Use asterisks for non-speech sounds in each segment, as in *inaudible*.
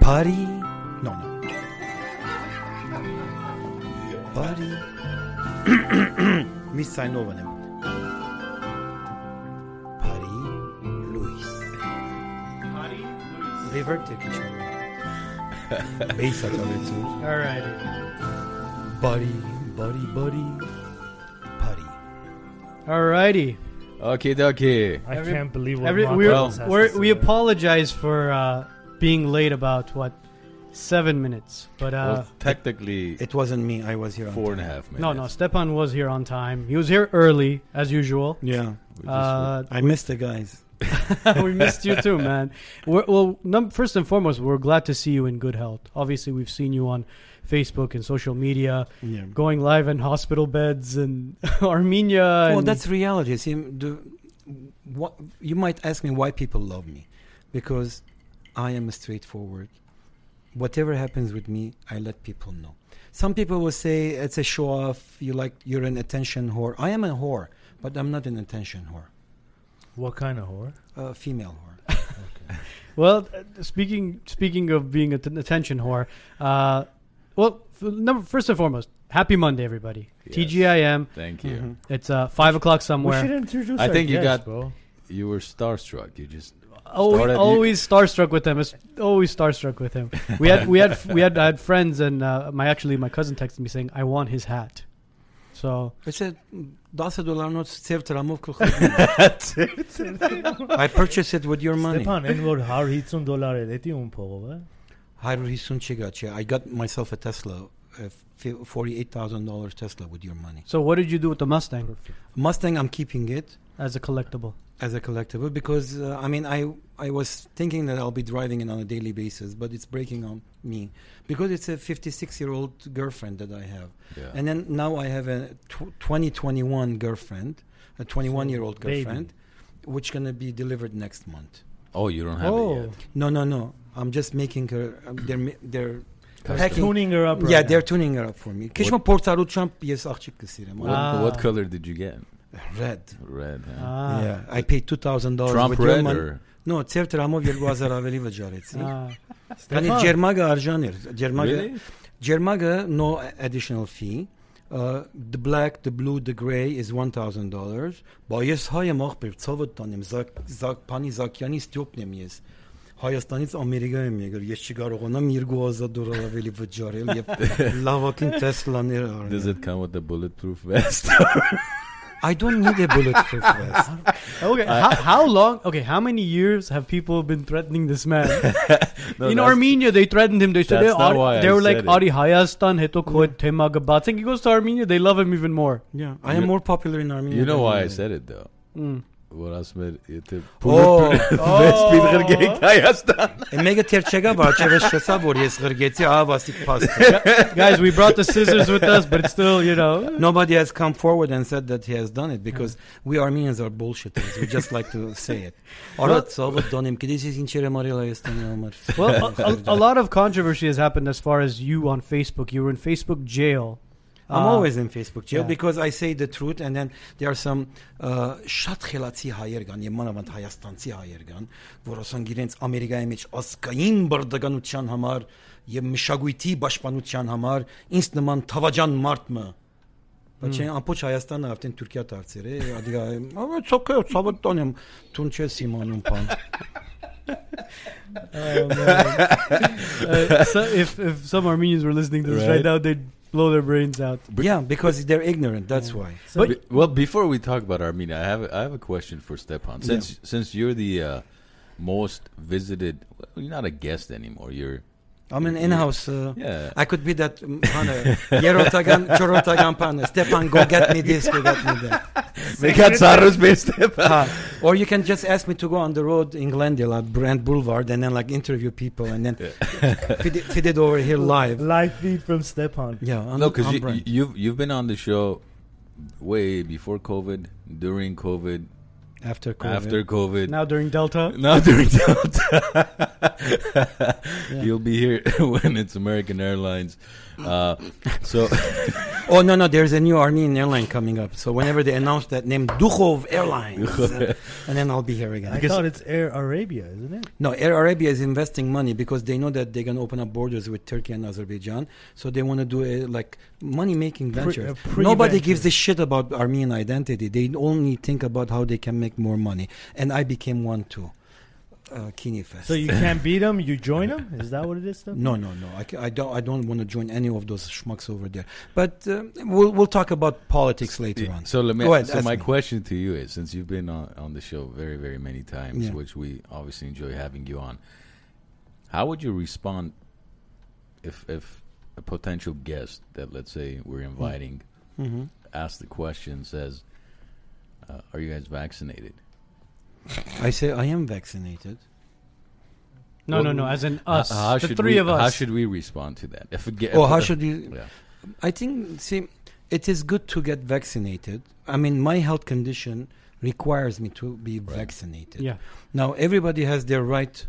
Party. No, no. Party. *coughs* Մի սայնով անեմ։ Party Luis. Buddy Luis. Revert եք իջնում։ *laughs* Մեյս ատավեցու։ Alrighty. Party, party, party. Party. Alrighty. Okay, dokie. I Every- can't believe what Every, Mark we're, Rollins has to we're, we say. apologize for uh, being late about what seven minutes, but uh, well, technically, It wasn't me. I was here. on four and a time. half minutes. no, no, Stepan was here on time. He was here early as usual. Yeah, We just- Uh, I missed the guys. *laughs* we missed you too, man. We're, well, num- first and foremost, we're glad to see you in good health. Obviously, we've seen you on Facebook and social media, Yeah. going live in hospital beds in *laughs* Armenia. Well, and- that's reality. See, the, what, you might ask me why people love me, because I am straightforward. Whatever happens with me, I let people know. Some people will say it's a show off. You like you're an attention whore. I am a whore, but I'm not an attention whore. Uh, What kind of horror? A female *laughs* whore. Well, uh, speaking speaking of being an attention whore, uh, well, f- number, first and foremost, happy Monday, everybody. Yes. TGIM. Thank you. Mhm. It's uh, five o'clock We should somewhere. introduce I our think you guests, got- bro. You were starstruck. You just Always, started- always starstruck with him. It's always starstruck with *laughs* him. We had we had we had I had friends, and uh, my actually my cousin texted me saying, "I want his hat." So It's a $10 not saved to remove *laughs* I purchased it with your money. Ստեփան, այն որ 150 դոլար է, դա ում փողով է։ 150 չգաչի. I got myself a Tesla, a fi- $48,000 Tesla with your money. so what did you do with the Mustang Mustang, I'm keeping it as a collectible? as a collectible because uh, I mean I I was thinking that I'll be driving it on a daily basis, but it's breaking on me because it's a 56 year old girlfriend that I have, yeah. and then now I have a tw- 2021 girlfriend, a 21 year old Baby. girlfriend, which gonna be delivered next month. oh, you don't have Oh. it yet. No, no, no. I'm just making her. um, They're ma- they're They're packing. tuning her up. yeah, right they're tuning her up for me. Keşme portarutçam yes akçık kısırım. What, Uh, Ah. what color did you get? Red. Red. Huh? Ah, yeah, I paid two thousand dollars. Trump red or No, ծեր դրամով 2000 ավելի վճարեցի։ ah. Ստեփան, Քանի ջերմագը արժան էր։ Ջերմագը really? ջերմագը no additional fee. Uh, the black, the blue, the gray is $1000. Բայց ես հայ եմ ախպեր, ցավը տանեմ, Զակ Զակփանի Զակյանի ստյուպն եմ ես։ Հայաստանից Ամերիկա եմ եկել, ես չկարողանամ 2000 դոլար ավելի վճարել *laughs* եւ լավակին Tesla-ներ Does առնել։ it come with a bulletproof vest? *laughs* I don't need a bulletproof vest. Okay, Uh, how, how long? Okay, how many years have people been threatening this man? *laughs* No, *laughs* In that's- Armenia, they threatened him. They said That's not why they, I they were like said it. Ari Hayastan, Heto Khoed, Tema Gabat. Think he goes to Armenia, they love him even more. Yeah, I am You- more popular in Armenia. You know than why I England. said it though. Mm. Որას մեր եթե Oh. *laughs* վես Oh. պիտղել գեի Հայաստան։ Մեգա թեր չեկա, բաչևս չեսա, որ ես ղրգեցի, ահա վասիկ փաստը։ Guys, we brought the scissors with us, but it's still, you know. *laughs* Nobody has come forward and said that he has done it because we Armenians are bullshitters. We just like to say *laughs* it. Արդ ծավը դոնեմ, գիտես ես ինչեր եմ արել Հայաստանի համար։ Well, a, a, a lot of controversy has happened as far as you on Facebook. You were in Facebook jail. I'm Uh, always in Facebook jail yeah. because I say the truth and then there are some uh, շատ խելացի հայեր կան, եւ մանավանդ հայաստանցի հայեր կան, որ ասենք իրենց Ամերիկայի մեջ ասկային բրդականության համար եւ մշակույթի պաշտպանության համար ինձ նման թավաջան մարդ մը Բայց չէ, ամբողջ Հայաստանը արդեն Թուրքիա դարձել է, ադիգա, it's okay, ցավը տոնեմ, տուն չես իմանում բան։ oh, *laughs* man. Uh, so if, if some Armenians were listening to this right, Right. now, they'd blow their brains out. Yeah, because they're ignorant, that's why. But- Be- well, before we talk about Armenia, I have a, I have a question for Stepan. Since since you're the uh, most visited, well, you're not a guest anymore. You're I'm an in-house uh, yeah. I could be that um, *laughs* Hana Yerotagan Chorotagan Pana Stepan go get me this go get me that *laughs* Uh, or you can just ask me to go on the road in Glendale at Brand Boulevard and then like interview people and then feed, it, feed it over here live Live feed from Stepan. yeah on, no, because on you, brand. you've you've been on the show way before COVID, during COVID, after COVID after COVID. Now during Delta. *laughs* Now during Delta, Yeah. *laughs* you'll be here when it's American Airlines. Uh, so *laughs* Oh no no, there's a new Armenian airline coming up. So whenever they announce that name, Dukhov *laughs* Airlines, uh, and then I'll be here again. I thought it's Air Arabia, isn't it? No, Air Arabia is investing money because they know that they're going to open up borders with Turkey and Azerbaijan. So they want to do a, like money making venture. a pretty Nobody venture. gives a shit about Armenian identity. They only think about how they can make more money. And I became one too. Uh, Kini Fest. So you can't beat them, you join them? Is that what it is? Stefan? *laughs* no, no, no. I, ca- I don't. I don't want to join any of those schmucks over there. But um, we'll we'll talk about politics later on. So let me. Go ahead, so ask my me. question to you is, since you've been on, on the show very, very many times, Yeah. which we obviously enjoy having you on, how would you respond if if a potential guest that let's say we're Mm-hmm. inviting Mhm. asks the question says, uh, "Are you guys vaccinated?" I say I am vaccinated. No, no, no. As in H- us, how the should three we, of us. How should we respond to that? If, a ge- Or if- how if- should you? Yeah. I think, see, it is good to get vaccinated. I mean, my health condition requires me to be Right. vaccinated. yeah. Now, everybody has their right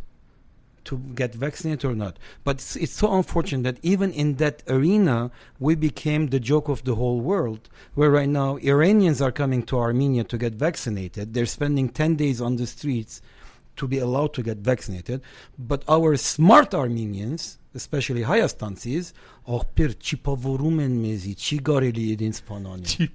to get vaccinated or not. But it's, it's so unfortunate that even in that arena, we became the joke of the whole world, where right now Iranians are coming to Armenia to get vaccinated. They're spending 10 days on the streets to be allowed to get vaccinated. But our smart Armenians, especially Հայաստանցիս, աղբեր չիպավորում են մեզի, չի կարելի իրենց փանանի։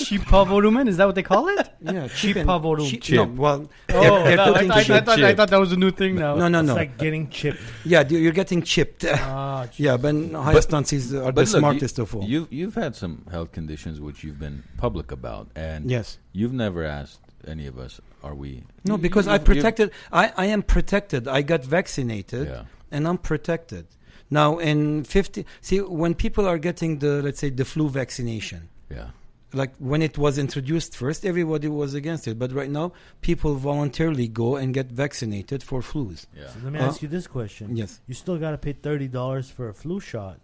Chipavorumen, is that what they call it? *laughs* Yeah, Չիպավորում. Chi- Chip. No, well, Oh, they're, they're that- putting I, I, I, chip. thought, I thought that was a new thing now. No, no, It's no. like getting chipped. Yeah, dude, you're getting chipped. Ah, *laughs* yeah, but Hayastans are the But look, smartest of all. you, have you've had some health conditions which you've been public about, and yes. you've never asked any of us, "Are we?" No, You- because I you've- you've- protected. I, I am protected. I got vaccinated, Yeah. and I'm protected. Now in fifty, see when people are getting the let's say the flu vaccination, Yeah. like when it was introduced first, everybody was against it. But right now, people voluntarily go and get vaccinated for flus. Yeah. So let me Uh, ask you this question. Yes. You still got to pay $30 for a flu shot,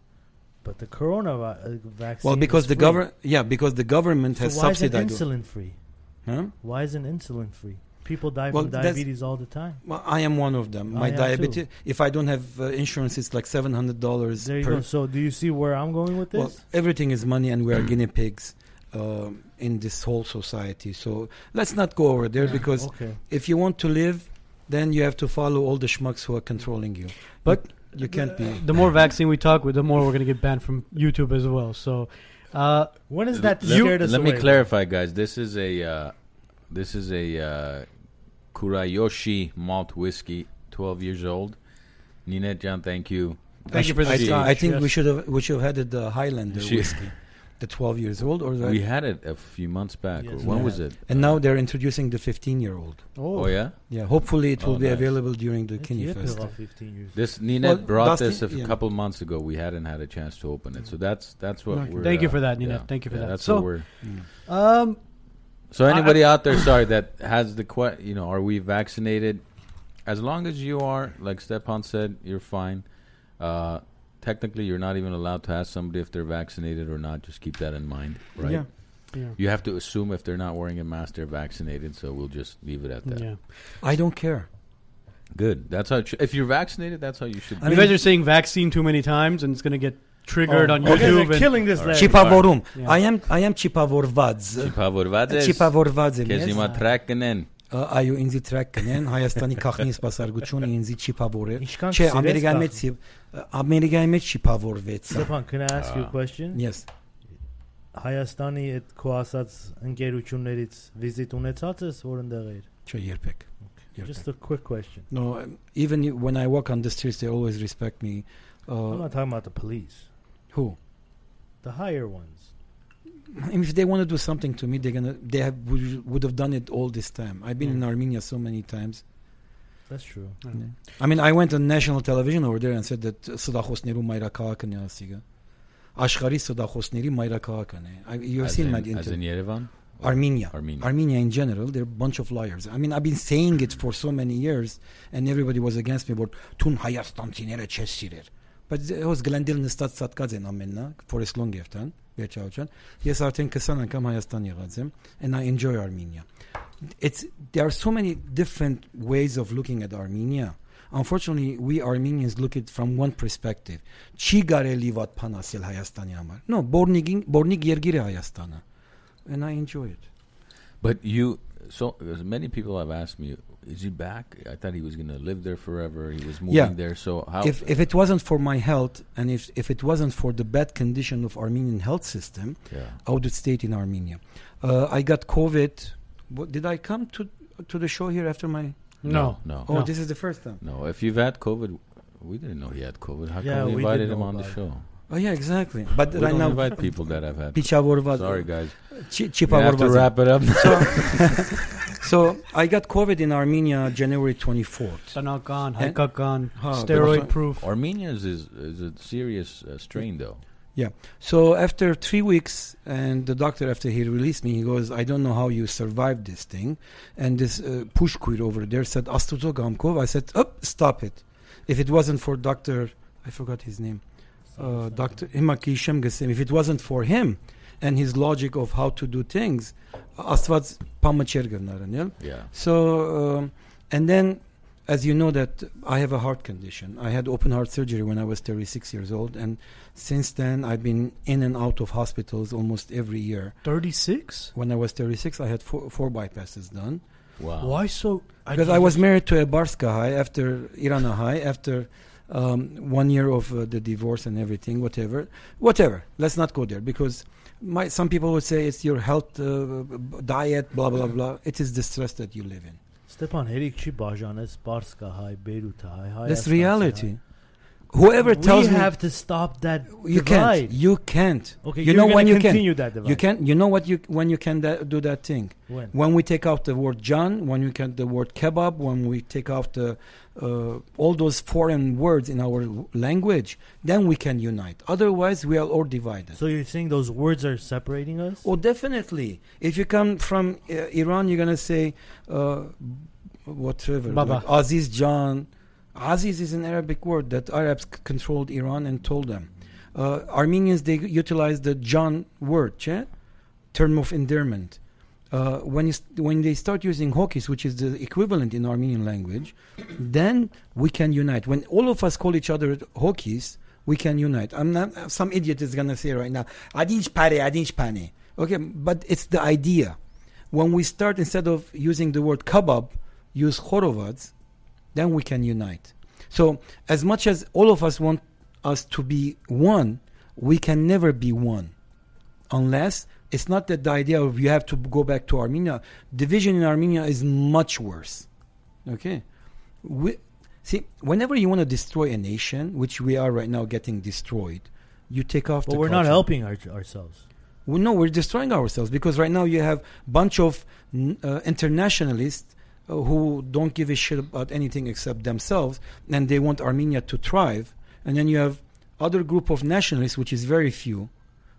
but the corona vi- uh, vaccine. Well, because is the free. government, yeah, because the government So has why isn't subsidized. insulin free? Huh? Why isn't insulin free? People die Well, from that's- diabetes all the time. Well, I am one of them. I My am diabetes. too. If I don't have uh, insurance, it's like seven hundred dollars There per. you go. So do you see where I'm going with this? Well, everything is money, and we are guinea pigs um, in this whole society. So let's not go over there because okay. if you want to live, then you have to follow all the schmucks who are controlling you. But- you, you can't be. The more vaccine we talk with, the more we're gonna get banned from YouTube as well. So, uh, When is that let, scared us let me away? clarify, guys. This is a uh, this is a uh, Kurayoshi malt whiskey, twelve years old. Ninette John, thank you. Thank you for the I, She- thi- I think Yes. we should have we should have had the Highlander She- whiskey, the twelve years old, or the, We had it a few months back. Yes, when we was had. it? and now they're introducing the fifteen year old. Oh yeah, Yeah, hopefully it will Oh, be nice. available during the Kinney Yeah, Fest. about 15 years. this Ninette Well, brought Dustin- this a f- yeah. couple months ago. We hadn't had a chance to open it, so that's that's what Okay. we're. Thank you uh, for that, Ninette. yeah. Thank you for Yeah, that. That's So- what we're. Mm. Um, So I- anybody out there, sorry, that has the question, you know, are we vaccinated? As long as you are, like Stepan said, you're fine. Uh, technically, you're not even allowed to ask somebody if they're vaccinated or not. Just keep that in mind, right? Yeah. yeah, You have to assume if they're not wearing a mask, they're vaccinated. So we'll just leave it at that. yeah. I don't care. Good. That's how. It should, if you're vaccinated, that's how you should. I you be. mean- guys are saying vaccine too many times, and it's gonna get triggered Oh, on you guys are YouTube. and- killing this All lad. right. Chipavorum. Yeah. I am I am Chipavorvadz. Չիփավորված ես, Chipavorvadz. քեզ yes. Uh, հիմա track կնեն։ Ա, այո ինձի տրակ կնեն Հայաստանի քաղաքնի սպասարկությունը ինձի չի փավորել Ինչքան չէ սիրես ամերիկայի կախ- մեջ չի- ամերիկայի մեջ չի փավորվեցա Stefan, can I ask Uh, you a Ah. question? yes Հայաստանի այդ քո ասած ընկերություններից վիզիտ ունեցած ես, որ ընդեղ էր։ չէ երբեք Just a quick question. no um, even you- when i walk on the streets they always respect me I'm uh not talking about the police. who The higher ones. if they want to do something to me they're going to they have would, would have done it all this time i've been Mm. in armenia so many times That's true. Mm. Yeah. i mean i went on national television over there and said that սդախոսներու մայրաքաղաքն է ասիգա աշխարհի սդախոսների մայրաքաղաքն է I- you have As seen in- my As interview in Yerevan, Armenia. Armenia. Armenia in general, they're a bunch of liars. I mean, I've been saying it for so many years, and everybody was against me. But Tun Հայաստանցիները չես սիրեր։ Բայց հոս գլանդիլ նստած սատկած են ամեննա, Forest Long երթան, վերջավորան։ Ես արդեն 20 անգամ Հայաստան եղած եմ, and I enjoy Armenia. It's there are so many different ways of looking at Armenia. Unfortunately, we Armenians look it from one perspective. Չի կարելի վատփան ասել Հայաստանի համար։ No, Bornig-ին Bornig երկիրը Հայաստանը։ And I enjoy it. But you, so as many people have asked me, is he back? I thought he was going to live there forever. He was moving Yeah. there. So how? If if it wasn't for my health and if if it wasn't for the bad condition of Armenian health system, yeah. I would have stayed in Armenia. Uh, I got COVID. What, did I come to to the show here after my? No. no, Oh, No. this is the first time. no. If you've had COVID, we didn't know he had COVID. How Yeah, come we we invited didn't him know on about the it. show? Oh yeah, exactly. But We right don't now, invite people that have had. Pichavorbad. Sorry, guys. Chi- We have to Chipavorvad. wrap *laughs* it up. *laughs* *laughs* So I got COVID in Armenia January 24th. Tanakan, And- Haikakan, Ha, steroid but- proof. Armenia's is is a serious uh, strain, though. So after three weeks, and the doctor, after he released me, he goes, I don't know how you survived this thing. And this uh, pushkuir over there said, Astuto Gamkov. I said, up, stop it. If it wasn't for Dr. I forgot his name, uh, Dr. Imaki Shemgasim, if it wasn't for him and his logic of how to do things, Astvats Pamachergan, yeah? Yeah. So, um, and then, as you know, that I have a heart condition. I had open heart surgery when I was 36 years old, and since then I've been in and out of hospitals almost every year. 36? When I was 36, I had four, four bypasses done Wow. Why so? because I was married to a Barska high after Irana high after um, one year of uh, the divorce and everything, whatever, whatever. Let's not go there because my, some people would say it's your health, uh, b- diet, blah blah blah. It is the stress that you live in. Ստեփան հերիք չի բաժանես Պարսկա հայ, Բերութ հայ, հայ։ That's reality. Whoever tells we me have to stop that you divide. can't, you can't. Okay, you you're know gonna when you can. continue that divide. You can. You know what you when you can tha- do that thing. When? When we take out the word John, when we can the word kebab, when we take out the uh, all those foreign words in our w- language, then we can unite. Otherwise, we are all divided. So you're saying those words are separating us? Oh, definitely. If you come from uh, Iran, you're gonna say uh, whatever. Baba. Like Aziz John. Aziz is an Arabic word that Arabs c- controlled Iran and told them. Uh, Armenians they utilize the John word, yeah? term of endearment. Uh, when you st- when they start using Hokis, which is the equivalent in Armenian language, then we can unite. When all of us call each other Hokis, we can unite. I'm not some idiot is gonna say right now, Adinch pare, Adinch pane. Okay, but it's the idea. When we start instead of using the word kebab, use chorovats, then we can unite. So as much as all of us want us to be one, we can never be one unless it's not that the idea of you have to go back to Armenia. Division in Armenia is much worse. Okay, we, see, whenever you want to destroy a nation, which we are right now getting destroyed, you take off. But the we're not culture. helping our, ourselves. We, no, we're destroying ourselves because right now you have bunch of n- uh, internationalists uh, who don't give a shit about anything except themselves, and they want Armenia to thrive. And then you have other group of nationalists, which is very few,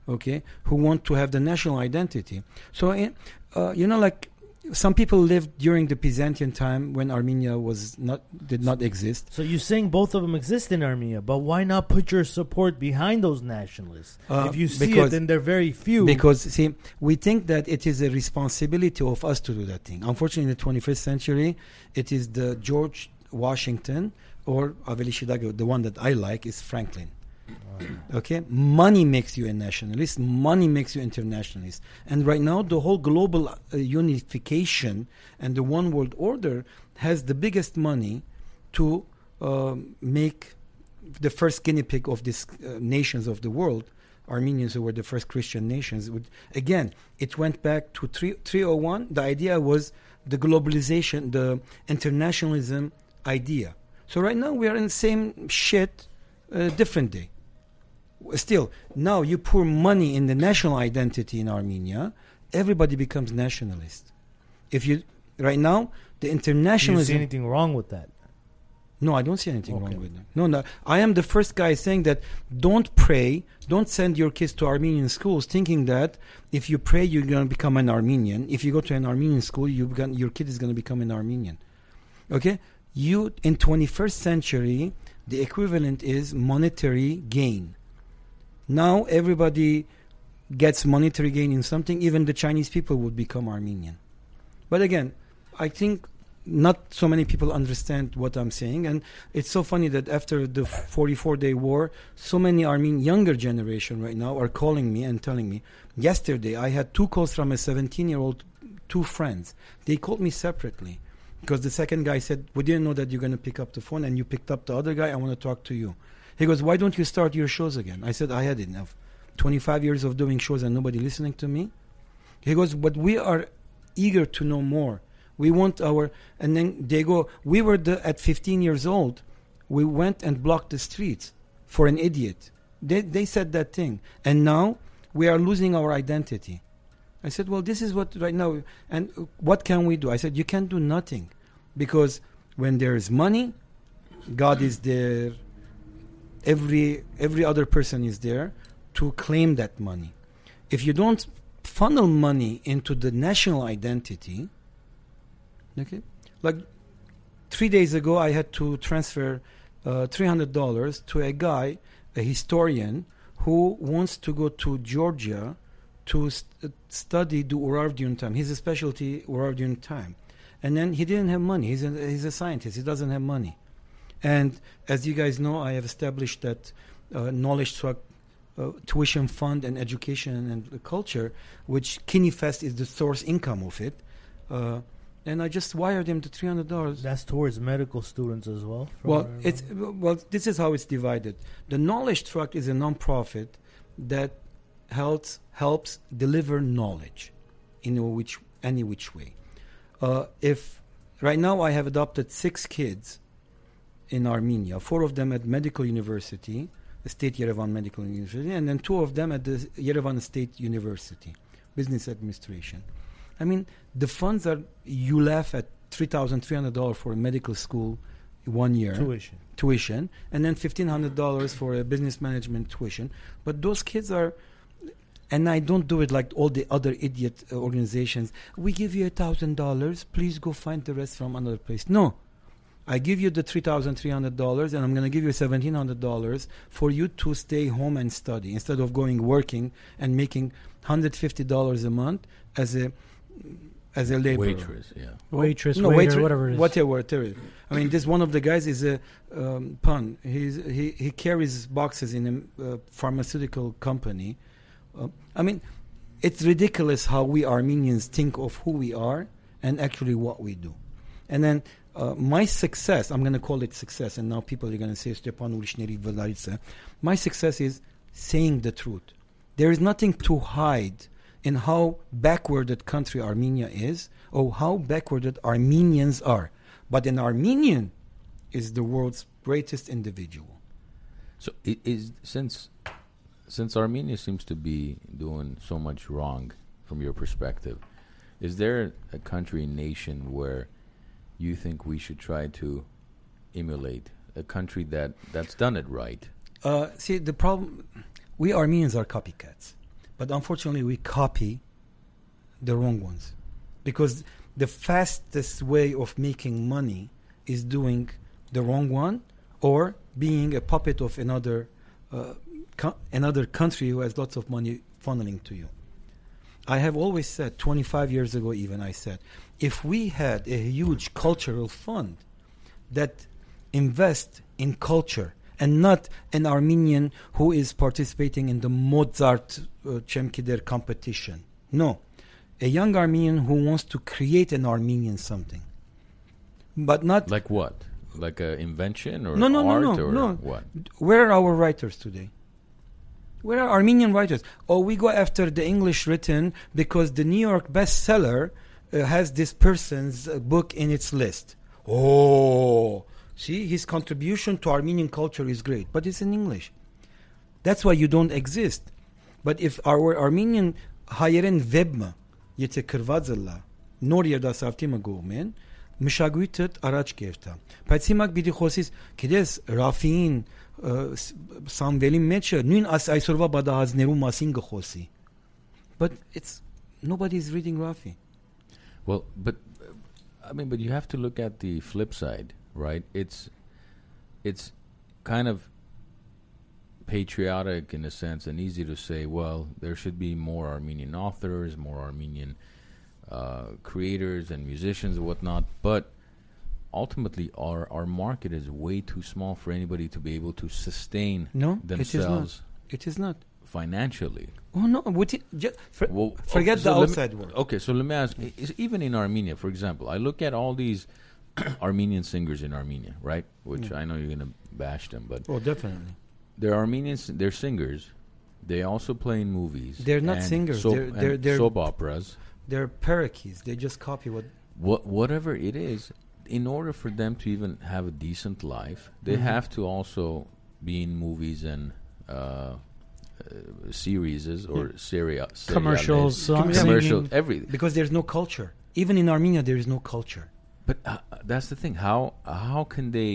okay, who want to have the national identity. So, eh, uh, you know, like some people lived during the Byzantine time when Armenia was not did not exist. So you're saying both of them exist in Armenia, but why not put your support behind those nationalists? Uh, if you see it, because- then they're very few. Because see, we think that it is a responsibility of us to do that thing. Unfortunately, in the 21st century, it is the George Washington or Aveli Shidago, the one that I like is Franklin. Mm. Okay, money makes you a nationalist. Money makes you internationalist. And right now, the whole global uh, unification and the one world order has the biggest money to um, make the first guinea pig of these uh, nations of the world. Armenians, who were the first Christian nations, would again it went back to three, 301. The idea was the globalization, the internationalism idea. So right now we are in the same shit, uh, different day still now you pour money in the national identity in Armenia, everybody becomes nationalist. If you right now do the you see internationalism, anything wrong with that? no, I don't see anything Okay. wrong with them. No, no, I am the first guy saying that don't pray, don't send your kids to Armenian schools, thinking that if you pray you're gonna become an Armenian. If you go to an Armenian school, you began, your kid is gonna become an Armenian. Okay, you in 21st century, the equivalent is monetary gain. Now everybody gets monetary gain in something, even the Chinese people would become Armenian. But again, I think not so many people understand what I'm saying, and it's so funny that after the 44-day war, so many Armenian younger generation right now are calling me and telling me. Yesterday, I had two calls from a 17-year-old, two friends. They called me separately because the second guy said, "We didn't know that you're going to pick up the phone, and you picked up the other guy. I want to talk to you." He goes, "Why don't you start your shows again?" I said, "I had enough. 25 years of doing shows and nobody listening to me." He goes, "But we are eager to know more." We want our, and then they go, we were the, at 15 years old, we went and blocked the streets for an idiot. They, they said that thing. And now we are losing our identity. I said, well, this is what right now, and what can we do? I said, you can't do nothing because when there is money, God is there, every, every other person is there to claim that money. If you don't funnel money into the national identity, Okay. Like three days ago, I had to transfer uh, $300 to a guy, a historian, who wants to go to Georgia to st- uh, study the Urardian time. He's a specialty Urardian time. And then he didn't have money. He's a, he's a scientist. He doesn't have money. And as you guys know, I have established that uh, knowledge truck uh, tuition fund and education and culture, which KineFest is the source income of it. Uh, and I just wired him the three hundred dollars. That's towards medical students as well. from Well, what I it's remember. well. This is how it's divided. The Knowledge Truck is a non-profit that helps helps deliver knowledge in a which any which way. Uh, if right now I have adopted six kids in Armenia, four of them at medical university, the State Yerevan Medical University, and then two of them at the Yerevan State University, business administration. I mean, the funds are you laugh at three thousand three hundred dollars for a medical school one year tuition. tuition and then $1500 for a business management tuition but those kids are and i don't do it like all the other idiot uh, organizations we give you $1000 please go find the rest from another place no i give you the $3300 and i'm going to give you $1700 for you to stay home and study instead of going working and making $150 a month as a as a laborer Waitress, yeah. Waitress, waiter, whatever it is. Whatever, whatever. it is. I mean, this one of the guys is a um, pun. He's, he he carries boxes in a uh, pharmaceutical company. Uh, I mean, it's ridiculous how we Armenians think of who we are and actually what we do. And then uh, my success, I'm going to call it success, and now people are going to say Stepan Ulishneri Velaritsa. My success is saying the truth. There is nothing to hide in how backward that country Armenia is or how backward that Armenians are. But an Armenian is the world's greatest individual. So i- is since since Armenia seems to be doing so much wrong from your perspective, is there a country nation where you think we should try to emulate a country that that's done it right? Uh, see, the problem we Armenians are copycats, but unfortunately, we copy the wrong ones because the fastest way of making money is doing the wrong one or being a puppet of another uh, co- another country who has lots of money funneling to you. I have always said, 25 years ago, even I said, if we had a huge cultural fund that invest in culture and not an Armenian who is participating in the Mozart uh, Chemkider competition. No, a young Armenian who wants to create an Armenian something, but not Like what? Like a invention or No, no, no, art no, or no. what? where are our writers today? Where are Armenian writers? Oh, we go after the English written because the New York bestseller uh, has this person's uh, book in its list. Oh, see, his contribution to Armenian culture is great, but it's in English. That's why you don't exist. But if our Armenian հայերեն վեբը եթե կրված լա նոր երդասարտի մը գողմեն մշակույթը առաջ կերտա։ Բայց հիմա պիտի խոսիս, գիտես, Ռաֆին Սամվելի մեջը նույն այս այսօրվա բադահազներու մասին գխոսի։ But it's nobody is reading Rafi. Well, but uh, I mean, but you have to look at the flip side, right? It's it's kind of patriotic in a sense and easy to say, well, there should be more Armenian authors, more Armenian uh, creators and musicians and whatnot. But ultimately our our market is way too small for anybody to be able to sustain No, it is not. themselves It is not. financially. Oh no, would it, just, for, Well, okay, forget so the let me- outside world. Okay, so let me ask. i- Is, even in Armenia, for example, I look at all these *clears throat* Armenian singers in Armenia, right? Which Yeah. I know you're gonna bash them, but Oh, definitely. they're Armenians. They're singers. They also play in movies. They're not and singers, Soap, they're- and they're- they're- soap operas. They're parakeets. They just copy what. What whatever it is, in order for them to even have a decent life, they Mhm. have to also be in movies and. Uh, uh, series or seria, seriales, Commercials, song commercials, singing. everything. Because there's no culture. Even in Armenia, there is no culture. But uh, that's the thing. How how can they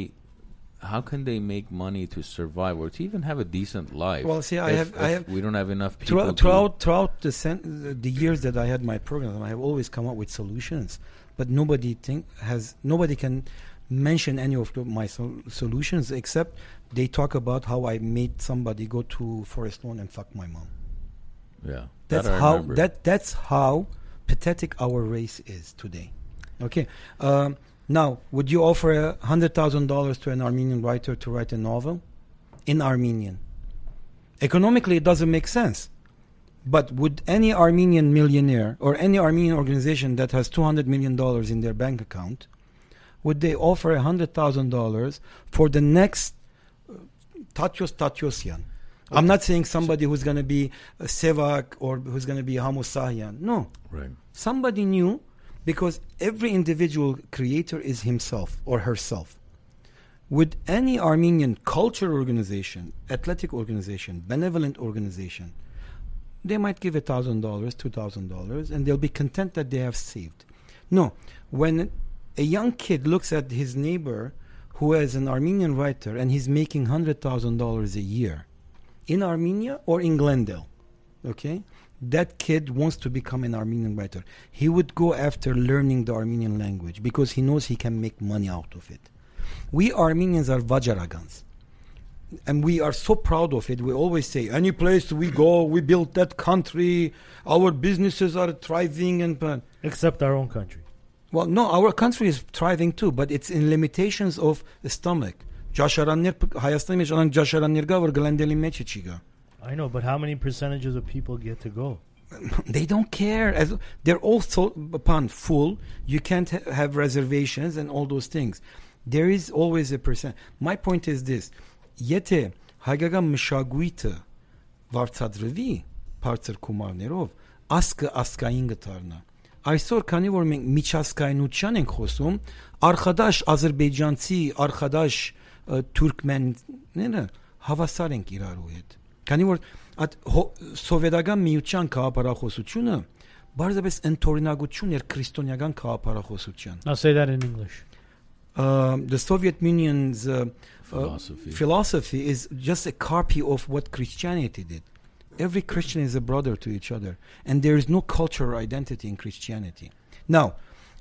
how can they make money to survive or to even have a decent life? Well, see, I if- have- if I have- we don't have enough people. Throughout to- throughout, throughout the, sen- the years that I had my program, I have always come up with solutions, but nobody think has nobody can mention any of the, my sol- solutions except they talk about how I made somebody go to Forest Lawn and fuck my mom. yeah, That's that I how remember. that that's how pathetic our race is today. Okay. Um, now, would you offer a hundred thousand dollars to an Armenian writer to write a novel in Armenian? Economically, it doesn't make sense. But would any Armenian millionaire or any Armenian organization that has two hundred million dollars in their bank account, would they offer a hundred thousand dollars for the next uh, Tatyos Tatyosyan. I'm not saying somebody who's going to be uh, Sevak or who's going to be Hamusahyan. No. right. Somebody new because every individual creator is himself or herself. Would any Armenian culture organization, athletic organization, benevolent organization, they might give $1,000, $2,000, and they'll be content that they have saved. No, when a young kid looks at his neighbor who is an Armenian writer and he's making $100,000 a year in Armenia or in Glendale, okay, that kid wants to become an Armenian writer. He would go after learning the Armenian language because he knows he can make money out of it. We Armenians are Vajaragans and we are so proud of it. We always say, any place we go, we built that country. Our businesses are thriving and plan. Except our own country. Well, no, our country is thriving too, but it's in limitations of the stomach. Ճաշարաններ Հայաստանի մեջ անանք ճաշարաններ կա որ գլանդելի մեջը չի գա։ I know, but how many percentages of people get to go? *laughs* They don't care. As they're all so upon full. You can't ha- have reservations and all those things. There is always a percent. My point is this: Եթե հայկական մշակույթը վարձատրվի բարձր գումարներով, ասկը ասկային գտարնա։ Այսօր քանի որ մենք միջազգայնության ենք խոսում, արխադաշ ազերբայջանցի, արխադաշ ը, թուրքմենները հավասար ենք իրարու հետ։ Քանի որ այդ հո- սովետական միության քաղաքապարախոսությունը բարձրապես ընթորինակություն էր քրիստոնեական քաղաքապարախոսության։ I'll say that in English. Um, the Soviet Union's uh, Philosophy. uh, philosophy is just a copy of what Christianity did. Every Christian is a brother to each other, and there is no cultural identity in Christianity. Now,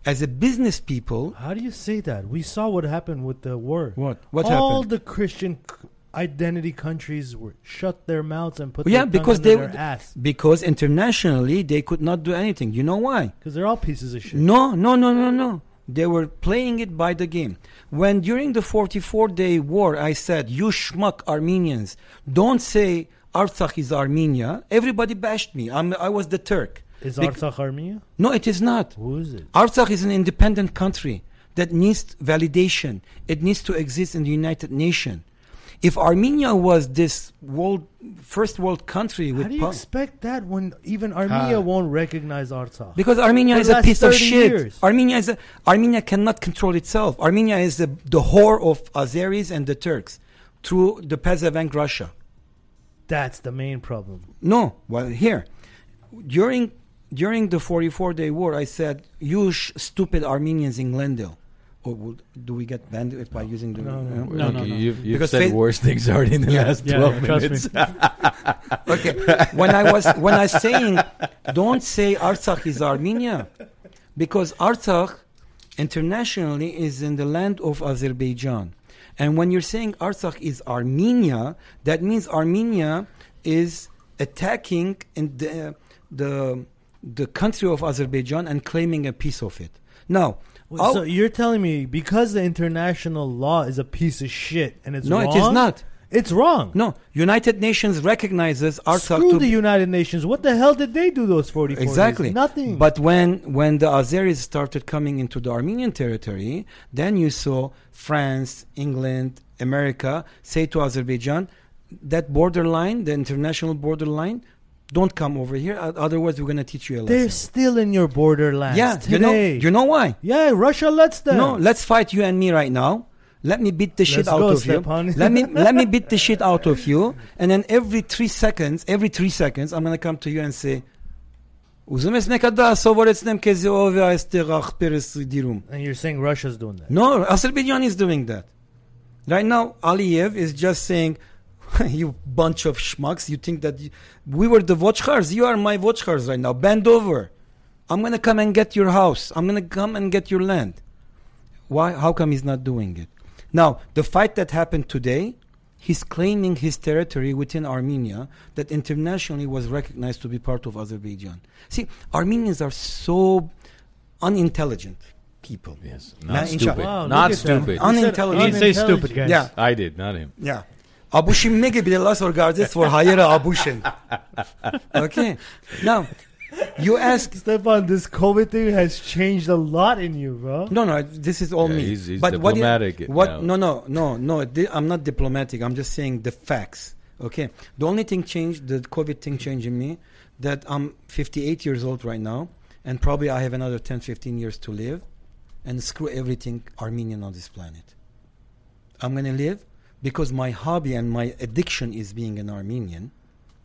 as a business people, How do you say that? We saw what happened with the war. what what All happened? the Christian c- identity countries were shut their mouths and put their Yeah, tongue because under they their would- ass Because internationally, they could not do anything. You know why? because they're all pieces of shit. No, no, no, no, no. They were playing it by the game. When during the 44 day war, I said, You schmuck Armenians, don't say Artsakh is Armenia. Everybody bashed me. I'm, I was the Turk. Is Bec- Artsakh Armenia? No, it is not. Who is it? Artsakh is an independent country that needs validation. It needs to exist in the United Nations. If Armenia was this world, first world country with How do you po- expect that when even Armenia won't recognize Artsakh? Because Armenia For is the a last piece of 30 shit. years. Armenia is a, Armenia cannot control itself. Armenia is the, the whore of Azeris and the Turks through the Pezevenk Russia. That's the main problem. No, well here during during the 44 day war I said you sh- stupid Armenians in Glendale. Or would, do we get banned if by using the No, no. Yeah. No, no, no. You've, you've Because said faith- worse things already in the Yeah. last Yeah, twelve yeah, trust minutes. *laughs* Okay. when I was when I saying *laughs* don't say Artsakh is Armenia because Artsakh internationally is in the land of Azerbaijan. And when you're saying Artsakh is Armenia, that means Armenia is attacking in the the the country of Azerbaijan and claiming a piece of it. Now, Well, So Oh. you're telling me because the international law is a piece of shit and it's No, wrong? it is not. It's wrong. No, United Nations recognizes Artsakh Screw to the United Nations. What the hell did they do those 44 days? Exactly. Nothing. But when when the Azeris started coming into the Armenian territory, then you saw France, England, America say to Azerbaijan, that borderline, the international borderline, don't come over here. o- Otherwise, we're going to teach you a they're lesson. still in your borderlands yeah, you know, today. you know why? yeah, Russia lets them. No, let's fight you and me right now. Let me beat the shit Let's out go, of you. Stepan. let me let me beat *laughs* the shit out of you, and then every three seconds, every three seconds, I'm gonna come to you and say, «Ուզում ես մեկ հատ դա սովորեցնեմ քեզ ով է այստեղ ախպերս դիրում»։ and you're saying Russia's doing that. No, Azerbaijan is doing that. Right now, Aliyev is just saying, *laughs* "You bunch of schmucks! You think that you, we were the watchcars? You are my watchcars right now. Bend over. I'm gonna come and get your house. I'm gonna come and get your land." Why? How come he's not doing it? Now, the fight that happened today, he's claiming his territory within Armenia that internationally was recognized to be part of Azerbaijan. See, Armenians are so unintelligent people. Yes, Nah, not inshallah. stupid. Wow, look not at that. stupid. Un- You said Unintelligent. He didn't say stupid, guys. Yeah. I did, not him. Yeah. Abushin mege bile las organizes for higher *laughs* abushin. Okay. Now, *laughs* you ask. Stefan, this COVID thing has changed a lot in you, bro. No, no, this is all Yeah, me. he's- he's what i- diplomatic What? now. No, no, no, no. di- I'm not diplomatic. I'm just saying the facts. Okay. The only thing changed, the COVID thing changed in me, that I'm 58 years old right now, and probably I have another 10, 15 years to live, and screw everything Armenian on this planet. I'm going to live because my hobby and my addiction is being an Armenian.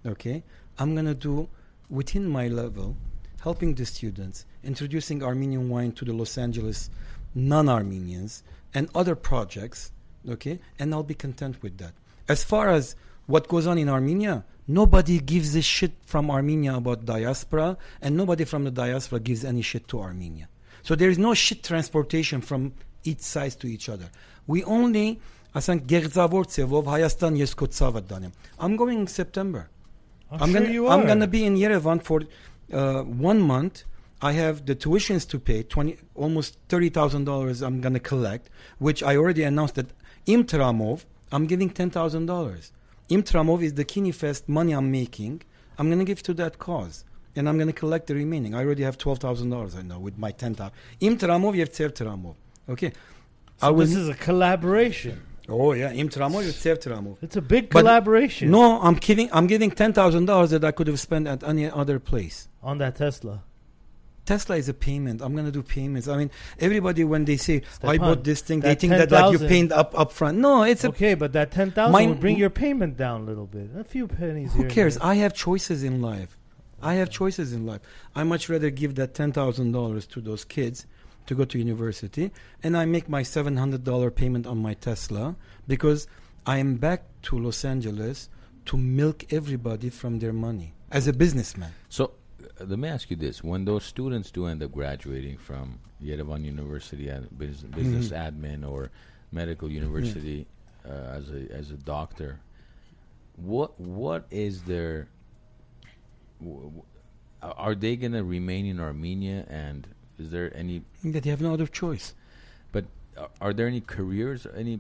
Okay, I'm going to do within my level, helping the students, introducing Armenian wine to the Los Angeles non Armenians and other projects. Okay, and I'll be content with that. As far as what goes on in Armenia, nobody gives a shit from Armenia about diaspora, and nobody from the diaspora gives any shit to Armenia. So there is no shit transportation from each side to each other. We only, ասենք գեղձավոր ցևով Հայաստան ես քո ցավը դանեմ. I'm going in September. I'm, I'm sure gonna you are. I'm gonna be in Yerevan for uh, one month. I have the tuitions to pay, twenty almost thirty thousand dollars. I'm gonna collect, which I already announced that Imtramov. I'm giving ten thousand dollars. Imtramov is the Kinifest money I'm making. I'm gonna give to that cause, and I'm gonna collect the remaining. I already have twelve thousand dollars. I know with my ten thousand. Imtramov, Yevtsev Okay. I So will. this is a collaboration. oh yeah, Imtramov, Yevtsev It's a big But- collaboration. No, I'm kidding. I'm giving ten thousand dollars that I could have spent at any other place. on that Tesla. Tesla is a payment. I'm gonna do payments. I mean, everybody when they say I Stepan, bought this thing, they that think that like you 10,000 paid up up front. No, it's a okay, but that ten thousand Mine- would bring your payment down a little bit. A few pennies. here who and cares? there. I have choices in life. I have choices in life. I much rather give that ten thousand dollars to those kids to go to university, and I make my seven hundred dollar payment on my Tesla because I am back to Los Angeles to milk everybody from their money as a businessman. So, uh, let me ask you this: When those students do end up graduating from Yerevan University as Mm-hmm. business, business admin or medical university uh, as a as a doctor, what what is their w- w- a- are they going to remain in Armenia and is there any That you have no other choice. but are, are there any careers any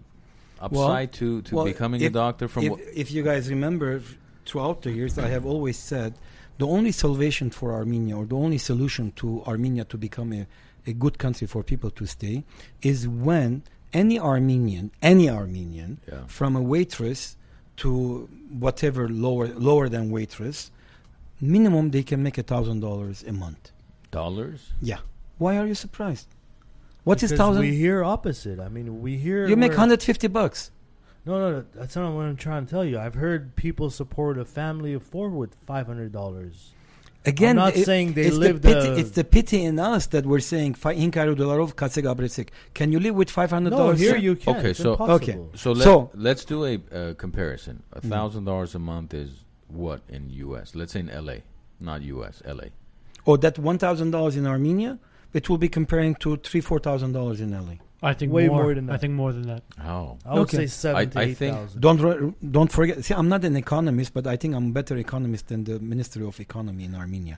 upside to, to well, becoming a if- doctor from if, what, if you guys remember f- throughout the years i have always said the only salvation for armenia or the only solution to armenia to become a, a good country for people to stay is when any armenian any armenian Yeah. from a waitress to whatever lower lower than waitress minimum they can make a thousand dollars a month dollars yeah why are you surprised what is Because thousand We hear opposite. I mean, we hear you make where- 150 bucks No, no, no, that's not what I'm trying to tell you. I've heard people support a family of four with five hundred dollars. Again, I'm not it- saying they it's live the pity, the- It's the pity in us that we're saying "Fa- in Cairo Dolarov Katsek Abresik. Can you live with five hundred No, dollars? here you can. Okay, it's so- Okay. impossible. So let, So- Mm-hmm. let's do a uh, comparison. A thousand dollars a month is what in U.S. Let's say in L.A., not U.S. L.A. oh, Or that one thousand dollars in Armenia, it will be comparing to three four thousand dollars in LA. I think Way more. more than I that. think more than that. Oh. I would Okay. say seven I- to I eight think- thousand. Don't re- don't forget. See, I'm not an economist, but I think I'm a better economist than the Ministry of Economy in Armenia.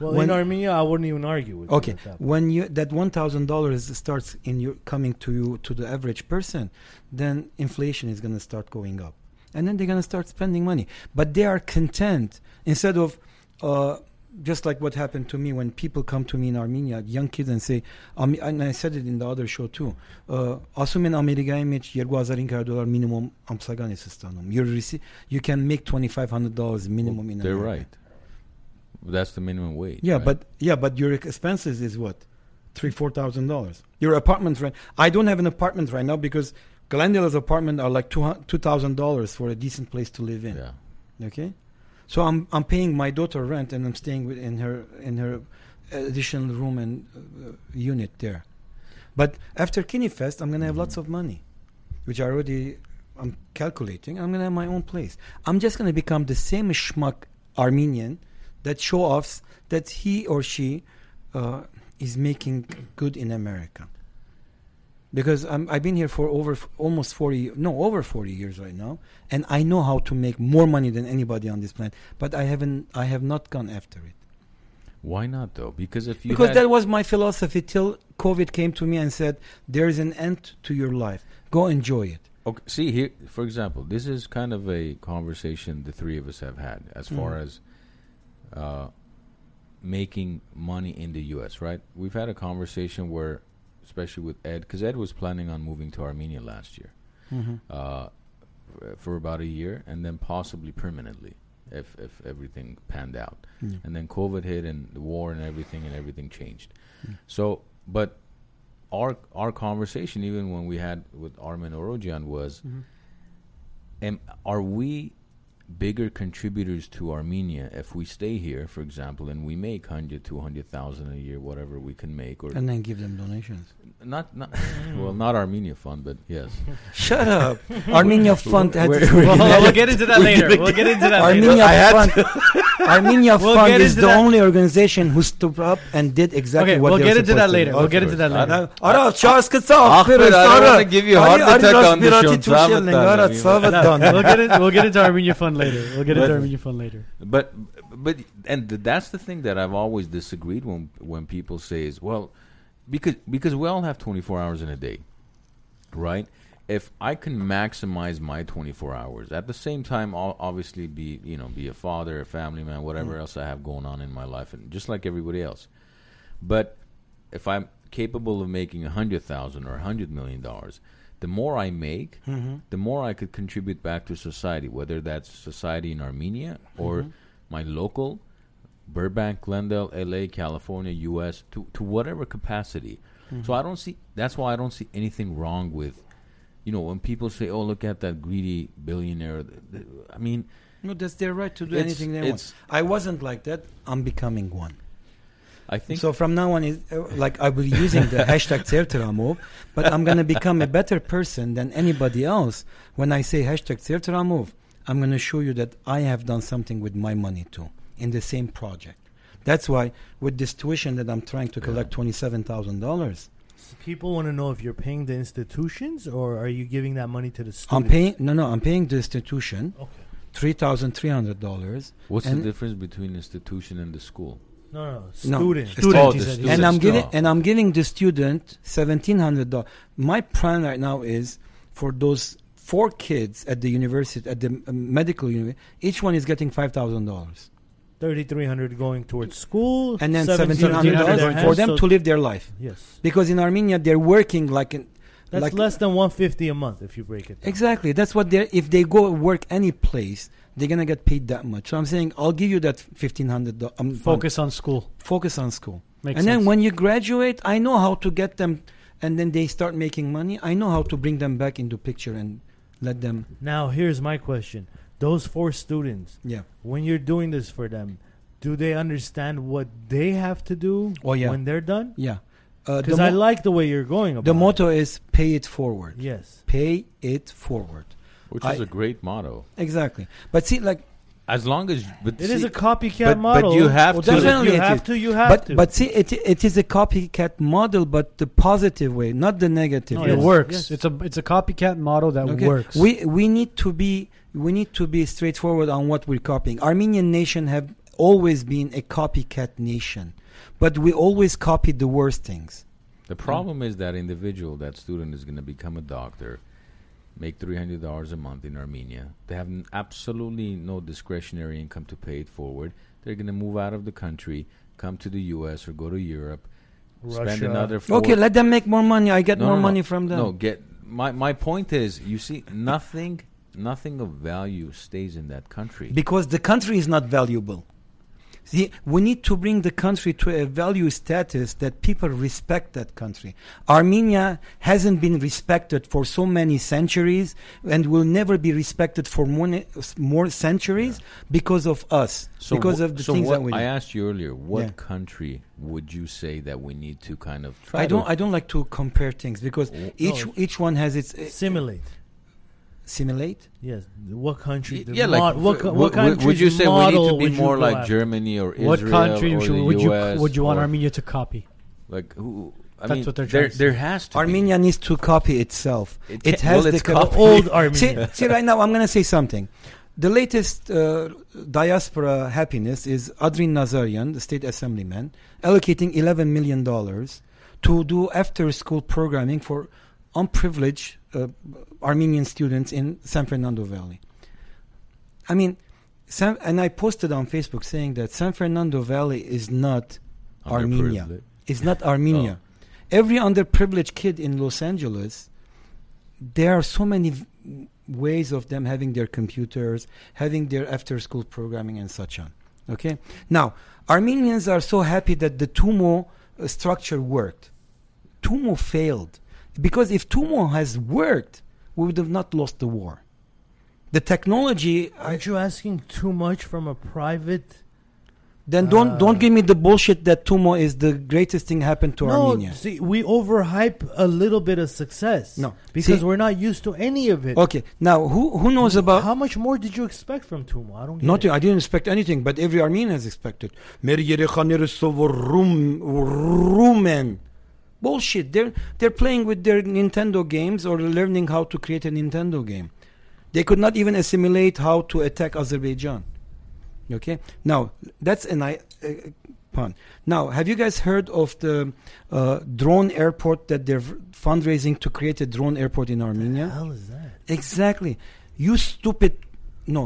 Well, in when- Armenia, I wouldn't even argue with. you Okay, with that. when you that one thousand dollars starts in your coming to you to the average person, then inflation is going to start going up, and then they're going to start spending money. But they are content instead of. Uh, just like what happened to me when people come to me in Armenia, young kids, and say, um, and I said it in the other show too, uh, ասում են Ամերիկայի մեջ 2500 դոլար minimum ամսական ես ստանում։ You're rece- you can make 2500 dollars minimum in They're America. right. That's the minimum wage. Yeah, right? but yeah, but your expenses is what three, four thousand dollars. Your apartment rent. I don't have an apartment right now because Glendale's apartment are like two two thousand dollars for a decent place to live in. yeah. Okay, so I'm I'm paying my daughter rent and I'm staying with in her in her additional room and uh, unit there. But after Kinifest, I'm gonna Mm-hmm. have lots of money, which I already I'm calculating. I'm gonna have my own place. I'm just gonna become the same schmuck Armenian that show offs that he or she uh, is making good in America. Because I'm, I've been here for over f- almost 40, no, over 40 years right now, and I know how to make more money than anybody on this planet. But I haven't, I have not gone after it Why not though? Because if you because had- that was my philosophy till COVID came to me and said, "There is an end to your life. Go enjoy it." Okay, see here, for example, this is kind of a conversation the three of us have had as far Mhm. as uh, making money in the U.S. Right? We've had a conversation where, especially with Ed, because Ed was planning on moving to Armenia last year uh, f- for about a year, and then possibly permanently if if everything panned out Yeah. and then COVID hit and the war and everything and everything changed. Mm. So, but our our conversation, even when we had with Armin Orogian, was, Mhm. am, are we bigger contributors to Armenia if we stay here, for example, and we make 100, 200,000 a year, whatever we can make, or And then give them donations. not not *laughs* well, not Armenia fund, but yes, Shut *laughs* up! *laughs* Armenia Fund had We're- its- *laughs* we're Well, gonna we'll get into that later. We'll get into that later. Armenia *laughs* Fund. Armenia We'll Fund get is into the that- only organization who stood up and did exactly Okay, what we'll they get were into that supposed later. To We'll do. get into that Of later. Ara, Charles Katsov, Ahmed, I don't wanna give you a heart attack on the show, Zavadan, I mean, No, we'll get in, we'll get into Armenia Fund later. We'll get into But- Armenia Fund later. But but and th- that's the thing that I've always disagreed when when people say is well because because we all have 24 hours in a day, right? If I can maximize my 24 hours at the same time, I'll obviously be you know be a father, a family man, whatever Mm. else I have going on in my life, and just like everybody else. But if I'm capable of making a hundred thousand or a hundred million dollars, the more I make, Mm-hmm. the more I could contribute back to society, whether that's society in Armenia or Mm-hmm. my local Burbank, Glendale, LA, California, US, to, to whatever capacity. Mm-hmm. So I don't see that's why I don't see anything wrong with you know, when people say, "Oh, look at that greedy billionaire," th- th- I mean, No, that's their right to do It's- anything they it's- want. I wasn't like that. Um, I'm becoming one. I think So from now on, is uh, like I will be using *laughs* the hashtag Sertramov, but I'm gonna become a better person than anybody else when I say hashtag Sertramov. I'm gonna show you that I have done something with my money too in the same project. That's why with this tuition that I'm trying to collect twenty seven thousand dollars, People want to know if you're paying the institutions or are you giving that money to the I'm students? paying no no I'm paying the institution Okay. three thousand three hundred dollars what's and- the difference between institution and the school? No, no, no. No. Students. Student, Oh, he the said. student. and I'm Students, giving no. and I'm giving the student seventeen hundred dollars. My plan right now is for those four kids at the university at the uh, medical university. Each one is getting five thousand dollars, 3,300 going towards school. and then seventeen hundred 1,700 $1,700 dollars their for hands, them so- to live their life. Yes. Because in Armenia they're working like an That's like less than 150 a month if you break it down. exactly. That's what they are if they go work any place. They're gonna get paid that much. So I'm saying I'll give you that fifteen hundred. Um, Focus on school. focus on school. Makes and sense. then when you graduate, I know how to get them, and then they start making money. I know how to bring them back into picture and let them. Now, here's my question. Those four students, Yeah. when you're doing this for them, do they understand what they have to do Oh, yeah. when they're done? Yeah. Uh, the, Because I mo- like the way you're going about the it. motto is pay it forward. Yes. Pay it forward. Which I- is a great motto. Exactly. But see, like as long as but It is see- a copycat but- but model. you have Well, to- Definitely, Definitely you it have is. to. You have but to. but see it it is a copycat model but the positive way not the negative No, way. it works. yes. It's a it's a copycat model that Okay. works. We we need to be we need to be straightforward on what we're copying. Armenian nation have always been a copycat nation, but we always copy the worst things. The problem is that individual, that student, is going to become a doctor, make three hundred dollars a month in Armenia. They have n- absolutely no discretionary income to pay it forward. They're going to move out of the country, come to the U.S. or go to Europe, spend Russia. another. Four Okay, let them make more money. I get No, more no, no. money from them. No, get my my point is, you see, nothing, nothing of value stays in that country. Because the country is not valuable. See, we need to bring the country to a value status that people respect that country. Armenia hasn't been respected for so many centuries and will never be respected for more, ne- more centuries because of us, because wh- of the so things what- that we do. I asked you earlier, what Yeah. country would you say that we need to kind of try? I to- don't. I don't like to compare things because Oh. each No. each one has its uh, Simulate. simulate. Yes. What country? the yeah, like mod- what, f- co- w- what w- country's would you say we need to model be would you more go like after? Germany or Israel what country or should, the would US you would you want or, Armenia to copy? Like who? I That's mean, what they're there trying to there say. has to Armenia needs to copy itself. It It, ca- has well, the it's capa- copy- Old see, Armenia. see, right now I'm going to say something. The latest uh, diaspora happiness is Adrin Nazarian, the state assemblyman, allocating 11 million dollars to do after-school programming for unprivileged uh, Armenian students in San Fernando Valley. I mean, San, and I posted on Facebook saying that San Fernando Valley is not be Armenia. underprivileged. It's not Armenia. Every underprivileged kid in Los Angeles, there are so many v- ways of them having their computers, having their after school programming, and such on. Okay? Now, Armenians are so happy that the TUMO uh, structure worked. TUMO failed. Because if TUMO has worked, we would have not lost the war. The technology, I, Aren't you asking too much from a private? then don't Uh, don't give me the bullshit that TUMO is the greatest thing happened to no, Armenia. see, we overhype a little bit of success. No. because See- we're not used to any of it. Okay, now who who knows about How much more did you expect from Tuma? I don't. Get Nothing. It. I didn't expect anything, but every Armenian has expected. Մեր երեխաները սովորում ռում են. Bullshit. They're they're playing with their Nintendo games or learning how to create a Nintendo game. They could not even assimilate how to attack Azerbaijan. Okay. Now that's an I uh, pun. Now, have you guys heard of the uh, drone airport that they're fundraising to create a drone airport in Armenia? The hell is that? Exactly. You stupid. No.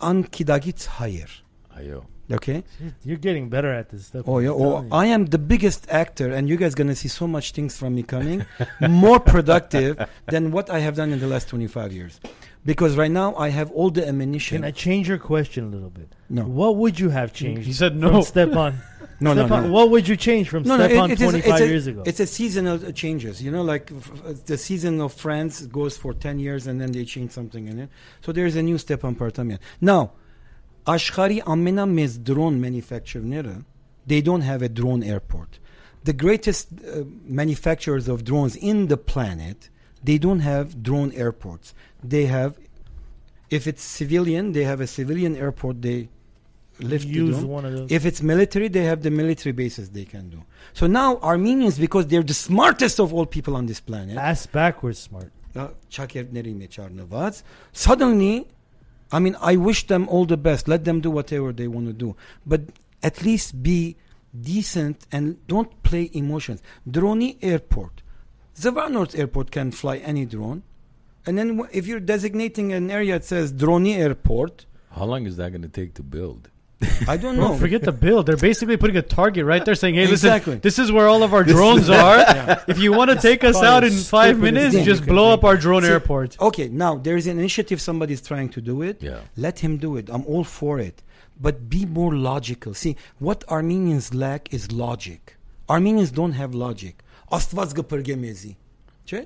Ankidagits higher. Ayo. Okay. Shit, You're getting better at this stuff. Oh I'm yeah. Oh, telling you. I am the biggest actor, and you guys gonna see so much things from me coming, *laughs* more productive than what I have done in the last 25 years, because right now I have all the ammunition. Can I change your question a little bit? no, What would you have changed? He said From no. Stepan. *laughs* no, no, Stepan, no. What would you change from No, no, Stepan it- it is- 25 it's a- years ago? It's a seasonal uh, changes. You know, like f- f- the season of France goes for 10 years and then they change something in it. So there's a new step on Partamyan. Now, աշխարհի ամենամեծ drone manufacturer, they don't have a drone airport. The greatest uh, manufacturers of drones in the planet, they don't have drone airports. They have if it's civilian, they have a civilian airport they lift the Use drone. one of those. If it's military, they have the military bases they can do. So now Armenians, because they're the smartest of all people on this planet, Ass backwards smart. uh, չակերտների մեջ առնված, suddenly, I mean, I wish them all the best. Let them do whatever they want to do, but at least be decent and don't play emotions. Droni airport, Zvarnort airport can fly any drone, and then w- if you're designating an area that says Droni airport, How long is that going to take to build? I don't Bro, know. forget the build. They're basically putting a target right there, saying, "Hey, Exactly. listen, this is where all of our *laughs* drones are. If you want to take us probably out the in five stupidest minutes, thing just you can blow think up our drone See, airport." Okay, now there is an initiative somebody's trying to do it. Yeah. Let him do it. I'm all for it. But be more logical. See, what Armenians lack is logic. Armenians don't have logic. Աստված գպրգեմեզի. Չէ՞։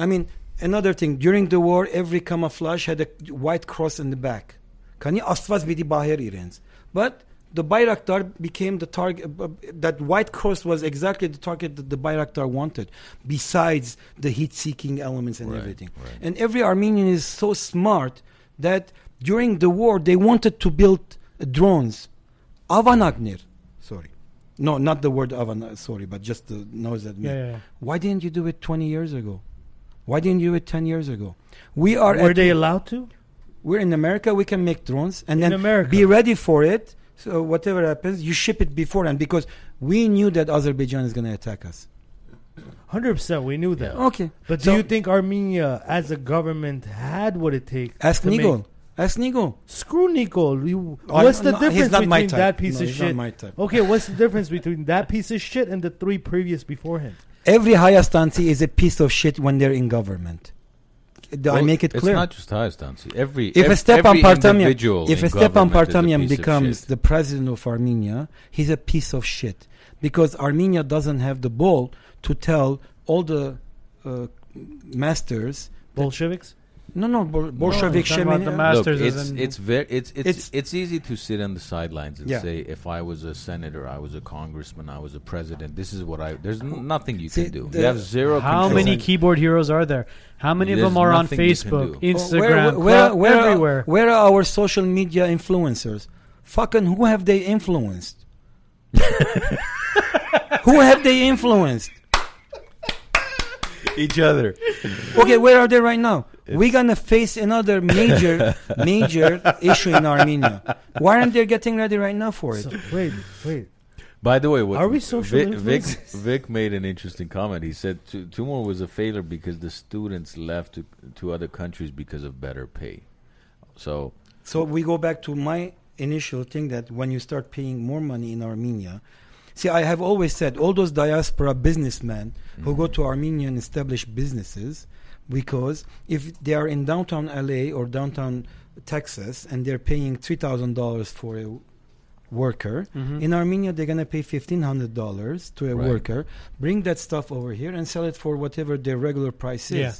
I mean, another thing, during the war every camouflage had a white cross in the back. Քանի Աստված պիտի բահեր իրենց։ But the Bayraktar became the target. uh, That white cross was exactly the target that the Bayraktar wanted, besides the heat seeking elements and Right, everything. right. And every Armenian is so smart that during the war they wanted to build drones avanagner sorry no not the word avan sorry but just the noise that Yeah, yeah, yeah. why didn't you do it 20 years ago why didn't you do it 10 years ago we are Were at- they allowed to? we're in america we can make drones and In then America. be ready for it so whatever happens you ship it beforehand because we knew that azerbaijan is going to attack us Hundred percent, we knew that. okay But do So- you think Armenia, as a government, had what it takes? ask to make- nigol ask nigol Screw Nicole. You, Oh, what's the no, he's difference not between my type. that piece No, of he's not shit? my type. Okay, what's the difference between that piece of shit and the three previous before him? Every Hayastansi is a piece of shit when they're in government. Do I Well, make it clear? It's not just Hayastansi. Every if ev- a Stepan every Partamyan, individual if in a Stepan government is a Partamyan piece of becomes shit. the president of Armenia, he's a piece of shit because Armenia doesn't have the ball to tell all the uh, masters. Bolsheviks? No, no, Bol- Bolshevik talking about Shemin- the uh, mas- Masters Look, is it's in- it's very it's it's, It's- it's easy to sit on the sidelines and Yeah. say if I was a senator, I was a congressman, I was a president. This is what I. There's n- nothing you See, can do. the- You have zero. How control. many keyboard heroes are there? How many of There's them are on nothing you can Facebook, do. Oh, Instagram, where, where, cla- where, everywhere? Are, where are our social media influencers? Fucking who have they influenced? *laughs* who have they influenced? *laughs* each other? Okay, where are they right now? We're gonna face another major, major *laughs* issue in Armenia. Why aren't they getting ready right now for it? So, wait, wait. By the way, what Are we social Vic, Vic, influencers? Vic made an interesting comment. He said Tu- Tumor was a failure because the students left to to other countries because of better pay. So So we go back to my initial thing that when you start paying more money in Armenia, see, I have always said all those diaspora businessmen who go to Armenia and establish businesses because if they are in downtown LA or downtown Texas and they're paying $3,000 for a worker, Mhm. in Armenia they're going to pay $1,500 to a Right. worker, bring that stuff over here and sell it for whatever their regular price is. Yeah.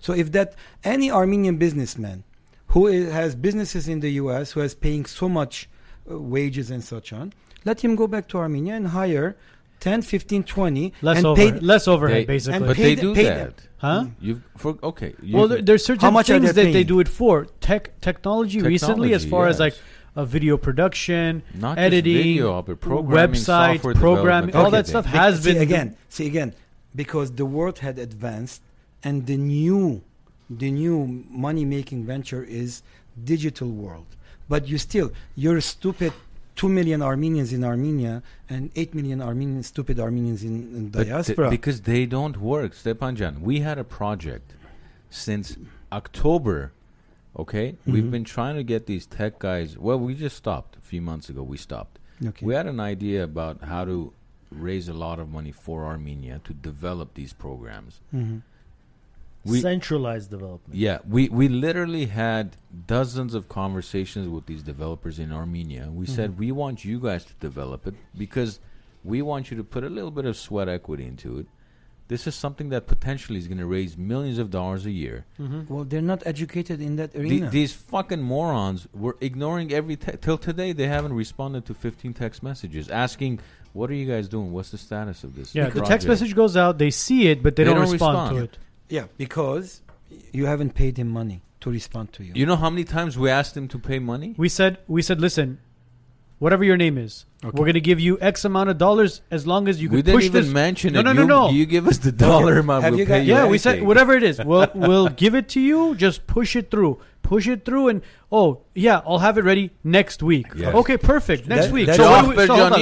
So if that any Armenian businessman who i- has businesses in the U.S. who is paying so much uh, wages and such on, let him go back to Armenia and hire 10, 15, 20 Less and over, pay. less overhead, They- basically. and but pay they the- do pay that. huh? You for okay. You, Well, there, there's certain How much are things they that they paying? do it for. Tech technology, recently, as Technology, far as yes. like a video production, Not just editing, video, but programming, website, software programming, development, all that everything. stuff has see been again. See again, because the world had advanced, and the new, the new money-making venture is digital world. But you still, you're stupid. Two million Armenians in Armenia and eight million Armenian stupid Armenians in, in But th- diaspora. because they don't work, Stepanjan. We had a project since October. Okay, Mm-hmm. we've been trying to get these tech guys. Well, we just stopped a few months ago. We stopped. Okay. We had an idea about how to raise a lot of money for Armenia to develop these programs. Mm-hmm. We- Centralized development. Yeah, we, we literally had dozens of conversations with these developers in Armenia. Mm-hmm. We said, we want you guys to develop it because we want you to put a little bit of sweat equity into it. This is something that potentially is going to raise millions of dollars a year. Mm-hmm. Well, they're not educated in that The- arena. these fucking morons were ignoring every te- till today. They haven't responded to 15 text messages asking, "What are you guys doing? What's the status of this?" yeah. The project?" text message goes out, they see it, but they, They don't, don't respond, respond. to yeah, because you haven't paid him money to respond to you. You know how many times we asked them to pay money? it. We said, we said, listen, whatever your name is, Okay. we're going to give you X amount of dollars as long as you we can didn't push even this. mention No, it. no, no, you, no. You give us the dollar amount. Have we'll you pay guys- you yeah, we said anything. whatever it *laughs* is, we'll we'll give it to you. Just push it through, push it through, and oh yeah, I'll have it ready next week. Yes. Okay, perfect. Next That- week. that's- so, Cevap what do we, so, hold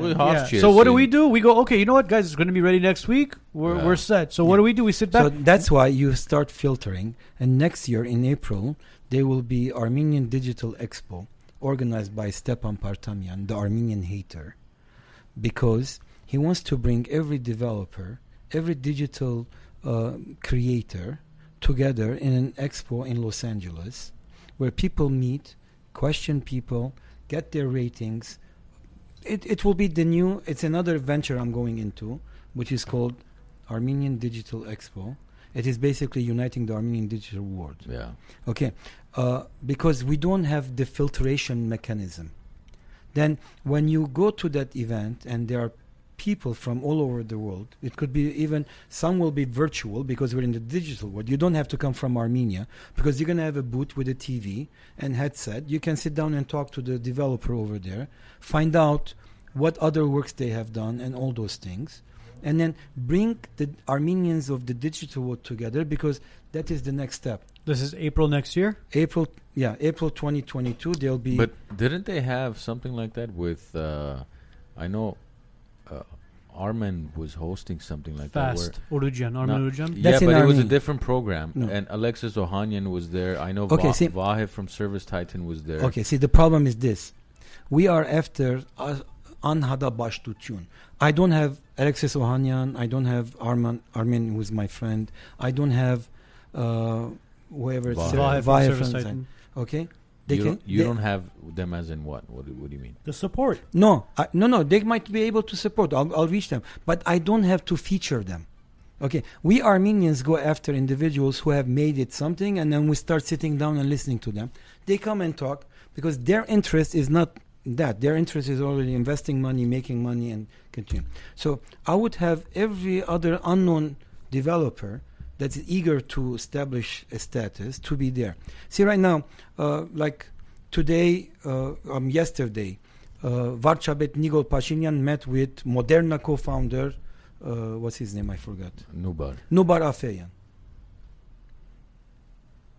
on, so- yeah. so what do we do? We go okay. You know what, guys? It's going to be ready next week. We're Yeah. we're set. So what do we do? We sit back. So that's why you start filtering. And next year in April, there will be Armenian Digital Expo organized by Stepan Partamyan, the Armenian hater, because he wants to bring every developer, every digital uh, creator together in an expo in Los Angeles where people meet, question people, get their ratings. It, it will be the new, it's another venture I'm going into, which is called Armenian Digital Expo. It is basically uniting the Armenian digital world. Yeah, Okay, uh, because we don't have the filtration mechanism. Then, when you go to that event and there are people from all over the world. It could be even some will be virtual because we're in the digital world. You don't have to come from Armenia because you're going to have a booth with a TV and headset. You can sit down and talk to the developer over there, find out what other works they have done and all those things. And then bring the Armenians of the digital world together because that is the next step. This is April next year. April, yeah, April 2022, there'll be. But didn't they have something like that with? Uh, I know uh, Armen was hosting something like Fast. that. Orujan, Armen No. Orujan. yeah, That's in but it was a Armenia. different program, No. and Alexis Ohanian was there. I know Okay, Va- see- Vahe from Service Titan was there. Okay, see, the problem is this. We are after uh, Anhada Bashtutun. I don't have Alexis Ohanyan. I don't have Arman, Armin, who's my friend. I don't have uh, whoever it's Vahe. Vahe from Vahe Service from Zayn. Titan. Okay? you, don't, you they- don't have them as in what? What do, what do you mean? The support. No, I, no, no. They might be able to support. I'll, I'll reach them, but I don't have to feature them. Okay, we Armenians go after individuals who have made it something, and then we start sitting down and listening to them. They come and talk because their interest is not that. Their interest is already investing money, making money, and continue. So I would have every other unknown developer that's eager to establish a status to be there. See, right now, uh, like today, uh, um, yesterday, uh, Varchabet Nigol Pashinyan met with Moderna co-founder, uh, what's his name? I forgot. Nubar. Nubar Afeyan.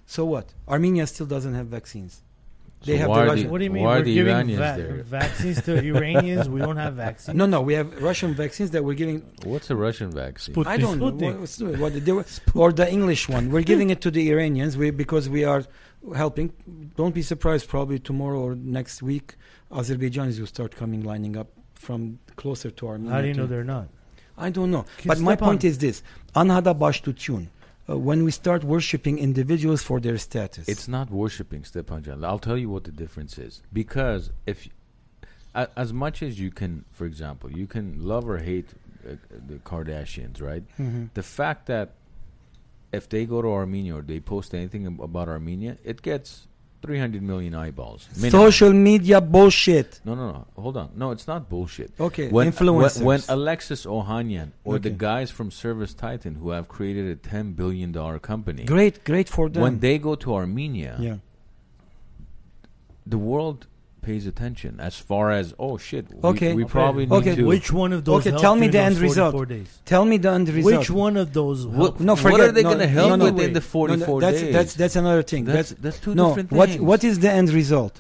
So what? Armenia still doesn't have vaccines. They So have why the are Russian. the- What do you mean? Why are We're the giving Iranians va- there? vaccines to Iranians. We *laughs* don't have vaccines. No, no, we have Russian vaccines that we're giving. What's a Russian vaccine? Sput- I don't know Sputnik. what, what's the- what they were, or the English one. We're giving it to the Iranians we, because we are helping. Don't be surprised. Probably tomorrow or next week, Azerbaijanis will start coming lining up from closer to Armenia. How do you to- know they're not? I don't know. Keep but my step point on. is this Anhada Bashtutun. Uh, when we start worshipping individuals for their status, It's not worshiping Stepanjan. I'll tell you what the difference is. Because if, a- as much as you can, for example, you can love or hate uh, the Kardashians, right? Mhm. The fact that if they go to Armenia or they post anything ab- about Armenia, it gets 300 million eyeballs. minimum. social media bullshit. No, no, no. Hold on. No, it's not bullshit. Okay, When, influencers. when, when Alexis Ohanian or the Okay. guys from Service Titan who have created a $10 billion company, great, great for them. when they go to Armenia, yeah. the world pays attention as far as, oh shit, we- Okay. we, Okay. probably need Okay. to. Which one of those? Okay, helped tell me you in the those end result. 44 Days? Tell me the end result. Which one of those? what, helped? No, what are forget- they no, going to help no, no, within wait. the 44 no, no, that's, days? That's that's another thing. that's, that's two no. different What things. what is the end result?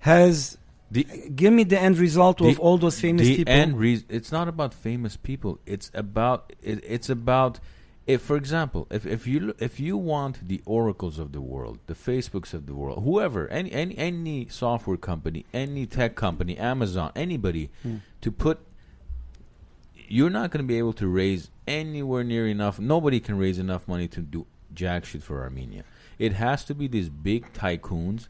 Has The- give me the end result of the- all those famous the people? end reason it's not about famous people it's about it, it's about if for example if, if you lo- if you want the oracles of the world the facebooks of the world whoever any any, any software company any tech company amazon anybody Hmm. to put you're not going to be able to raise anywhere near enough nobody can raise enough money to do jack shit for armenia it has to be these big tycoons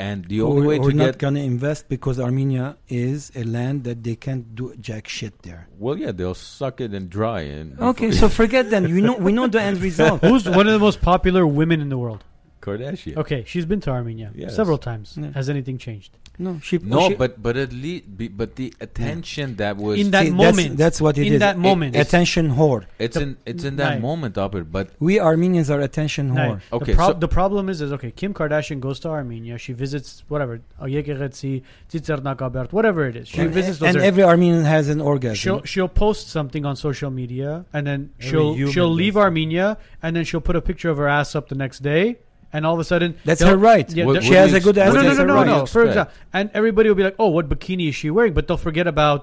and the only way we're to not get gonna invest because Armenia is a land that they can't do jack shit there. well yeah they'll suck it and dry and Okay, *laughs* so forget them. You know, we know the *laughs* end result. Who's one of the most popular women in the world? Kardashian. Okay, she's been to Armenia Yes. several times. Yeah. Has anything changed? No, she, No, she- but but at least be, but the attention that was In that See, that's- moment. that's, what it is. in that moment. attention whore. it's the- in it's in that Right. moment, Albert. But We Armenians are attention No, whore. Okay, The, prob- so- the problem is, is okay. Kim Kardashian goes to Armenia. She visits whatever Yekeretsi, Tsitsernakabert, whatever it is. She And- visits those. and areas. every Armenian has an orgasm. she'll she'll post something on social media, and then Every she'll human she'll leave does. Armenia, and then she'll put a picture of her ass up the next day, and all of a sudden That's they'll- her right. Yeah, What- they'll- she has a you- good what ass. no, no, do no, that's no, her no, right. no. Armenians For expect? example, and everybody will be like, "Oh, what bikini is she wearing?" But they'll forget about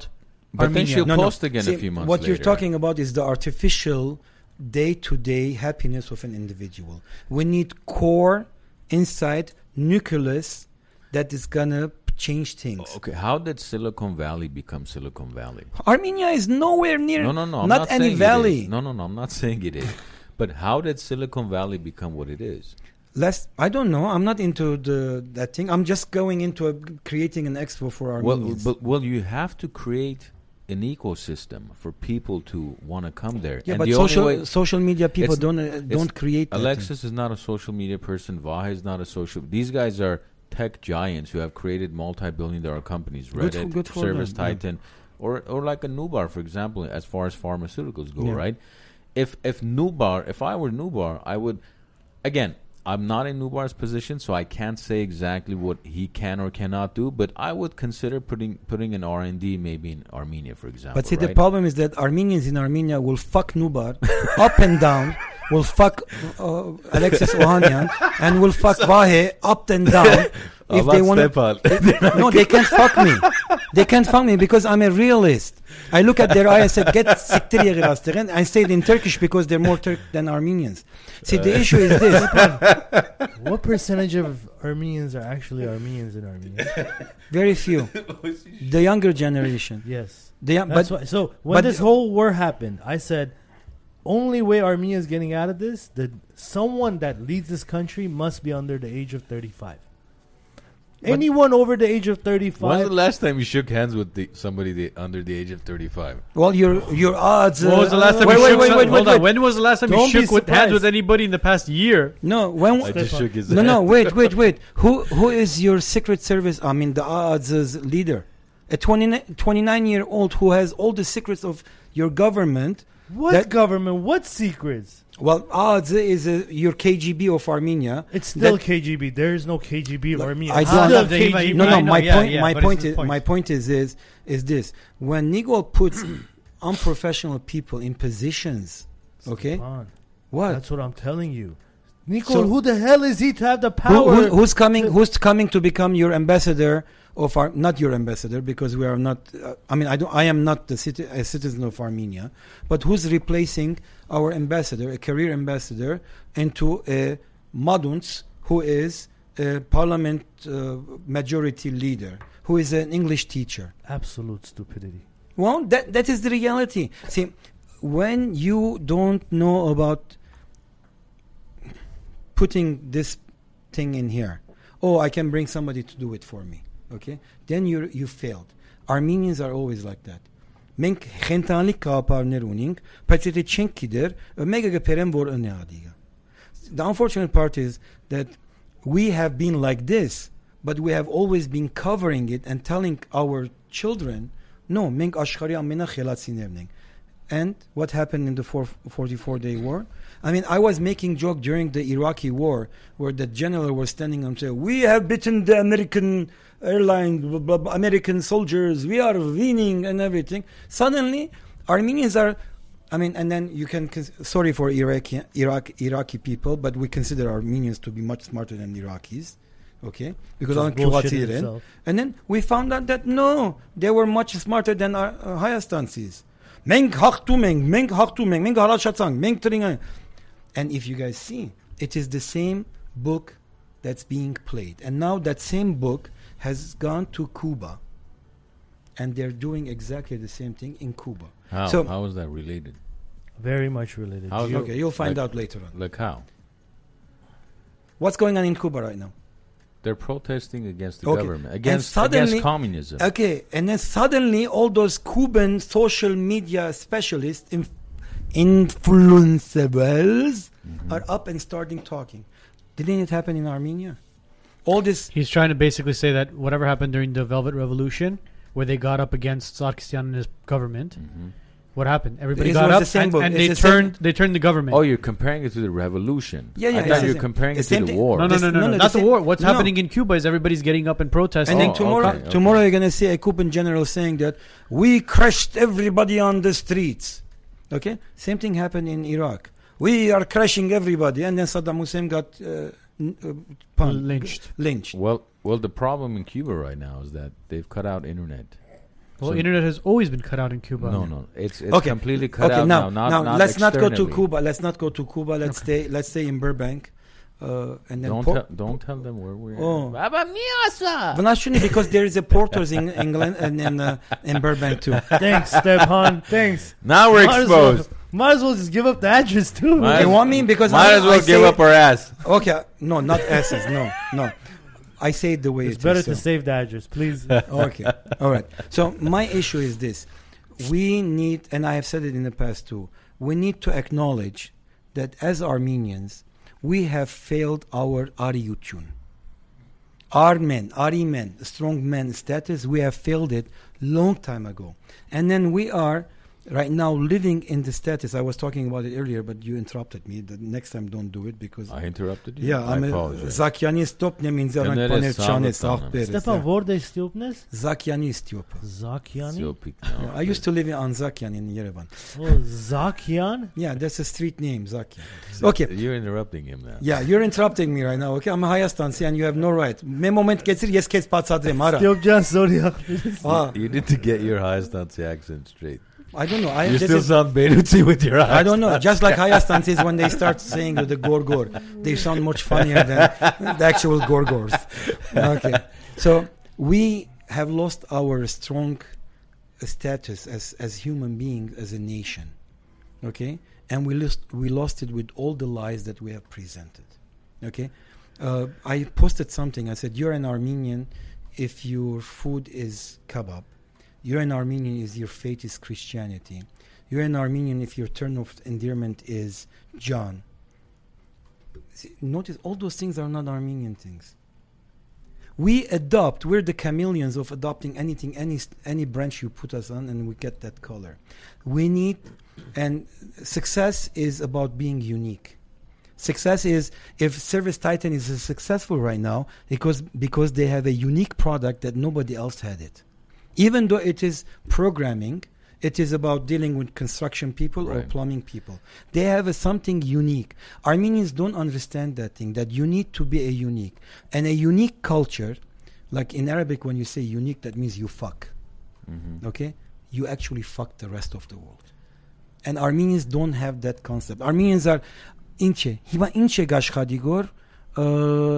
but then Armenia. she'll No, no. post again See, a few months. What you're later. talking about is the artificial day-to-day happiness of an individual. We need core, insight, nucleus that is gonna change things. Oh, Okay, how did Silicon Valley become Silicon Valley? Armenia is nowhere near. No, no, no. I'm not, not any saying it valley. is. No, no, no. I'm not *laughs* saying it is. But how did Silicon Valley become what it is? Last, I don't know. I'm not into the that thing. I'm just going into a, creating an expo for Well, Armenians. but well, you have to create an ecosystem for people to want to come there. yeah, and but the only social way- social media people it's- don't uh, don't create that Alexis is not a social media person. Vahe is not a social. These guys are tech giants who have created multi-billion-dollar companies. Good for- Reddit, good for Service them, yeah. Titan, or or like a Nubar, for example, as far as pharmaceuticals go, Yeah. right? If if Nubar, if I were Nubar, I would again. I'm not in Nubar's position, so I can't say exactly what he can or cannot do. But I would consider putting putting an R and D maybe in Armenia, for example. But see, the right? problem is that Armenians in Armenia will fuck Nubar up and down, will fuck uh, Alexis Ohanian, and will fuck Vahe up and *laughs* down if they want to. No, *laughs* they can't fuck me. They can't fuck me because I'm a realist. I look at their eye and said, "Get siktir yeri rastegen." I said in Turkish because they're more Turk than Armenians. See, Uh, the issue is *laughs* this: *laughs* What percentage of Armenians are actually Armenians in Armenia? very few. The younger generation. yes. The, young- but That's why. So when but- this whole war happened, I said, only way Armenia is getting out of this, that someone that leads this country must be under the age of 35. But- Anyone over the age of When's the 35. last time you shook hands with the, somebody the, under the age of 35? well, your your odds. When was the last time wait, you wait, shook? wait, some- wait, hold wait, on. When was the last time you Don't be shook with hands surprised. with anybody in the past year? No, when I just shook his No, hand. no, wait, wait, wait. Who who is your Secret Service? I mean, the Aadz's leader, a 29 year old who has all the secrets of your government. What That- government? What secrets? Well, Aadz is uh your KGB of Armenia. It's still That- KGB. There is no KGB Look, or Armenia. I It's don't- still They even- KGB. no, I no. know, My yeah, point, yeah, my but it's point his is, point. my point is, is, is this: when Nigel puts *clears throat* unprofessional people in positions, okay, Come on. what? That's what I'm telling you. Nicole, So- who the hell is he to have the power? Who, who, who's coming? Who's coming to become your ambassador of our? Not your ambassador because we are not. Uh, I mean, I don't. I am not the citi- a citizen of Armenia. But who's replacing our ambassador, a career ambassador, into a Maduns who is a parliament uh, majority leader, who is an English teacher? Absolute stupidity. Well, that that is the reality. See, when you don't know about putting this thing in here, oh, I can bring somebody to do it for me. Okay, then you you failed. Armenians are always like that. Մենք խենթանլիկ գաղափարներ ունենք, բայց եթե չենք գիտեր, մեկը գբերեմ որ ընե ադիգա. The unfortunate part is that we have been like this, but we have always been covering it and telling our children, no, մենք աշխարհի ամենախելացիներն ենք. And what happened in the 44 day war? I mean, I was making joke during the Iraqi war where the general was standing and saying, "We have beaten the American airline, blah, blah, blah, American soldiers. We are winning and everything." Suddenly, Armenians are I mean, and then you can. Cons- sorry for Iraqi, Iraq, Iraqi people, but we consider Armenians to be much smarter than Iraqis, okay? Because Just on bullshitting Kuwait, Iran. itself. and then we found out that no, they were much smarter than our uh, Hayastansis. Մենք հաղթում ենք, մենք հաղթում ենք, մենք հալաշացանք, մենք տրինգանք. And if you guys see, it is the same book that's being played, and now that same book has gone to Cuba, and they're doing exactly the same thing in Cuba. How, So- how is that related? Very much related. How- Geo- Okay, you'll find Like- out later on. Like how? What's going on in Cuba right now? They're protesting against the Okay. government, And against, suddenly- against communism. Okay, and then suddenly all those Cuban social media specialists, inf- influenceables, Mm-hmm. are up and starting talking. Didn't it happen in Armenia? All this. He's trying to basically say that whatever happened during the Velvet Revolution, where they got up against Sarkisian and his government, Mm-hmm. what happened? Everybody It got was up the same and, book. and It's they the same- turned they turned the government. Oh, you're comparing it to the revolution. Yeah, yeah, I it's thought the you're same- comparing the it to same the thing. war. no, no, this- no, no, no, no, Not the same- the war. What's no. happening in Cuba is everybody's getting up and protesting. And then Oh, tomorrow, okay, okay. tomorrow you're gonna see a Cuban general saying that we crushed everybody on the streets. Okay, same thing happened in Iraq. We are crushing everybody, and then Saddam Hussein got uh, n- uh, pun- lynched. Lynched. Well, well, the problem in Cuba right now is that they've cut out internet. Well, So- internet has always been cut out in Cuba. No, no, it's, it's completely cut okay, out now, now. Not, now not let's not go to externally. Cuba. Let's not go to Cuba. Let's stay. Let's stay in Burbank, uh, and then. Don't Por- tell, don't tell them where we're. Oh. Baba Miosa! But not shouldn't because there is a Porter's in England and in uh, in Burbank too. Thanks, Stepan. Thanks. Now we're Might as well- exposed. might as well just give up the address too. Might You as- want me because Might I, as well I give say- up our ass. Okay, no, not asses. No, no. I say it the way It's it better is, to so. save the address, please. *laughs* okay. All right. So my issue is this: we need, and I have said it in the past too. We need to acknowledge that as Armenians, we have failed our Ariyutun. Armen, Arimen, strong man status, we have failed it long time ago. And then we are right now living in the status. I was talking about it earlier, but you interrupted me. The next time, don't do it because. I interrupted you. yeah, I I'm a apologize. Zakjani stop nemins Când anak ele paner s-au chane uitat, mă. sahberes. Ստեփան, որտե՞ր ստյուպնես։ Zakjani stop. Զաքյանի։ Stupid now. I used to live on Zakyan in Yerevan. Օ, Զաքյան։ Yeah, that's a street name, Zakyan. So Okay. You're interrupting him now. Yeah, you're interrupting me right now. Okay, I'm a Հայաստանցի and you have no right. Մի մոմենտ կեցիր, ես քեզ բացատրեմ, արա։ Ստյուպյան, sorry ախպերս։ *laughs* Ah, *laughs* You need to get your Hayastansi accent straight. I don't know. I You this still is- sound Beiruti with your I accent. don't know. Just like Hayastansis, when they start saying the gorgor, they sound much funnier than the actual gorgors. Okay. So we have lost our strong status as, as human beings, as a nation. Okay? And we lost, we lost it with all the lies that we have presented. Okay? Uh, I posted something. I said, You're an Armenian if your food is kebab. You're an Armenian if your faith is Christianity. You're an Armenian if your term of endearment is John. See, notice all those things are not Armenian things. We adopt, we're the chameleons of adopting anything, any, s- any branch you put us on, and we get that color. We need, and success is about being unique. Success is if Service Titan is successful right now because because they have a unique product that nobody else had it. Even though it is programming, it is about dealing with construction people or Right. plumbing people. They have a, something unique. Armenians don't understand that thing that you need to be a unique and a unique culture. Like in Arabic, when you say unique, that means you fuck. Okay, you actually fuck the rest of the world. And Armenians don't have that concept. Armenians are ինչ է, հիմա ինչ է գաշխադիգոր, ը, uh,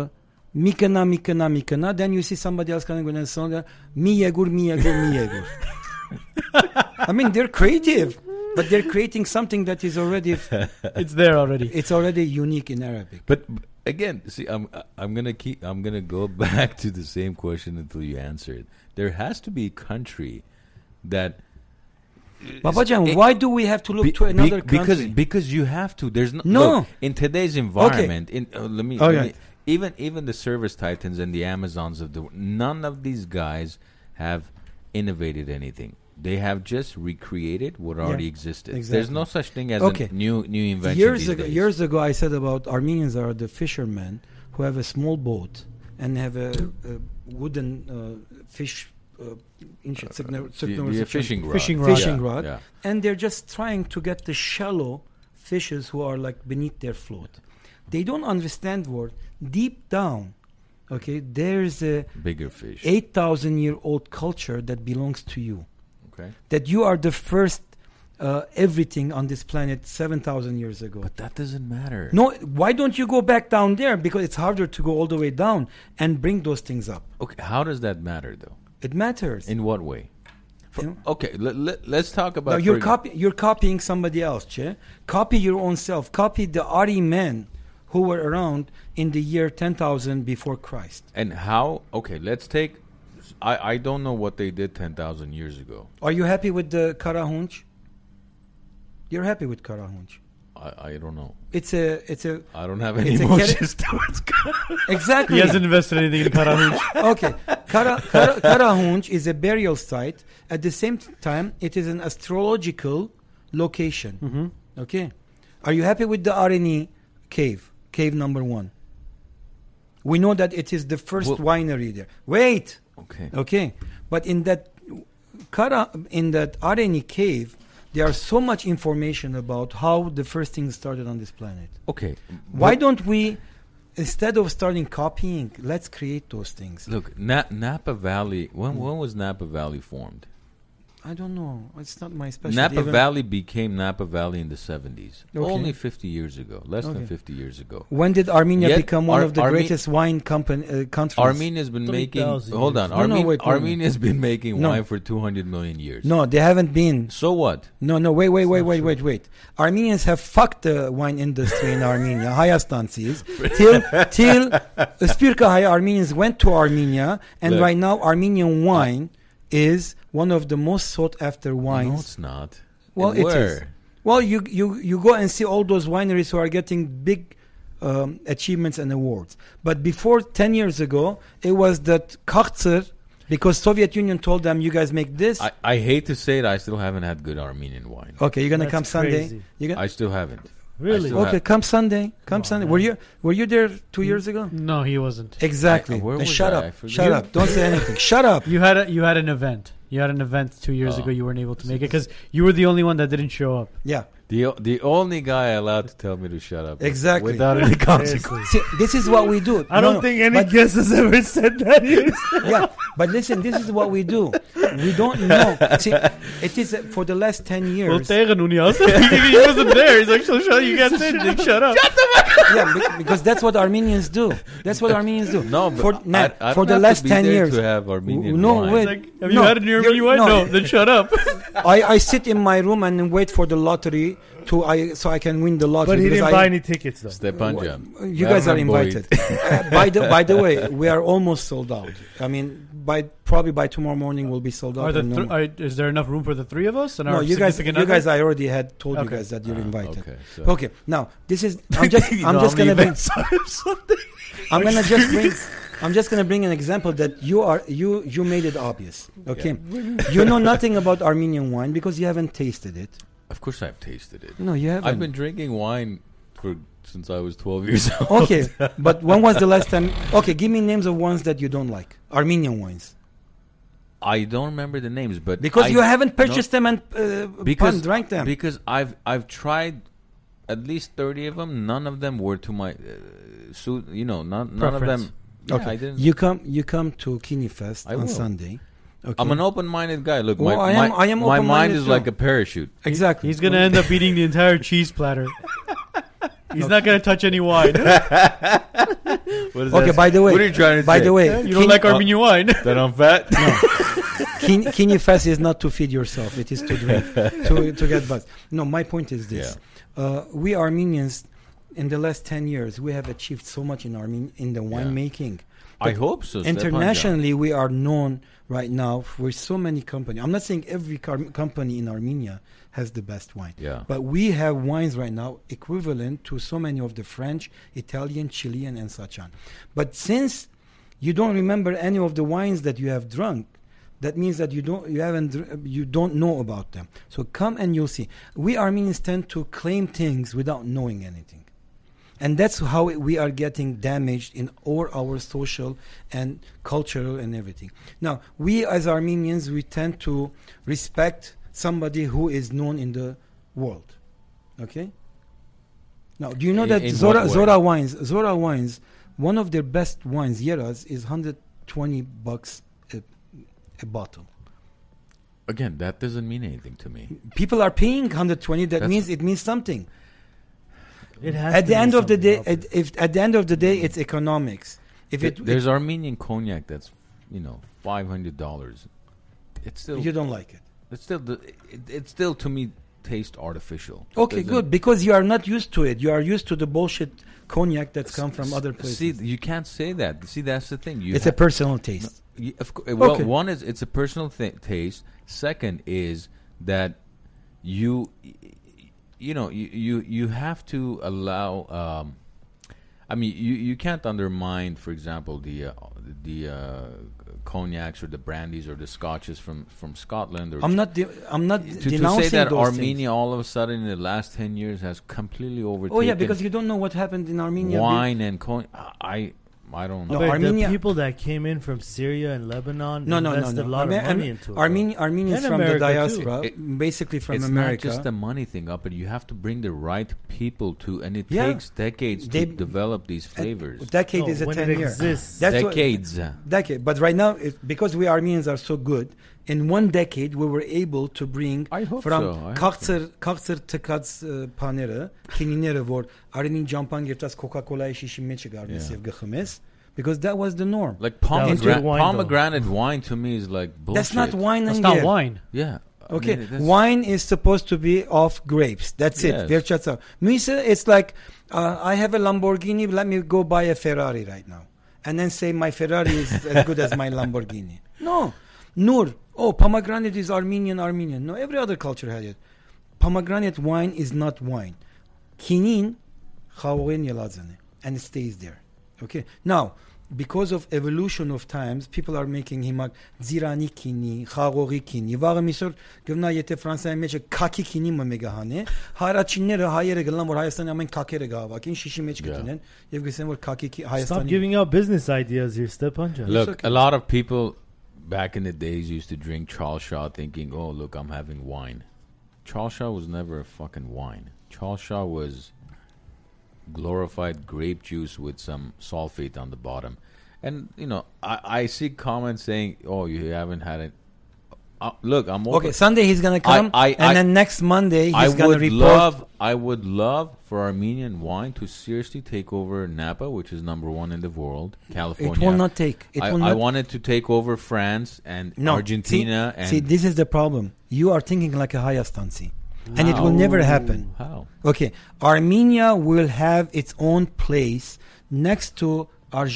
մի կնա, մի կնա, մի կնա, then you see somebody else coming and saying, մի եգուր, մի եգուր, մի եգուր. I mean, they're creative, but they're creating something that is already, *laughs* It's there already. it's already unique in Arabic. But b- again, see, I'm I- I'm gonna keep I'm gonna go *laughs* back to the same question until you answer it. There has to be a country that Babajan, It- why do we have to look be- to another be- because country? because you have to. There's no, No. Oh, look, in today's environment. In uh, let me, let Alright. me- even even the service titans and the Amazons of the wo- none of these guys have innovated anything. They have just recreated what already existed. There's exactly. no such thing as Okay. a new new invention. years these ago, days. years ago, I said about Armenians are the fishermen who have a small boat and have a, a wooden uh, fish. Uh, inch- signal- The- signal- the signal- fishing rod. Fishing rod. fishing Yeah, rod, yeah. and they're just trying to get the shallow fishes who are like beneath their float. They don't understand what deep down. Okay, there's a Bigger fish. eight thousand year old culture that belongs to you Okay. that you are the first uh, everything on this planet 7,000 years ago. But that doesn't matter. no, why don't you go back down there? Because it's harder to go all the way down and bring those things up. Okay, how does that matter though? It matters. In what way? For- You know? okay, let, let, let's talk about. now you're, for- copy, you're copying somebody else, Che. Copy your own self. Copy the Ari men who were around in the year 10,000 before Christ. and how? Okay, let's take. I I don't know what they did ten thousand years ago. Are you happy with the Karahunch? You're happy with Karahunch. I I don't know. It's a, it's a, I don't have any It's a emotions towards God. *laughs* exactly. He hasn't invested anything in Karahuj. *laughs* okay. Kara, Kara, Karahunj is a burial site. At the same time, it is an astrological location. Mm-hmm. Okay. Are you happy with the Arini cave? Cave number one. We know that it is the first Well- winery there. Wait. Okay. Okay. But in that Kara, in that Areni cave, there are so much information about how the first thing started on this planet. Okay. Why don't we, instead of starting copying, let's create those things? Hmm. Look, Na- Napa Valley. When when was Napa Valley formed? I don't know. It's not my specialty. Napa even- Valley became Napa Valley in the seventies. Okay. Only fifty years ago. Less Okay. than fifty years ago. When did Armenia Yet become one Ar- of the Arme- greatest wine company uh, countries? Armenia's been Three making. thousand Hold years. on. No, no, Armen- wait, wait a minute. Armenia's been making No. wine for two hundred million years. No, they haven't been. So what? No, no, wait, wait, wait, wait, wait, wait. Armenians have fucked the wine industry in Armenia. Hayastansis. *laughs* till till Spirka Haya Armenians went to Armenia, and Look. right now Armenian wine is one of the most sought after wines. No, it's not. Well, And it is. where? Well, you you you go and see all those wineries who are getting big um, achievements and awards. But before ten years ago, it was that Karzer because Soviet Union told them you guys make this. I, I hate to say it, I still haven't had good Armenian wine. okay, you're gonna That's come Sunday. crazy. You're gonna, I still haven't. Really? still- okay, come Sunday. Come on, Sunday. man. Were you were you there two years ago? No, he wasn't. Exactly. I- where Then was shut I? I up. forget. Shut up. Don't say anything. *laughs* Shut up. You had a, you had an event. You had an event two years Oh. ago. You weren't able to make it because you were the only one that didn't show up. Yeah. The o- the only guy allowed to tell me to shut up. Exactly. Without any consequence. Seriously. See, this is what we do. I No, don't no, think any but- guest has ever said that. either. *laughs* yeah, but listen, this is what we do. We don't know. See, it is uh, for the last ten years. *laughs* he wasn't there. He's like, so *laughs* shut. You got said, shut up. yeah, be- because that's what Armenians do. That's what Armenians do. No, but for, I- man, I, don't for the have to last be ten there years, to have Armenian no, wine. wait. Like, have No, you had an you're- Armenian wine? no. No. then shut up. *laughs* I, I sit in my room and wait for the lottery to I so I can win the lottery. But he because didn't I, buy any tickets though. Stepan Jam. You guys are Lerman invited. *laughs* Uh, by the by the way, we are almost sold out. I mean, by probably by tomorrow morning we'll be sold out. Are the and no thr more. are, is there enough room for the three of us? And no, our you guys, you significant other? guys, I already had told you Okay. guys that you're Ah, invited. Okay. So. Okay, now this *laughs* is. I'm just. You I'm know just how many gonna bring. events *laughs* I'm gonna just bring. I'm just gonna bring an example that you are you you made it obvious. Okay, you know nothing about Armenian wine because you haven't tasted *laughs* it. Of course, I've tasted it. No, you haven't. I've been drinking wine for since I was 12 years *laughs* old. okay, but when was the last time? Okay, give me names of wines that you don't like. Armenian wines I don't remember the names, but because I- you haven't purchased them and uh, because because drank them. Because I've I've tried at least 30 of them. None of them were to my uh, suit. You know, none none of them. Yeah, okay, I didn't. you come you come to Kinifest I on will. Sunday. Okay, I'm an open-minded guy. Look, Well, my, I am- my, I am my mind open-minded is too. like a parachute. exactly. He's gonna end up eating the entire cheese platter. *laughs* He's not gonna touch any wine. What is Okay, by the way, what are you trying to by say? Uh, the way, You don't like Armenian wine. that I'm fat? Kin- Kinifest is not to feed yourself; it is to drink, to, to get buzz. No, my point is this: uh, we Armenians, in the last ten years, we have achieved so much in Armen in the winemaking. I hope so. Stepan Jan. Internationally, we are known right now for so many companies. I'm not saying every car- company in Armenia has the best wine, Yeah. but we have wines right now equivalent to so many of the French, Italian, Chilean, and such on. But since you don't remember any of the wines that you have drunk, that means that you don't you haven't dr- you don't know about them. So come and you'll see. We Armenians tend to claim things without knowing anything. And that's how it- we are getting damaged in all our social and cultural and everything. Now, we as Armenians, we tend to respect somebody who is known in the world. Okay? Now, do you know In- that in Zora, what way? Zora Wines, Zora Wines, one of their best wines, Yeras, is 120 bucks a, a bottle. Again, that doesn't mean anything to me. People are paying 120. That That's- means it means something. It has At to the be end of the something day, else. at, if at the end of the day, it's economics. If it, There's Armenian cognac that's you know five hundred dollars. It's still you don't like it. it's still the, it, it still to me tastes artificial. Okay, Doesn't- good. Because you are not used to it. You are used to the bullshit cognac that's come from S- other places. See, you can't say that. See, that's the thing. You it's ha- a personal taste. you- of cou- well, Okay. one is it's a personal th- taste. Second is that you you know you you, you have to allow. Um, I mean, you, you can't undermine, for example, the uh, the uh, cognacs or the brandies or the scotches from, from Scotland or I'm not. De- I'm not to, to denouncing say that those Armenia things. all of a sudden in the last ten years has completely overtaken Oh yeah, because you don't know what happened in Armenia. wine and cognac. I I don't No, know. But Armenia- the people that came in from Syria and Lebanon No, no, no, invested a no. lot Arme- of money into it. Armeni- Armenians And from the America, too. diaspora, It- basically from it's America. not just a money thing up, but you have to bring the right people to, and it Yeah. takes decades They- to develop these flavors. decade No, is a when ten it year. exists. That's what- decades. decade. But right now, it, because we Armenians are so good, in one decade we were able to bring I hope from so, I hope քաղցր քաղցր թքած ը, բաները, քինիները, որ արենին ջամփան գերտած Coca-Cola-ի շիշի մեջ գարնես Yeah. եւ գխմես, because that was the norm. Like was good pomegranate, wine, though. pomegranate wine to me is like bullshit. That's not wine That's in not there. wine. Yeah. I Okay, mean, that's- wine is supposed to be off grapes. That's it. Yes. They're just up. Misa, it's like uh, I have a Lamborghini. Let me go buy a Ferrari right now, and then say my Ferrari is *laughs* as good as my Lamborghini. No, Nur. Oh, pomegranate is Armenian. Armenian. No, every other culture had it. Pomegranate wine is not wine. Kinin, խաղողին ելածն է, and it stays there. Okay. Now, because of evolution of times people are making him a ձիրանի քինի, խաղողի քինի։ Վաղը միսօր գտնա եթե Ֆրանսիայի մեջ քաքի քինի մը մեգահանի, հարաճինները հայերը գնան որ Հայաստանի ամեն քաքերը գահավակին շիշի մեջ Yeah. գտնեն եւ գսեն որ քաքի քի- Stop Հայաստանի giving out business ideas here, Stepan. Jan. Look, okay. a lot of people back in the days used to drink Charles Shaw thinking, oh, look, I'm having wine. Charles Shaw was never a fucking wine. Charles Shaw was glorified grape juice with some sulfate on the bottom. And, you know, I, I see comments saying, oh, you haven't had it. Uh, look, I'm Okay, Sunday he's going to I- come I- and I- then next Monday I he's going to would report love, I would love for Armenian wine to seriously take over Napa, which is number one in the world, California. It will not take. It I, will not I wanted to take over France and No. Argentina see, and see, this is the problem. You are thinking like a Hayastansi, and it will How? never happen. How? Okay, Armenia will have its own place next to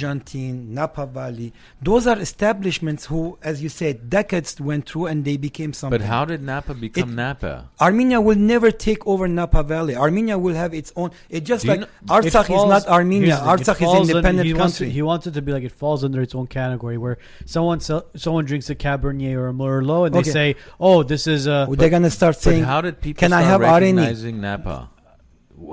Argentine, Napa Valley. Those are establishments who, as you said, decades went through and they became something. But how did Napa become It- Napa? Armenia will never take over Napa Valley. Armenia will have its own. It *laughs* just Do you like know- It Artsakh falls- is not Armenia. here's the thing, it Artsakh falls is under- independent he Wants country. it, he wants it to be like it falls under its own category where someone sell, someone drinks a Cabernet or a Merlot and Okay. they say, "Oh, this is a." They're gonna start saying, but how did people "Can I start have Armenia?" recognizing Napa?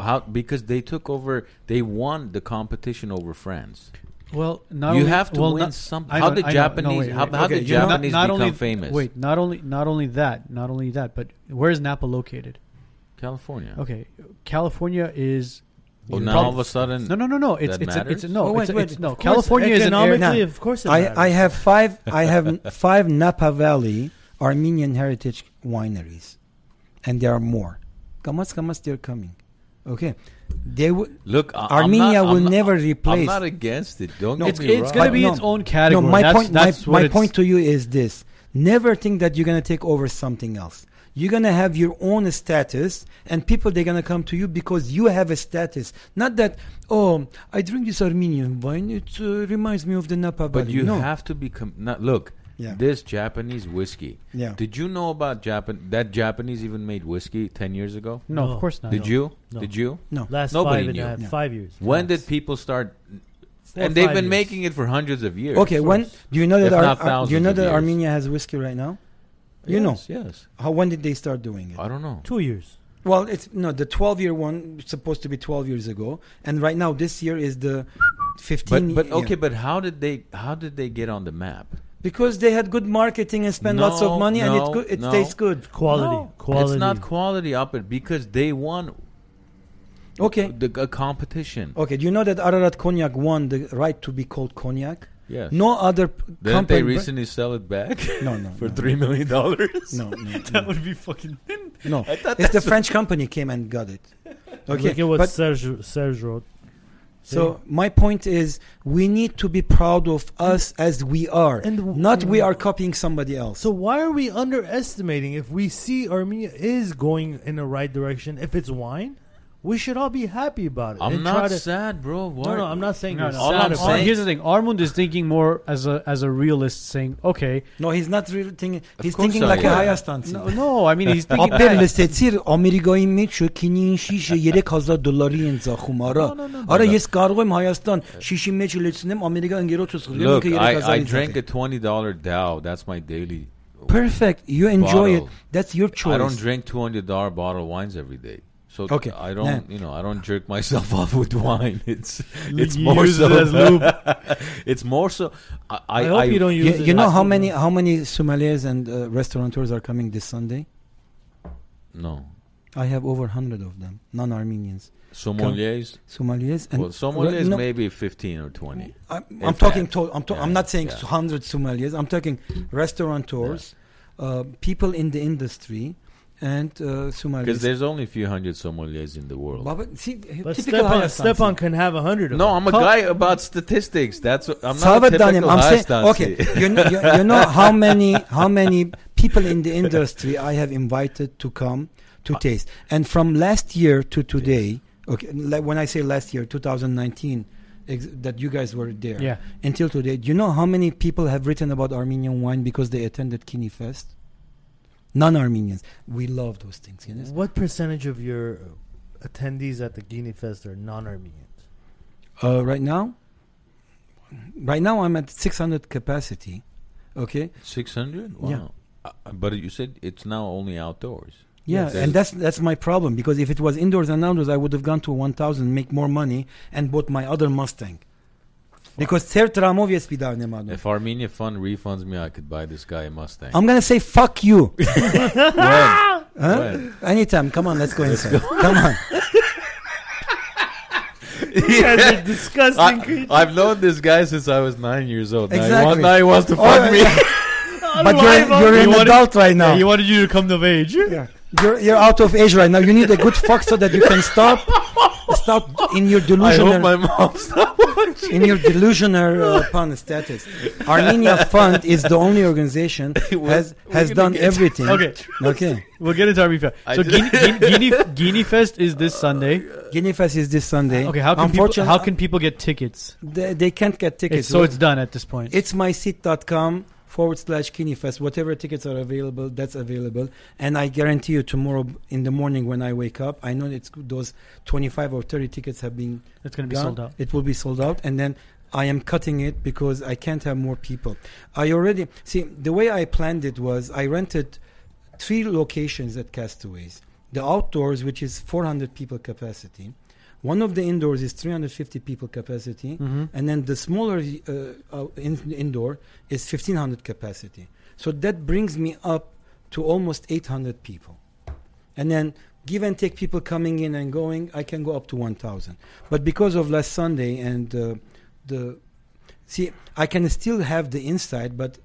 How because they took over, they won the competition over France. Well, not you only, have to well, win not- something. I How know- did I know. No, Japanese? wait, how wait. how Okay, did you know- Japanese not, not become only, famous? Wait, not only not only that, not only that, but where is Napa located? California. Okay, California is. Well, now Prob- all of a sudden, no, no, no, no. It's that it's a, it's a, matters? no. Oh, wait, it's, a- wait, it's- no. of course, California is an area. economically, Now, of course. It I, I matters. have five. I have *laughs* five Napa Valley Armenian heritage wineries, and there are more. Kamas Kamas, they're coming. Okay, they would. Look, I, I'm Armenia not- I'm will not- never replace. I'm not against it. Don't No, get It's, me it's wrong. going to But be no. its own category. No, my that's, point. That's my what my it's- point to you is this: never think that you're gonna take over something else. You're gonna have your own status, and people they're gonna come to you because you have a status. Not that oh, I drink this Armenian wine; it uh, reminds me of the Napa Valley. But you no. have to become. Not, look, Yeah. this Japanese whiskey. Yeah. Did you know about Japan? That Japanese even made whiskey ten years ago. No, No. of course not. Did you? No. Did you? no. last Nobody five and knew. a half, Yeah. five years. When Yes. did people start? Four, and they've five been years. making it for hundreds of years. Okay, when do you know that If Ar- not Ar- do you thousands know of that years. Armenia has whiskey right now? You know Yes, Yes. how when did they start doing it? I don't know. two years? Well, it's no the 12 year one was supposed to be 12 years ago, and right now this year is the 15. But but yeah. okay, but how did they how did they get on the map? because they had good marketing and spent lots No, of money, and no, it good, it no. tastes good. Quality, No, quality. It's not quality up it because they won Okay, the a competition. okay. Do you know that Ararat Cognac won the right to be called cognac? Yes. No other p- Didn't company. they recently sell it back no, *laughs* no, for no, three million dollars? No, *laughs* no, that no. would be fucking. *laughs* no. I thought It's the French company came and got *laughs* it. Okay, Look at what but Serge Serge wrote. So my point is, we need to be proud of us as we are, And w- not we are copying somebody else. So why are we underestimating if we see Armenia is going in the right direction? If it's wine, we should all be happy about it. I'm and try not to- sad, bro. What? No, no, I'm not saying No, you're no. All sad I'm about saying- it. Here's the thing. Armand is thinking more as a as a realist, saying, "Okay, no, he's not really thinking. He's course thinking I like a am. Hayastanci. no, no I *laughs* mean he's thinking." Ապեր that. լսեցիր Ամերիկայի մեջ շոքինին շիշը 3000 դոլարի են ծախում, արա։ Արա ես կարող եմ Հայաստան շիշի մեջ լցնեմ Ամերիկա ընկերոջս գրեմ Look, ինքը I, I 3000-ից։ drank a twenty dollar Dow. That's my daily. Perfect. You enjoy it. Bottle. That's your choice. I don't drink two hundred dollar bottle of wines every day. So Okay, I don't, now- you know, I don't jerk myself *laughs* off with wine. It's it's You more use so it as lube. *laughs* it's more so. I, I, I hope you don't You, use it. you know as how food. many how many sommeliers and uh, restaurateurs are coming this Sunday? No, I have over 100 of them, non-Armenians. sommeliers. Sommeliers and Well, sommeliers No, maybe fifteen or twenty. I'm, in I'm talking. fact. To, I'm, to, I'm Yeah, not saying yeah. hundred sommeliers. I'm talking restaurateurs, uh, people in the industry, and uh, Because sommeliers. there's only a few hundred sommeliers in the world. Baba, see, But typical Stepan, Hayas Stepan can have a hundred of No, them. I'm a Huh? guy about statistics. That's what, *laughs* I'm not a Savet typical Danim, I'm saying, Hastansi. okay, you know, you, *laughs* you know how many how many people in the industry I have invited to come to Ah. taste, and from last year to today, okay, like when I say last year, 2019, ex- that you guys were there, Yeah. until today. Do you know how many people have written about Armenian wine because they attended Kini Fest? Non-Armenians, we love those things. You know? What percentage of your attendees at the Guinea Fest are non-Armenians? uh, right now right now I'm at 600 capacity. Okay. Six hundred. Wow. Uh, uh, but you said it's now only outdoors. Yeah, Yes. and that's that's my problem because if it was indoors and outdoors, I would have gone to 1,000, make more money, and bought my other Mustang. Because Sertram obviously If Armenia Fund refunds me, I could buy this guy a Mustang. I'm gonna *laughs* say fuck you. When? Huh? When? Anytime, come on, let's go inside. Come on. You guys *laughs* are disgusting I, creatures. I've known this guy since I was nine years old. Now, he wants, Exactly. now he wants to Oh, fuck *laughs* me. *laughs* But you're, you're an You wanted- adult right now. He wanted you to come of age. Yeah. You're, you're out of age right now. You need a good fuck so that you can stop stop in your I hope delusional my mom's not. in your *laughs* delusional uh, pun status. Armenia Fund is the only organization has we're has gonna done get- everything. Okay, Okay. we'll get into Armenia. I So Guinea, *laughs* just- Guinea, Guinea, Guinea Fest is this Sunday. Guinea Fest is this Sunday. Okay, how can people, Unfortunately, how can people get tickets? they, they can't get tickets? It's, so it's done at this point. it's myseat.com forward slash KineFest. Whatever tickets are available, that's available. And I guarantee you, tomorrow in the morning when I wake up, I know it's those 25 or 30 tickets have been it's going to be done. sold out. It will be sold out. And then I am cutting it because I can't have more people. I already see the way I planned it was I rented three locations at Castaways the outdoors, which is 400 people capacity. One of the indoors is 350 people capacity, Mhm. and then the smaller uh, uh, in, indoor is 1500 capacity. So that brings me up to almost 800 people. And then give and take people coming in and going, I can go up to 1000. But because of last Sunday and uh, the see, I can still have the inside, but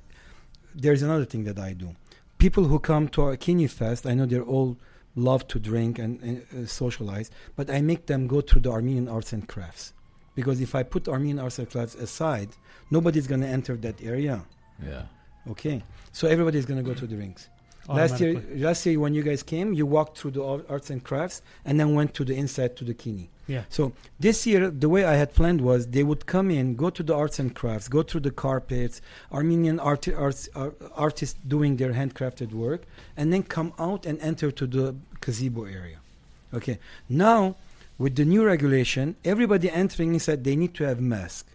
there's another thing that I do. People who come to our Kini Fest, I know they're all love to drink and, and uh, socialize, but I make them go to the Armenian arts and crafts. Because if I put Armenian arts and crafts aside, nobody's going to enter that area. Yeah. Okay, so everybody's going to go to the rings. Last year, Automatically. last year when you guys came, you walked through the ar- arts and crafts and then went to the inside to the kini. Yeah. So this year, the way I had planned was they would come in, go to the arts and crafts, go through the carpets, Armenian art, arts, ar- artists doing their handcrafted work, and then come out and enter to the gazebo area. Okay. Now, with the new regulation, everybody entering inside they need to have mask,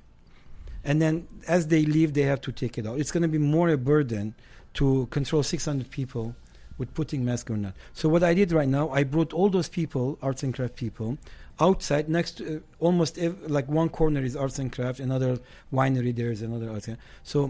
and then as they leave, they have to take it out. It's going to be more a burden to control 600 people with putting mask or not. So what I did right now, I brought all those people, arts and craft people, outside next to uh, almost ev- like one corner is arts and craft, another winery there is another arts. And, so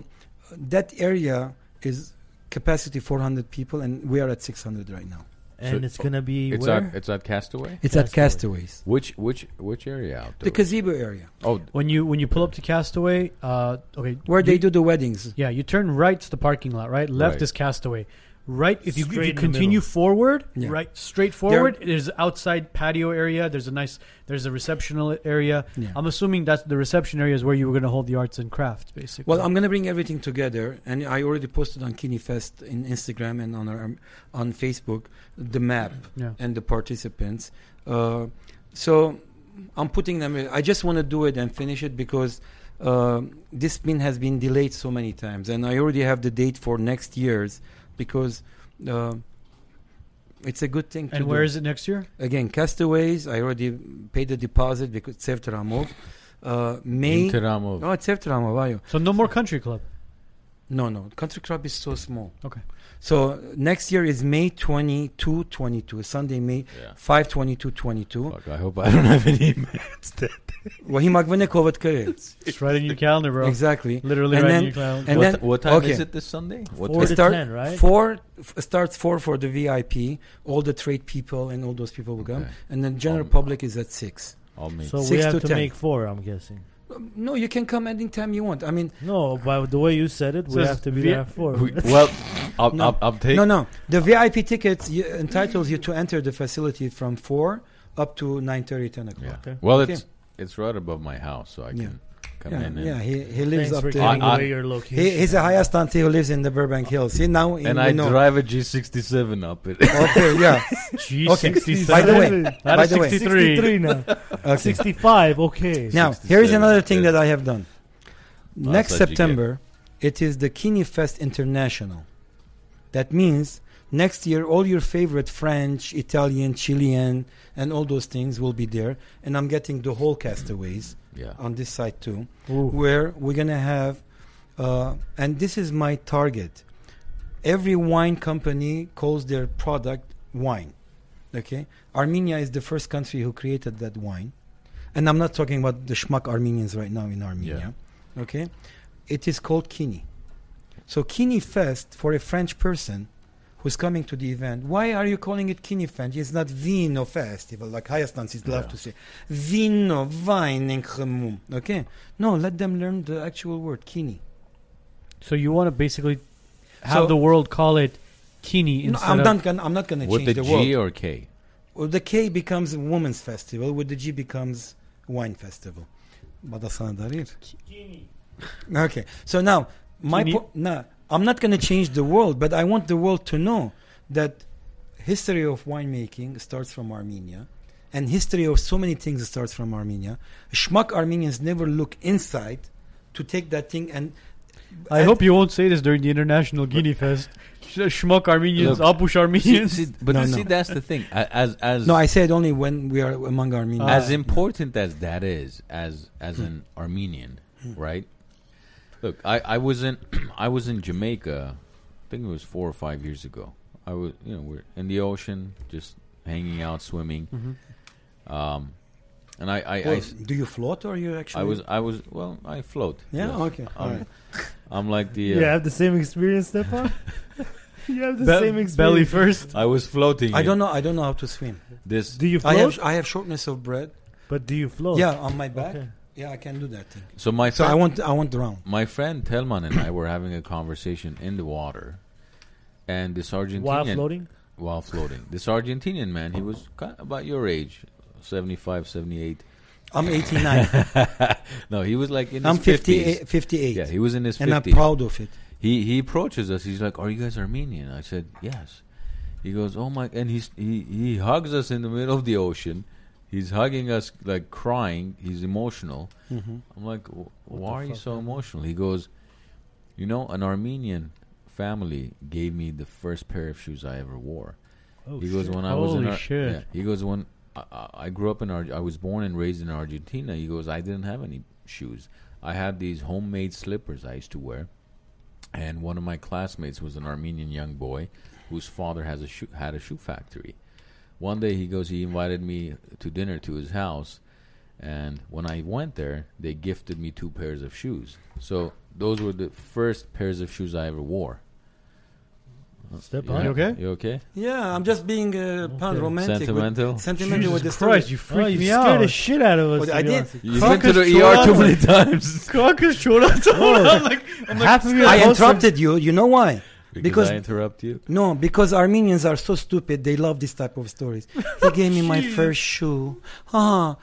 uh, that area is capacity 400 people, and we are at 600 right now. and it's gonna be It's where? at it's at Castaway. It's at Castaways, Which which which area out the there? gazebo area oh, When you when you pull up to Castaway, uh, okay, where you- they do the weddings. Yeah, you turn right to the parking lot. Right, left Right. is Castaway. Right, if you, if Straight you in the continue middle. forward, Yeah. right, straight forward, there's outside patio area. There's a nice, there's a receptional area. Yeah. I'm assuming that's the reception area is where you were going to hold the arts and crafts, basically. Well, I'm going to bring everything together, and I already posted on KiniFest in Instagram and on our, on Facebook the map Yeah. and the participants. Uh, so I'm putting them. I just want to do it and finish it because uh, this spin has been delayed so many times, and I already have the date for next year's because uh, it's a good thing. to and do where is it next year? again Castaways? I already paid the deposit because Sevtramov. Uh, May. Interamov. No, it's Sevtramov. Are you? So no more country club. No, no. Country Club is so small. Okay. So uh, next year is May 22, 22. Sunday, May Yeah. 5, 22, 22. Fuck, I hope I don't have any. *laughs* Vahi Magvene Kovat Kare. It's right in your calendar, bro. Exactly. Literally And right then- in your calendar. And what, then- what time is okay. it this Sunday? What Four It to start- ten, right? Four f- starts four for the VIP. All the trade people and all those people will come. Okay. And then general Um, public is at six. I'll meet. So we Six have to to, ten. make four. I'm guessing. Um, No, you can come anytime you want. I mean, No, by the way you said it, So we it's have to be vi- there at four. We- well, I'll, No. I'll, I'll take. no, no. The VIP tickets y- entitles you to enter the facility from four up to nine thirty, ten Yeah. o'clock. Well, Okay. it's it's right above my house, so I Yeah. can come Yeah, in. And, yeah, he, he lives Thanks for up giving there. I- away your location. He, he's a Hayastanti who lives in the Burbank Hills. See now, you and I know. drive a G67 up it. Okay, *laughs* yeah. Okay. By the way, by the way, 63 *laughs* now. okay. 65. Okay. now here is another thing that I have done. Next such a September, it is the Kini Fest International. That means next year all your favorite French, Italian, Chilean, and all those things will be there. And I'm getting the whole castaways Yeah. on this side too, Ooh. where we're gonna have, uh, and this is my target. Every wine company calls their product wine. Okay, Armenia is the first country who created that wine, and I'm not talking about the schmuck Armenians right now in Armenia. Okay, it is called Kini. So Kini Fest for a French person who's coming to the event. Why are you calling it Kini Fest? It's not Vino Festival, like Hayastanis love Yeah. to say. Vino, wine, and chemum. Okay? No, let them learn the actual word, Kini. So you want to basically have So- the world call it Kini No, instead I'm of not gonna, I'm not going to With change the, the, G word. or K? Well, the K becomes Women's Festival, with the G becomes Wine Festival. Bada sana darir. Okay, so now my Kini. po- no, I'm not going to change the world, but I want the world to know that history of winemaking starts from Armenia, and history of so many things starts from Armenia. Schmuck Armenians never look inside to take that thing and. I hope you won't say this during the International Guinea Fest. Sh- Schmuck Armenians, Look, Apush Armenians. See- see- but No, you no. see, that's the thing. *laughs* A- As as No, I said only when we are among Armenians. as important as that is, as as an Armenian, Hmm. right? Look, I, I was in *clears throat* I was in Jamaica. I think it was four or five years ago. I was you know we're in the ocean, just hanging out, swimming, Mhm. um, and I I, I Or s- Mm-hmm. do you float or you actually? I was I was well I float. Yeah. yes. Okay. All I'm, right. I'm like *laughs* the You uh, have the same experience, *laughs* Stefan? you have the Be- same experience. belly first. I was floating. I in don't know. I don't know how to swim. this. Do you I float? have I have shortness of breath. but do you float? Yeah, on my back. Okay. Yeah, I can do that thing. So my So friend- I won't. I won't drown. my friend Telman and I were having a conversation in the water, and this Argentinian While floating? while floating. This Argentinian man, he was ki about your age, 75, 78. I'm 89. *laughs* no, he was like in I'm his 50s. 58. 58. Yeah, he was in his and I'm 50s. proud of it. he he approaches us. He's like, "Are you guys Armenian?" I said, "Yes." He goes, "Oh my!" And he's he he hugs us in the middle of the ocean. He's hugging us like crying. He's emotional. I'm like, "Wh- "Why are you so emotional?" He goes, "You know, an Armenian family gave me the first pair of shoes I ever wore." Oh, he goes, shit. "When I was in Holy Ar- shit. yeah." He goes, "When I- I, I grew up in Ar- I was born and raised in Argentina." He goes, "I didn't have any shoes. I had these homemade slippers I used to wear." and one of my classmates was an Armenian young boy whose father has a shoe, had a shoe factory. One day he goes, he invited me to dinner to his house, and when I went there, they gifted me two pairs of shoes. So those were the first pairs of shoes I ever wore. Step Yeah. on. You okay? You okay? Yeah, I'm just being uh, pan Okay. romantic. Sentimental? With, sentimental Jesus with the story. Christ, you Oh, freaked you me scared the out. shit out of us. But to I be did- honest. You Cock went to is the chorado. ER too many *laughs* times. Caucus *laughs* chorata. I'm like, I'm like, Half of your I hosts are- interrupted you. You know why? Because, Because- I interrupt you. No, because Armenians are so stupid. They love this type of *laughs* stories. He gave me my first shoe. Ah,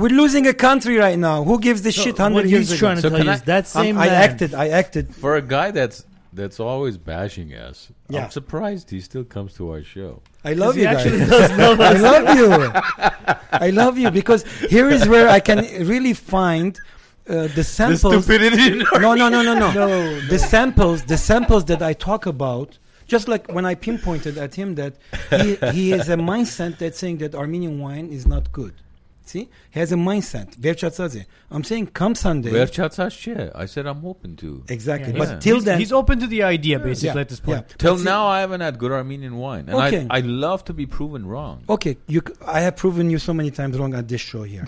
we're losing a country right now. Who gives this So shit What hundred years he's ago? trying to So tell can you I- is that I'm- same I man- acted. I acted. For a guy that's that's always bashing us, Yeah. I'm surprised he still comes to our show. I love he you guys. actually *laughs* does know I love you. I love you because here is where I can really find uh, the samples. stupidity. no, no, no, no, no. The samples, the samples that I talk about. Just like when I pinpointed at him that he, he has a mindset that's saying that Armenian wine is not good. See, he has a mindset. Verchatzadze. I'm saying come Sunday. *laughs* We have Chatsas Chair. I said I'm open to. exactly. Yeah. But Yeah. till he's, then, he's open to the idea basically Yeah, at this point. yeah. Till But see- now, I haven't had good Armenian wine, and Okay. I I love to be proven wrong. Okay, you, c- I have proven you so many times wrong at this show *laughs* here.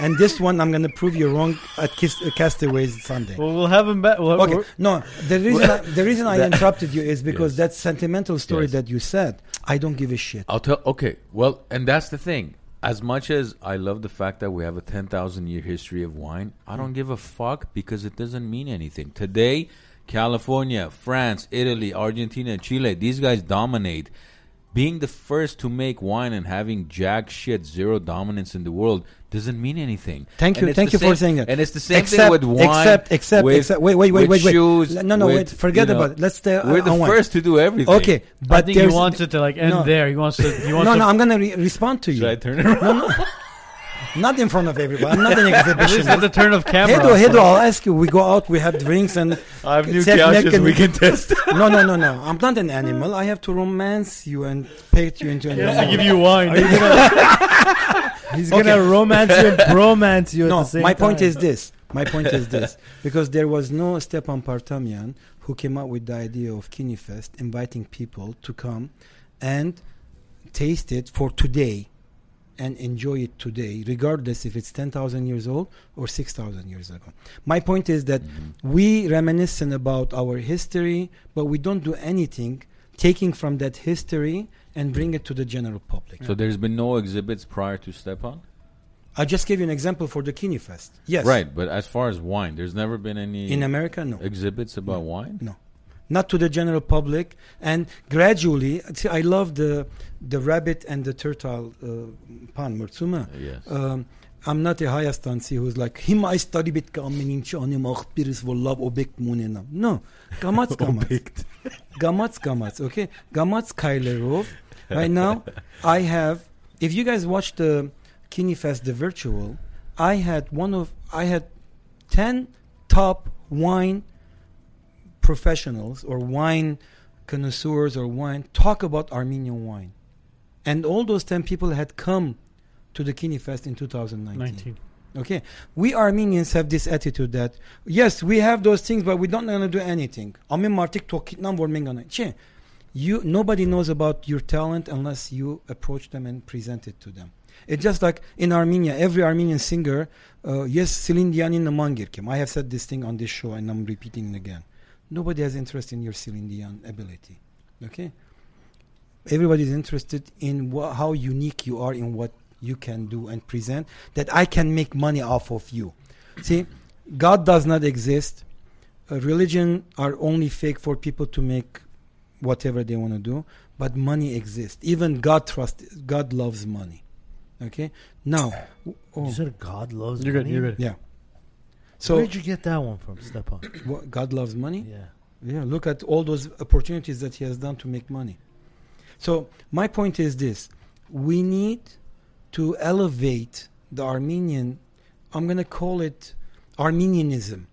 and this one, I'm going to prove you wrong at Kiss, uh, Castaways Sunday. Well, we'll have him back. We'll, Okay, we're- no, the reason, I, the reason *laughs* I interrupted you is because Yes. that sentimental story Yes. that you said, I don't give a shit. I'll tell. Okay, well, and that's the thing. As much as I love the fact that we have a ten thousand year history of wine, I don't give a fuck because it doesn't mean anything today. California, France, Italy, Argentina, Chile, these guys dominate. Being the first to make wine and having jack shit zero dominance in the world doesn't mean anything. Thank And you, it's thank the you for same- saying that. And it's the same except, thing with wine. Except, except, with- except. Wait, wait, wait, with wait, wait. Shoes, no, no, with, wait. Forget you know, about. it. Let's stay. We're on- on the wine. first to do everything. Okay, but I think he there's- wants it to like end no. there. He wants to. He wants No, to no, I'm going to re- respond to you. Should I turn around? Not in front of everybody. Not *laughs* an exhibition. At the turn of camera. Hedo, Hedo, I'll ask you. We go out, we have drinks, and I have new Check couches naked. we can test. *laughs* no, no, no, no. I'm not an animal. I have to romance you and paint you into an I animal. give you wine. *laughs* He's gonna romance you and bromance you at no, the same my point time. is this. My point is this. Because there was no Stepan Partamyan who came up with the idea of KiniFest inviting people to come and taste it for today and enjoy it today, regardless if it's 10,000 years old or 6,000 years ago. My point is that we reminiscent about our history, but we don't do anything taking from that history and bring it to the general public. So there's been no exhibits prior to Stepan. I just gave you an example for the KiniFest. Yes. Right, but as far as wine, there's never been any In America, no. exhibits about wine. No, not to the general public. And gradually, see, I love the the rabbit and the turtle uh, pan mırtsuma. Yes. Um, I'm not a Հայաստանցի who's like հիմա այս տարի պետք է ամեն ինչ անեմ աղբերս որ լավ օբյեկտ մունենամ։ No, *laughs* գամած գամած։ Gamatz Gamatz, okay? Gamatz Kailerov. Right now, *laughs* I have. If you guys watched the KiniFest, the virtual, I had one of. I had 10 top wine professionals or wine connoisseurs or wine talk about Armenian wine. And all those 10 people had come to the KiniFest in 2019. 19. Okay, we Armenians have this attitude that yes, we have those things, but we don't want to do anything. Ամեն մարդիկ թոքիտնան որ մենք անենք, չէ։ You nobody knows about your talent unless you approach them and present it to them. It's just like in Armenia, every Armenian singer, uh, yes, Celine Dion naman girkem. I have said this thing on this show, and I'm repeating it again. Nobody has interest in your Celine Dion ability. Okay, everybody's interested in wha- how unique you are in what you can do and present that i can make money off of you see god does not exist Uh, religion are only fake for people to make whatever they want to do but money exists even god trusts god loves money okay now w- You oh, said God loves You're good. money? You're good. yeah So so where'd you get that one from, Stepan? wha- god loves money Yeah. Yeah, look at all those opportunities that he has done to make money. So, my point is this we need to elevate the Armenian, I'm going to call it Armenianism.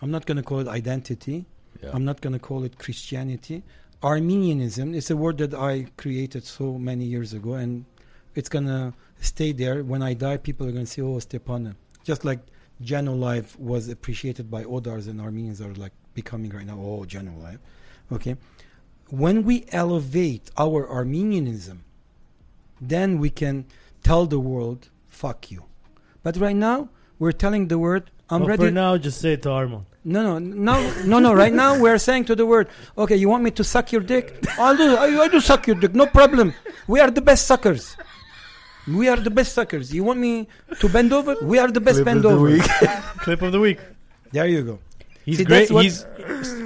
I'm not going to call it identity, Yeah. I'm not going to call it Christianity. Armenianism is a word that I created so many years ago, and it's going to stay there. When I die, people are going to say, oh, Stepan. Just like Genolive was appreciated by Odars and Armenians are like becoming right now, oh, Genolive. Okay. When we elevate our Armenianism, then we can tell the world, fuck you. But right now, we're telling the world, I'm Well, ready. For now, just say it to Armon. No, no, no, no, no. Right now, we're saying to the world, okay, you want me to suck your dick? I'll do, I, I do suck your dick, no problem. We are the best suckers. We are the best suckers. You want me to bend over? We are the best bend over. *laughs* Clip of the week. There you go. He's See, great. that's what- He's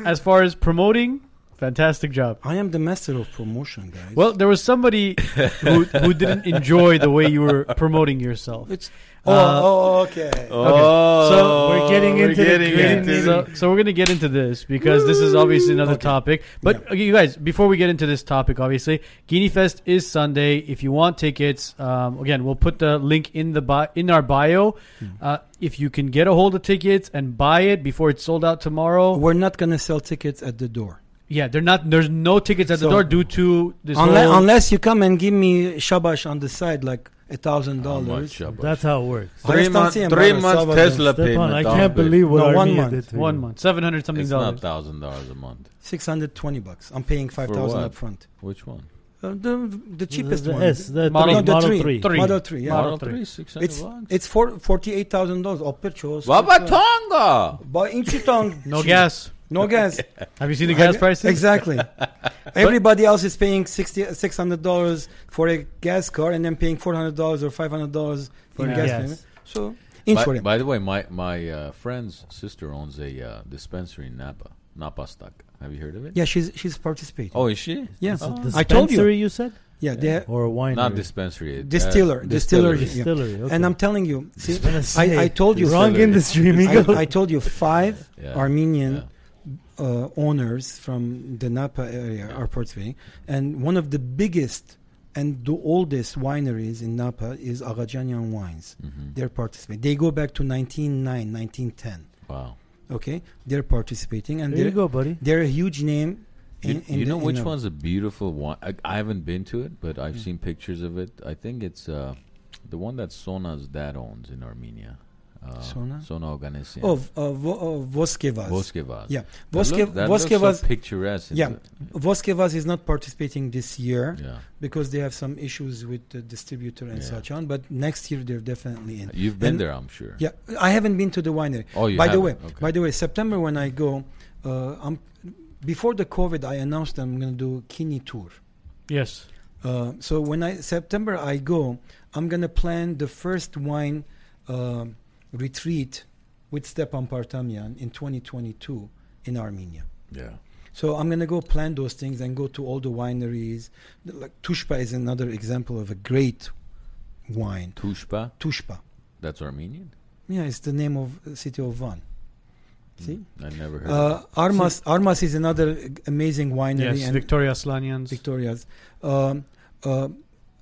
as far as promoting, fantastic job. I am the master of promotion, guys. Well, there was somebody who, who didn't enjoy the way you were promoting yourself. it's oh, uh, oh, okay. Oh, so we're getting into the Yeah, into the- so, so we're gonna get into this because this is obviously another topic. But okay, you guys, before we get into this topic, obviously, Guinea Fest is Sunday. If you want tickets, um, again, we'll put the link in the bi- in our bio. Uh, if you can get a hold of tickets and buy it before it's sold out tomorrow, We're not gonna sell tickets at the door yeah, they're not. There's no tickets at the So- door due to this. unless whole- unless you come and give me shabash on the side, like a thousand How dollars. much, Shabbat? That's how it works. three Hayastan months. Siyam, Three brother, months Sabah Tesla payment. Stepan, I down, can't but believe what No, one Armenia month. did to one you. month, seven hundred something It's dollars. not thousand dollars a month. Six hundred twenty bucks. I'm paying five thousand what? up front. Which one? Uh, the the cheapest the, the one. S, the Model- model, No, three, model the three. three. Three. Model three, yeah. Model Model three, six hundred It's bucks. it's for forty eight thousand dollars. Opet chose. Baba Tonga. But in Chitong, *laughs* No gas. no gas. *laughs* Have you seen the gas prices? *laughs* Exactly. Everybody else is paying sixty six hundred dollars for a gas car and then paying four hundred dollars or five hundred dollars For in the gas gas. payment. So By, insurance. by the way, my my uh, friend's sister owns a uh, dispensary in Napa, Napa Stock. Have you heard of it? Yeah, she's she's participating. Oh, is she? yeah. It's a Oh. I told you. dispensary, you said? yeah, they have, Or a winery? Not dispensary. uh, it- Distiller, distiller. distillery. Yeah. Distillery. Okay. and I'm telling you, see, gonna say, I, I told you, Wrong Distillery. industry, I, amigo. I told you five Yeah. Armenian Yeah. uh, owners from the Napa area are participating, and one of the biggest And the oldest wineries in Napa is Agajanian Wines. They're participating. They go back to 1909, 1910. Wow. Okay, they're participating, and There you they're, go, buddy. they're a huge name. You, in- in you the- know in which Napa. one's a beautiful one? I, I haven't been to it, but Mm. I've seen pictures of it. I think it's uh, the one that Sona's dad owns in Armenia. Uh, Sona? Sona Oganessian. Oh, v- uh, Vo- uh, Voskevaz. Voskevaz. Yeah, That look- Voske- that looks so Voskevaz. picturesque. in Yeah. the- Voskevaz is not participating this year yeah. because they have some issues with the distributor and Yeah. such on. But next year they're definitely in. You've been And- there, I'm sure. Yeah, I haven't been to the winery. Oh, you by the way, haven't. Okay. by the way, September when I go, uh, I'm before the COVID, I announced that I'm going to do Kini tour. Yes. Uh, so when I September I go, I'm gonna plan the first wine um retreat with Stepan Partamyan in 2022 in Armenia. Yeah. So I'm gonna go plan those things and go to all the wineries. Like Tushpa is another example of a great wine. Tushpa, Tushpa, that's Armenian? yeah, it's the name of the city of Van. See, I never heard of uh, Armas Armas is another amazing winery Yes. and Victoria Slanians. Victoria's. Um, uh,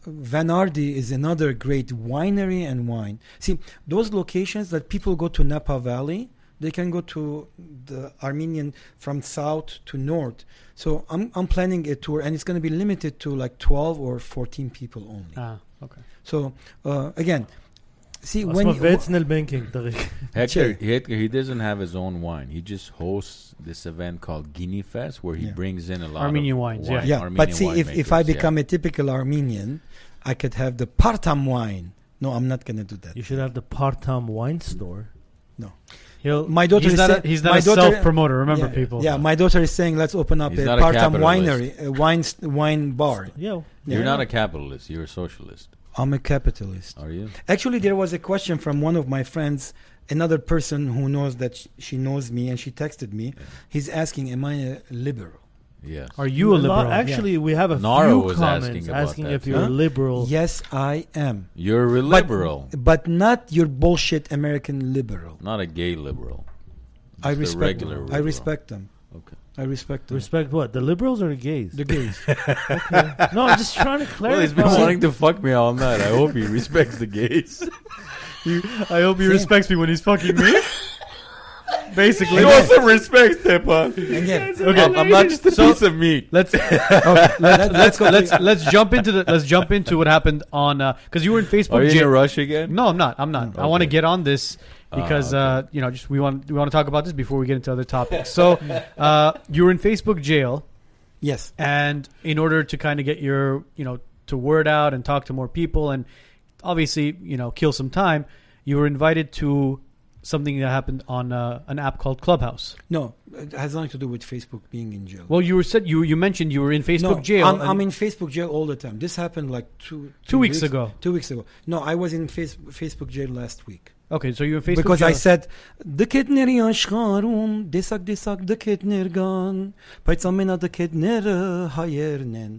Vanardi is another great winery and wine. See, those locations that people go to Napa Valley, they can go to the Armenian from south to north. So I'm, I'm planning a tour, and it's going to be limited to like 12 or 14 people only. Ah, okay. So uh, again, see when Ասում եմ you, վեցնել մենք ենք *laughs* տղեկ։ Hector, Sure. Hector, he doesn't have his own wine. He just hosts this event called Guinea Fest, where he Yeah. brings in a lot Armenian of wines, wine- yeah, but Armenian see if, if I winemakers, yeah. become a typical Armenian, I could have the Partam wine. No, I'm not going to do that. You should have the part-time wine store. He'll, My daughter He's is not, sa- a, he's not my a daughter- self-promoter. Remember, yeah, people. Yeah, my daughter is saying let's open up He's a not a part-time capitalist. winery, a wine s- wine bar. Yeah. you're not a capitalist, you're a socialist. I'm a capitalist. Are you? Actually, there was a question from one of my friends, another person who knows that sh- she knows me, and she texted me. He's asking, "Am I a liberal?" Yes. Are you a lot- liberal? Actually, we have a Nara few was comments asking asking, about that if too. you're a Huh? liberal. Yes, I am. You're a liberal, but not your bullshit American liberal. not a gay liberal. Oh. I Just a respect. regular I liberal. respect them. Okay. I respect them. Respect what? The liberals or the gays? the gays. *laughs* no, I'm just trying to *laughs* Well, he's clarify. been wanting to fuck me all night. I hope he respects the *laughs* gays. I hope he respects me when he's fucking me. Basically, he also respects Stepan. Again, *laughs* Okay, I'm not just a piece of meat. *laughs* let's *laughs* let's, let's go. let's let's jump into the let's jump into what happened on because you were in Are Facebook. you in jail. a rush again? Mm, No, I'm not. I'm not. I want to Okay. Ah, get on this because uh, you know just we want we want to talk about this before we get into other topics. So *laughs* uh, you were in Facebook jail, yes. and in order to kind of get your you know to word out and talk to more people, and obviously you know kill some time, you were invited to something that happened on uh, an app called Clubhouse. No, it has nothing to do with Facebook being in jail. Well, you were said you you mentioned you were in Facebook no, jail. I'm, and- I'm in Facebook jail all the time. This happened like two Two weeks ago. Two weeks ago. No, I was in face, Facebook jail last week okay, so you were in Facebook because jail. I said դքեդների աշխարհում դեսակ դեսակ դքեդներ կան, բայց ամենադքեդները հայերն են։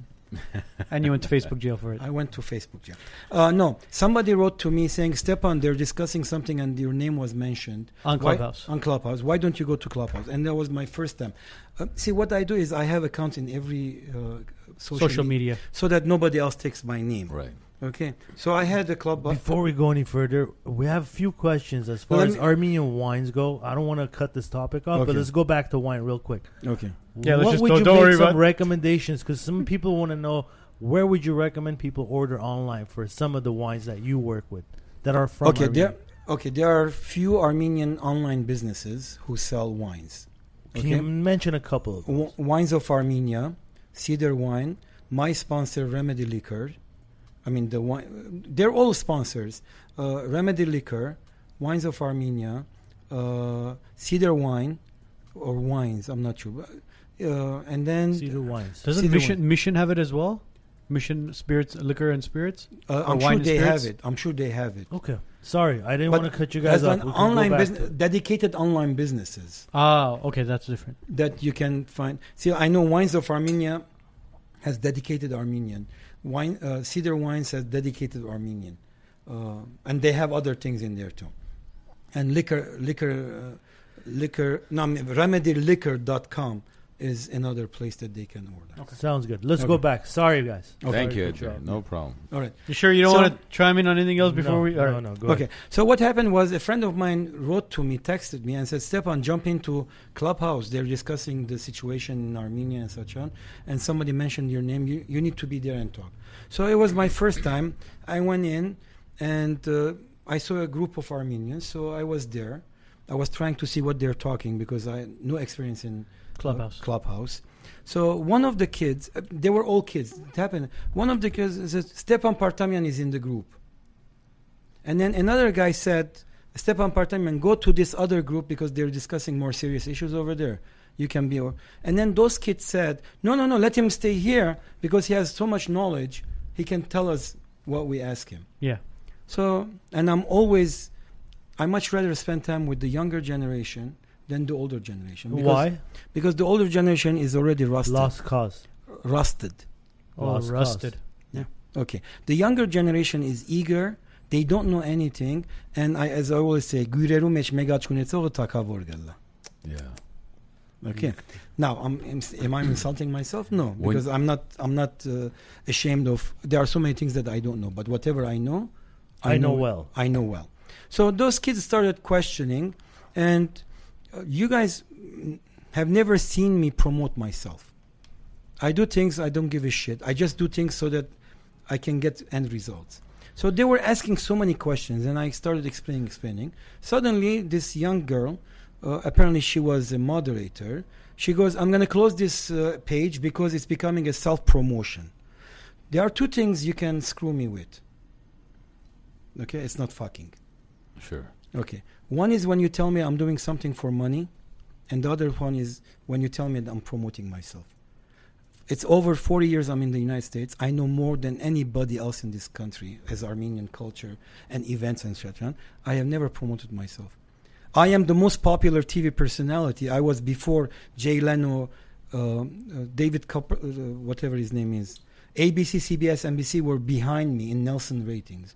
*laughs* and you went to Facebook jail for it. I went to Facebook jail. Uh, no, somebody wrote to me saying, Stepan, they're discussing something and your name was mentioned. On Why- Clubhouse. on Clubhouse. Why don't you go to Clubhouse? And that was my first time. Uh, see, what I do is I have accounts in every uh, social, Social me- media. so that nobody else takes my name. Right. Okay. So I had a club. Before we go any further, we have a few questions as far Let as me- Armenian wines go. I don't want to cut this topic off, but Okay. let's go back to wine real quick. okay. Yeah, let's what just would don't- you don't make worry some about- recommendations? Because some people want to know where would you recommend people order online for some of the wines that you work with that are from okay. Armenia? There. Okay. There are few Armenian online businesses who sell wines. Can you mention a couple of W- Wines of Armenia, Cedar Wine, my sponsor Remedy Liquor. I mean the wine. They're all sponsors. Uh, Remedy Liquor, Wines of Armenia, uh, Cedar Wine, or wines. I'm not sure. Uh, and then Cedar wines? Doesn't Cedar Mission Mission have it as well? Mission spirits, liquor and spirits. uh, or I'm sure wine and they spirits? have it. I'm sure they have it. Okay. Sorry, I didn't But want to cut you As guys off. an We can go online back to business, it. dedicated online businesses Ah, okay, that's different. that you can find. See, I know Wines of Armenia has dedicated Armenian wine. Uh, Cedar Wines has dedicated Armenian, uh, and they have other things in there too. And liquor, liquor, uh, liquor. No, I mean, remedyliquor.com is another place that they can order. Sounds good. Let's go Okay. back. Sorry, guys. Thank you, Good Ajay. job. No problem. All right. You sure you don't So- want to chime in on anything else before no, we? all no, right. no, go Okay. So what happened was a friend of mine wrote to me, texted me, and said, "Stepan, jump into Clubhouse. They're discussing the situation in Armenia and such on." And somebody mentioned your name. You you need to be there and talk. So it was my first time. I went in, and uh, I saw a group of Armenians. So I was there. I was trying to see what they're talking because I had no experience in Clubhouse. uh, clubhouse. So one of the kids, uh, they were all kids. It happened. One of the kids said, "Stepan Partamian is in the group," and then another guy said, "Stepan Partamian, go to this other group because they're discussing more serious issues over there. You can be." o-" And then those kids said, "No, no, no, let him stay here because he has so much knowledge. He can tell us what we ask him." Yeah. So, and I'm always, I much rather spend time with the younger generation than the older generation. Because Why? because the older generation is already rusted. Lost cause. Rusted. Oh, Lost rusted. Okay. The younger generation is eager. They don't know anything, and I, as I always say, գյուրերու մեջ մեկ աչք ունեցողը թակավոր գալա. Yeah. Okay. Now, I'm, am am I insulting myself? No, When- because I'm not. I'm not uh, ashamed of. There are so many things that I don't know, but whatever I know, I know well. I know well. So those kids started questioning, and uh, you guys mm, have never seen me promote myself. I do things I don't give a shit. I just do things so that I can get end results. So they were asking so many questions, and I started explaining, explaining. Suddenly, this young girl, uh, apparently she was a moderator, she goes, I'm going to close this uh, page because it's becoming a self promotion. There are two things you can screw me with. Okay, it's not fucking. Sure. Okay. One is when you tell me I'm doing something for money, and the other one is when you tell me that I'm promoting myself. It's over 40 years I'm in the United States. I know more than anybody else in this country as Armenian culture and events and such on. I have never promoted myself. I am the most popular TV personality. I was before Jay Leno, uh, uh, David Copper, uh, whatever his name is. ABC, CBS, NBC were behind me in Nelson ratings.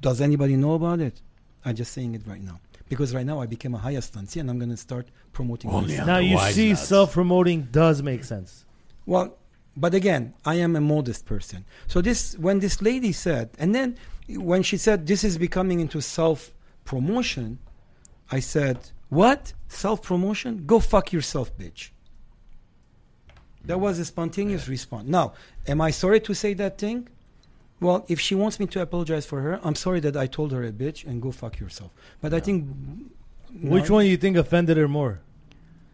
Does anybody know about it? I'm just saying it right now. Because right now I became a highest Stansi and I'm going to start promoting Only myself. Yeah, now the you wise see, nuts. self-promoting does make sense. Well, but again, I am a modest person. So this, when this lady said, and then when she said this is becoming into self promotion, I said, "What self promotion? Go fuck yourself, bitch." That was a spontaneous response. Now, am I sorry to say that thing? Well, if she wants me to apologize for her, I'm sorry that I told her a bitch and go fuck yourself. But I think Which one you think offended her more?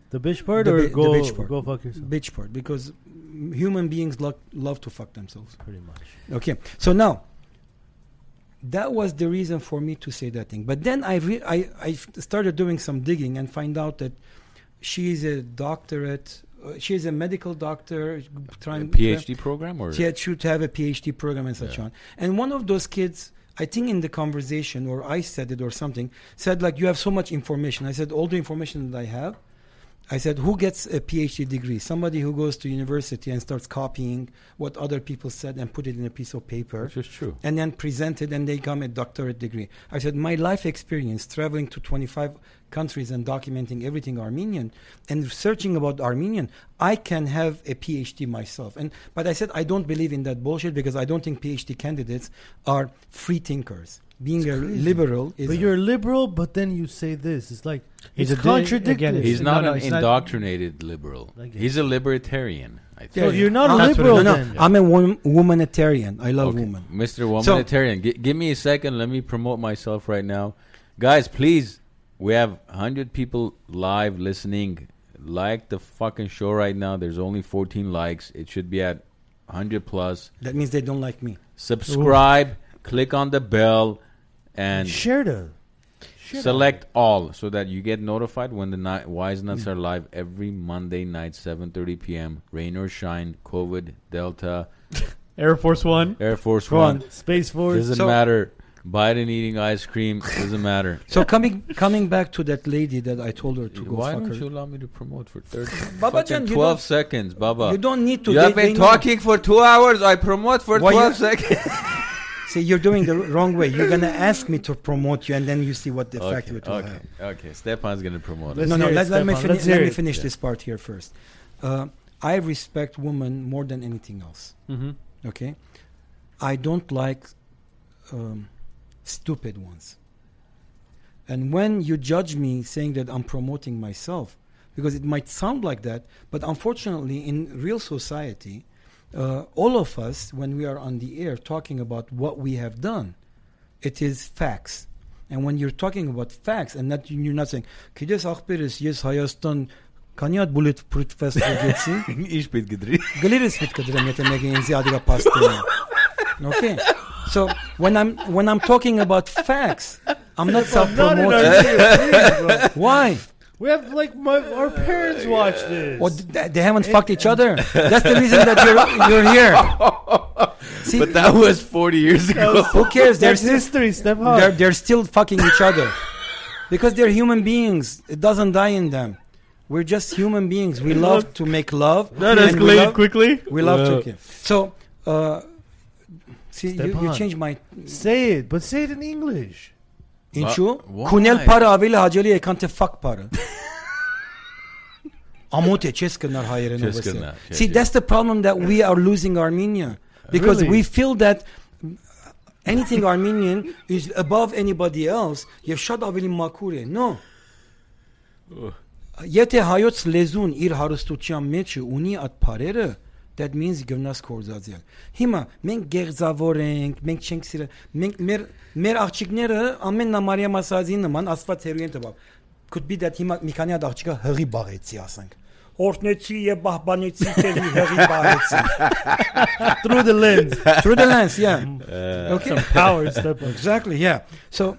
The bitch part The or bi- the go bitch part. go fuck yourself? bitch part because mm, human beings lo- love to fuck themselves. Pretty much. Okay, so now that was the reason for me to say that thing. But then I re- I, I f- started doing some digging and find out that she is a doctorate. Uh, she is a medical doctor A trying PhD program or she had should have a PhD program and such Yeah. on. And one of those kids, I think in the conversation, or I said it or something, said like, "You have so much information." I said, "All the information that I have." I said, "Who gets a PhD degree? Somebody who goes to university and starts copying what other people said and put it in a piece of paper." which is true. and then presented and they come a doctorate degree. I said, my life experience traveling to 25 countries and documenting everything Armenian and searching about Armenian, I can have a PhD myself. And but I said I don't believe in that bullshit because I don't think PhD candidates are free thinkers. Being a liberal is But you're liberal, but then you say this. It's like He's it's a di- contradictory. again, it's- He's No, not no, an it's not- indoctrinated liberal. Like- He's a libertarian. I think. so you're not I'm- a That's what it liberal no, no, then. I'm a wom- womanitarian. I love Okay. women. Mr. So- Womanitarian, gi- give me a second. Let me promote myself right now. Guys, please, we have 100 people live listening. Like the fucking show right now. There's only 14 likes. It should be at 100 plus. That means they don't like me. Subscribe, click on the bell, and Share the. share the- select all so that you get notified when the ni- Wise Nuts are live every Monday night, 7.30 p.m. Rain or shine, COVID, Delta, Air Force One. Air Force Go One. on, Space Force. Doesn't So- matter. Biden eating ice cream doesn't matter. *laughs* So coming coming back to that lady that I told her to go Why fuck don't her. you allow me to promote for 30 Baba fucking Jan, you 12 don't- seconds, Baba. You don't need to. You They- have they been know. talking for two hours. I promote for Why you- 12 seconds. *laughs* See, you're doing the wrong way. You're gonna ask me to promote you, and then you see what the effect Okay, it will okay, have. okay. Stepan's going to promote Let's us. no, no. hear it, Let, let me Stefan. fini- Let's hear let me it. finish Yeah. this part here first. uh, I respect women more than anything else. Mm-hmm. Mhm. Okay, I don't like um, stupid ones. And when you judge me saying that I'm promoting myself, because it might sound like that, but unfortunately, in real society, uh, all of us, when we are on the air talking about what we have done, it is facts. And when you're talking about facts, and that you're not saying, "Kides akberis yes hayastan kanyat bullet proof fest գեցի»։ Ինչ պետք է դրի։ Գլիրս պետք է դրեմ, եթե մեկը ինձ ադիգա պաստեն։ Okay. So when I'm when I'm talking about facts, Not I'm not in our self-promoting. video, please, bro. Why? We have like my our parents watch this. Or th- they haven't fucked each other. That's the reason that you're you're here. See, But that was 40 years ago. who cares? They're There's still, history. Step up. they're they're still fucking each other because they're human beings. It doesn't die in them. We're just human beings. *laughs* We love to make love. That and we escalated love- quickly. We love Wow. *laughs* Turkey. So, uh, see, you, you Stepan. changed my say it, but say it in English. ինչու։ Why? Քունել բարը ավելի հաջելի է, քան թե fuck բարը։ Ամոթ է չես կնար հայերենով Չես ասել։ կնար, չէ, See, չէ։ that's the problem that we are losing Armenia because Really? we feel that anything Armenian is above anybody else եւ շատ ավելի մաքուր է։ No։ Եթե հայոց լեզուն իր հարստության մեջ ունի այդ բարերը, that means գնաս կորզածել։ Հիմա մենք գեղձավոր ենք, մենք չենք սիրը, մենք մեր մեր աղջիկները ամեն նամարիա մասազի նման աստված հերույ են տվել։ Could be that հիմա մի քանի հատ աղջիկը հղի բաղեցի, ասենք։ Օրտնեցի եւ բահբանեցի քեզի հղի բաղեցի։ Through the *laughs* lens. *laughs* Through the lens, yeah. Uh, Okay. Power step up. Exactly, yeah. So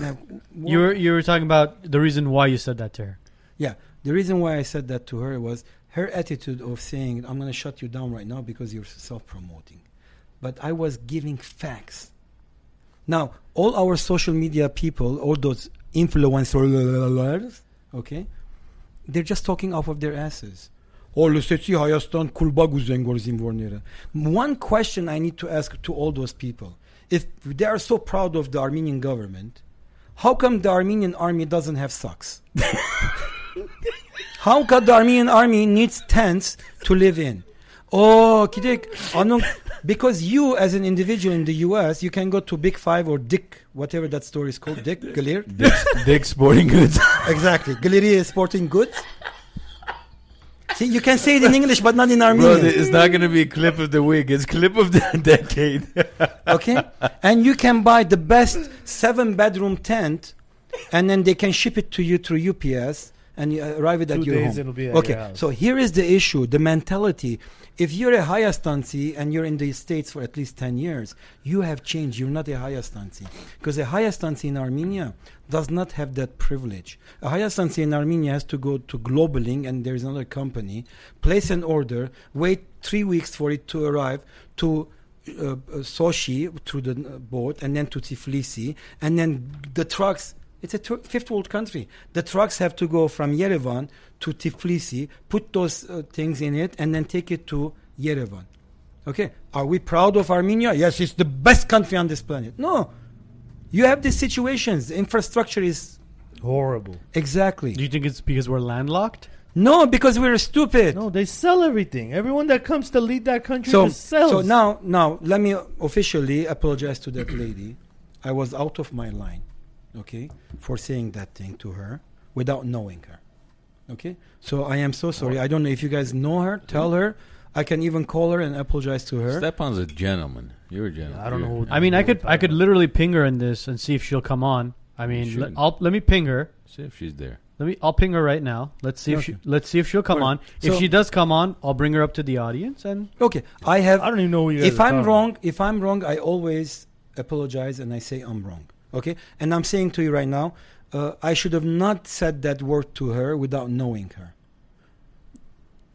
uh, You were you were talking about the reason why you said that to her. Yeah, the reason why I said that to her was her attitude of saying, "I'm going to shut you down right now because you're self-promoting," but I was giving facts. Now, all our social media people, all those influencers, okay, they're just talking off of their asses. "Oh, Or լսեցի Հայաստան քուլբագ ու զենգոր զինվորները. One question I need to ask to all those people. If they are so proud of the Armenian government, how come the Armenian army doesn't have socks? *laughs* How come the Armenian army needs tents to live in? Oh, kidik, anong- because you as an individual in the US, you can go to Big Five or Dick, whatever that store is called, Dick, Galir. *laughs* Dick Sporting Goods. Exactly. Galeri is sporting goods. See, you can say it in English, but not in Bro, Armenian. th- it's not going to be clip of the week. It's clip of the *laughs* decade. okay? And you can buy the best seven bedroom tent, and then they can ship it to you through UPS, and you arrive it at Two your days it'll home. uh, be at okay, your house. so here is the issue the mentality. If you're a Hayastansi and you're in the States for at least 10 years, you have changed. You're not a Hayastansi. Because a Hayastansi in Armenia does not have that privilege. A Hayastansi in Armenia has to go to Globaling and there's another company, place an order, wait three weeks for it to arrive, to uh, uh, Sochi through the uh, boat and then to Tiflisi and then the trucks it's a tw- fifth world country the trucks have to go from Yerevan to Tiflisi put those uh, things in it and then take it to Yerevan okay are we proud of Armenia yes it's the best country on this planet no you have these situations the infrastructure is Horrible. exactly Do you think it's because we're landlocked? no because we're stupid No, they sell everything. Everyone that comes to lead that country so, just sells. so now now let me officially apologize to that lady i was out of my line okay for saying that thing to her without knowing her okay so i am so sorry i don't know if you guys know her tell her i can even call her and apologize to her Stepan's a gentleman. You're a gentleman. I don't know who- I mean, I could I could literally ping her in this and see if she'll come on. I mean, should. let, I'll, let me ping her. See if she's there. Let me. I'll ping her right now. Let's see if she. Okay. Let's see if she'll come Alright. on. So- if she does come on, I'll bring her up to the audience. And okay i have I don't even know what you guys if are I'm talking wrong, if I'm wrong, I always apologize and I say I'm wrong. Okay, and I'm saying to you right now, uh, I should have not said that word to her without knowing her.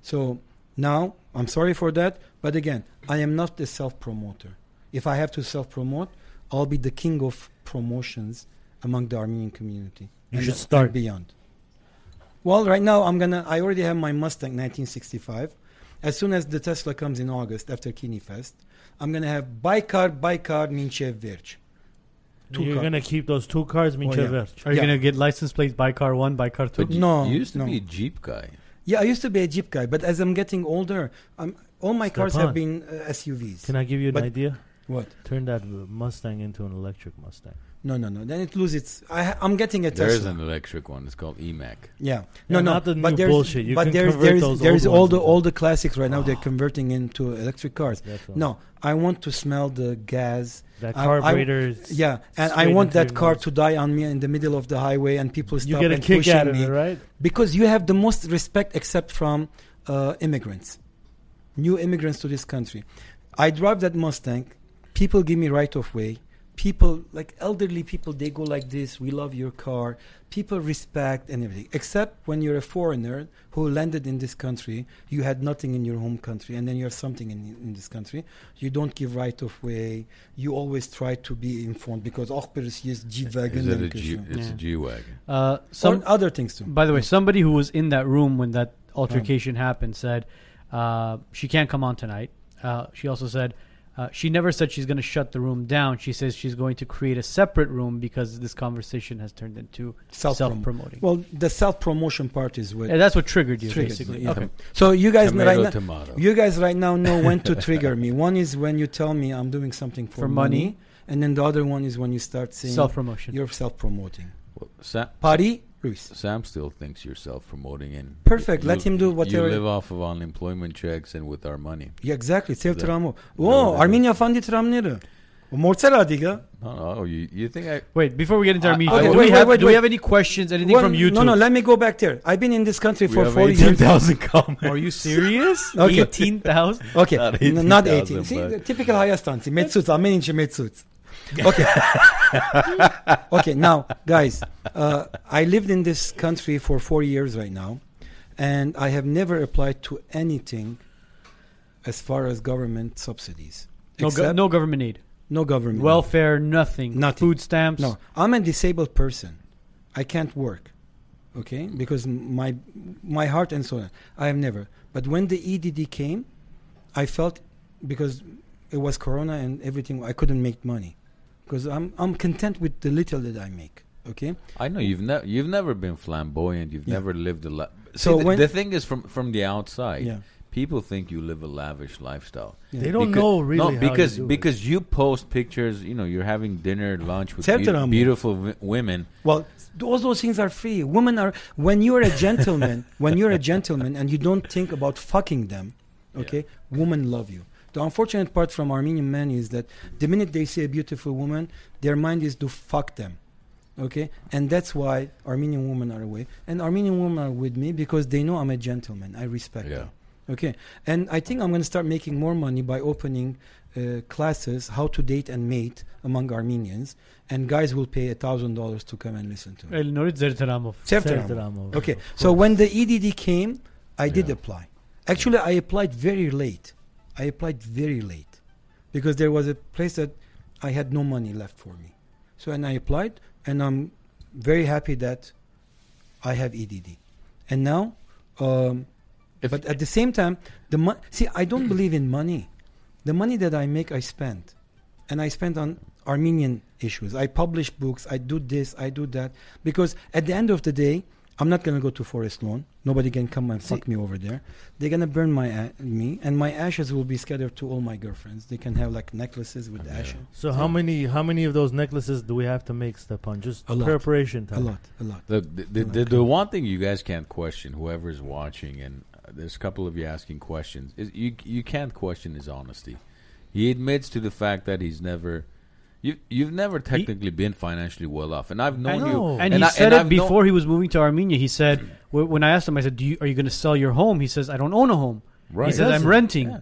So now I'm sorry for that, but again, I am not the self-promoter. If I have to self-promote, I'll be the king of promotions among the Armenian community. You and- should start. and beyond. Well, right now I'm gonna. I already have my Mustang 1965. As soon as the Tesla comes in August after Kini Fest, I'm gonna have Baykar Baykar Minchev Verge. Two You're card. gonna keep those two cards, Oh, yeah. Mincheverch. are you Yeah. gonna get license plates by car one, by car two? No, You used to no. be a Jeep guy. Yeah, I used to be a Jeep guy, but as I'm getting older, I'm, all my cars have Stepan. been uh, SUVs. Can I give you an But- idea? what? Turn that Mustang into an electric Mustang. No, no, no. Then it loses its. uh, I, ha- I'm getting a There is Tesla. an electric one. It's called EMAC. Yeah. No, no. not the but new there's, bullshit. You but can there's convert there's those there's old all ones the into- Ah. all the classics right now. They're converting into electric cars. Definitely. No, I want to smell the gas. That I- I- carburetor. Yeah, and I Straight want into that your car nose. to die on me in the middle of the highway, and people stop You get a and kick pushing out of me it, right? because you have the most respect except from uh, immigrants, new immigrants to this country. I drive that Mustang. People give me right of way. People like elderly people, they go like this. We love your car. People respect and everything. Except when you're a foreigner who landed in this country, you had nothing in your home country, and then you have something in, in this country. You don't give right of way. You always try to be informed because oh, but it's just G-Wagon Is it a and G? Or It's a Yeah. G wagon. Uh, some, other things too. by the way, somebody who was in that room when that altercation happened said uh, she can't come on tonight. Uh, she also said uh, she never said she's going to shut the room down. She says she's going to create a separate room because this conversation has turned into Self-prom- self-promoting. Well, the self-promotion part is what Yeah, that's what triggered you, triggered basically. me, yeah. Okay. So you guys Tomato, right now, tomato. you guys right now know when to trigger me. One is when you tell me I'm doing something for, For money, money. and then the other one is when you start saying Self-promotion. you're self-promoting. Well, Sam, Party Ruiz. Sam still thinks you're self-promoting, and Perfect, let him do whatever- You live off of unemployment checks and with our money. Yeah, exactly. Sev That- Tramo. that Wow, was it. Armenia Fandi Tramnere. Mortsel Adiga. No, no. oh, You you think I? Wait, before we get into I- our meeting, Okay, do, Uh, wait, we have, wait, do we wait. have any questions, anything from YouTube? No, no, let me go back there. I've been in this country We for have 40 years. thousand *laughs* comments. Are you serious? *laughs* Okay. 18,000? *laughs* Okay, Not n- not 18,000, 18. See, but- the typical Hayastansi. Metsuts, Armenian *laughs* Metsuts. Okay. *laughs* okay, now, guys, uh, I lived in this country for four years right now, and I have never applied to anything as far as government subsidies. No, go- Except- no government aid. no government. Welfare, nothing. Nothing. Food stamps. No, I'm a disabled person. I can't work. Okay, because m- my my heart and so on. I have never. But when the EDD came, I felt because it was Corona and everything, I couldn't make money because I'm I'm content with the little that I make. Okay, I know you've never you've never been flamboyant. You've Yeah. never lived a life. So So the, when- the thing is, from from the outside, Yeah. people think you live a lavish lifestyle. Yeah. They don't Because- know really. no, how because you do it. because you post pictures. You know, you're having dinner, lunch with Certain beau- amount. beautiful w- women. Well, all those things are free. Women are when you're a gentleman, when you're a gentleman and you don't think about fucking them, okay? Women love you. The unfortunate part from Armenian men is that the minute they see a beautiful woman, their mind is to fuck them. Okay? And that's why Armenian women are away. And Armenian women are with me because they know I'm a gentleman. I respect Yeah. them. Okay. And I think I'm going to start making more money by opening uh, classes how to date and mate among Armenians, and guys will pay a thousand dollars to come and listen to me. Elnur Zertaramov. Sertaram. Sertaramov, Okay. of So when the EDD came, I did Yeah. apply. Actually, I applied very late. I applied very late because there was a place that I had no money left for me. So and I applied, and I'm very happy that I have EDD. And now, um, If- but at the same time, the mo- see, I don't believe in money. The money that I make, I spend, and I spend on Armenian issues. I publish books. I do this. I do that because at the end of the day. I'm not gonna go to Forest Lawn. Nobody can come and fuck me over there. They're gonna burn my a- me, and my ashes will be scattered to all my girlfriends. They can have like necklaces with ashes. So how many how many of those necklaces do we have to make, Stepan? Just A lot. preparation A time. lot, a lot. The the, the, the the one thing you guys can't question, whoever's watching, and uh, there's a couple of you asking questions, is you you can't question his honesty. He admits to the fact that he's never. You, you've never technically been financially well off, and I've known you. know. And, he Oh. I- said I've it known- before he was moving to Armenia. He said, wh- when I asked him, I said, do you, are you going to sell your home? He says, I don't own a home. He Right. said, I'm Doesn't- renting. Yeah.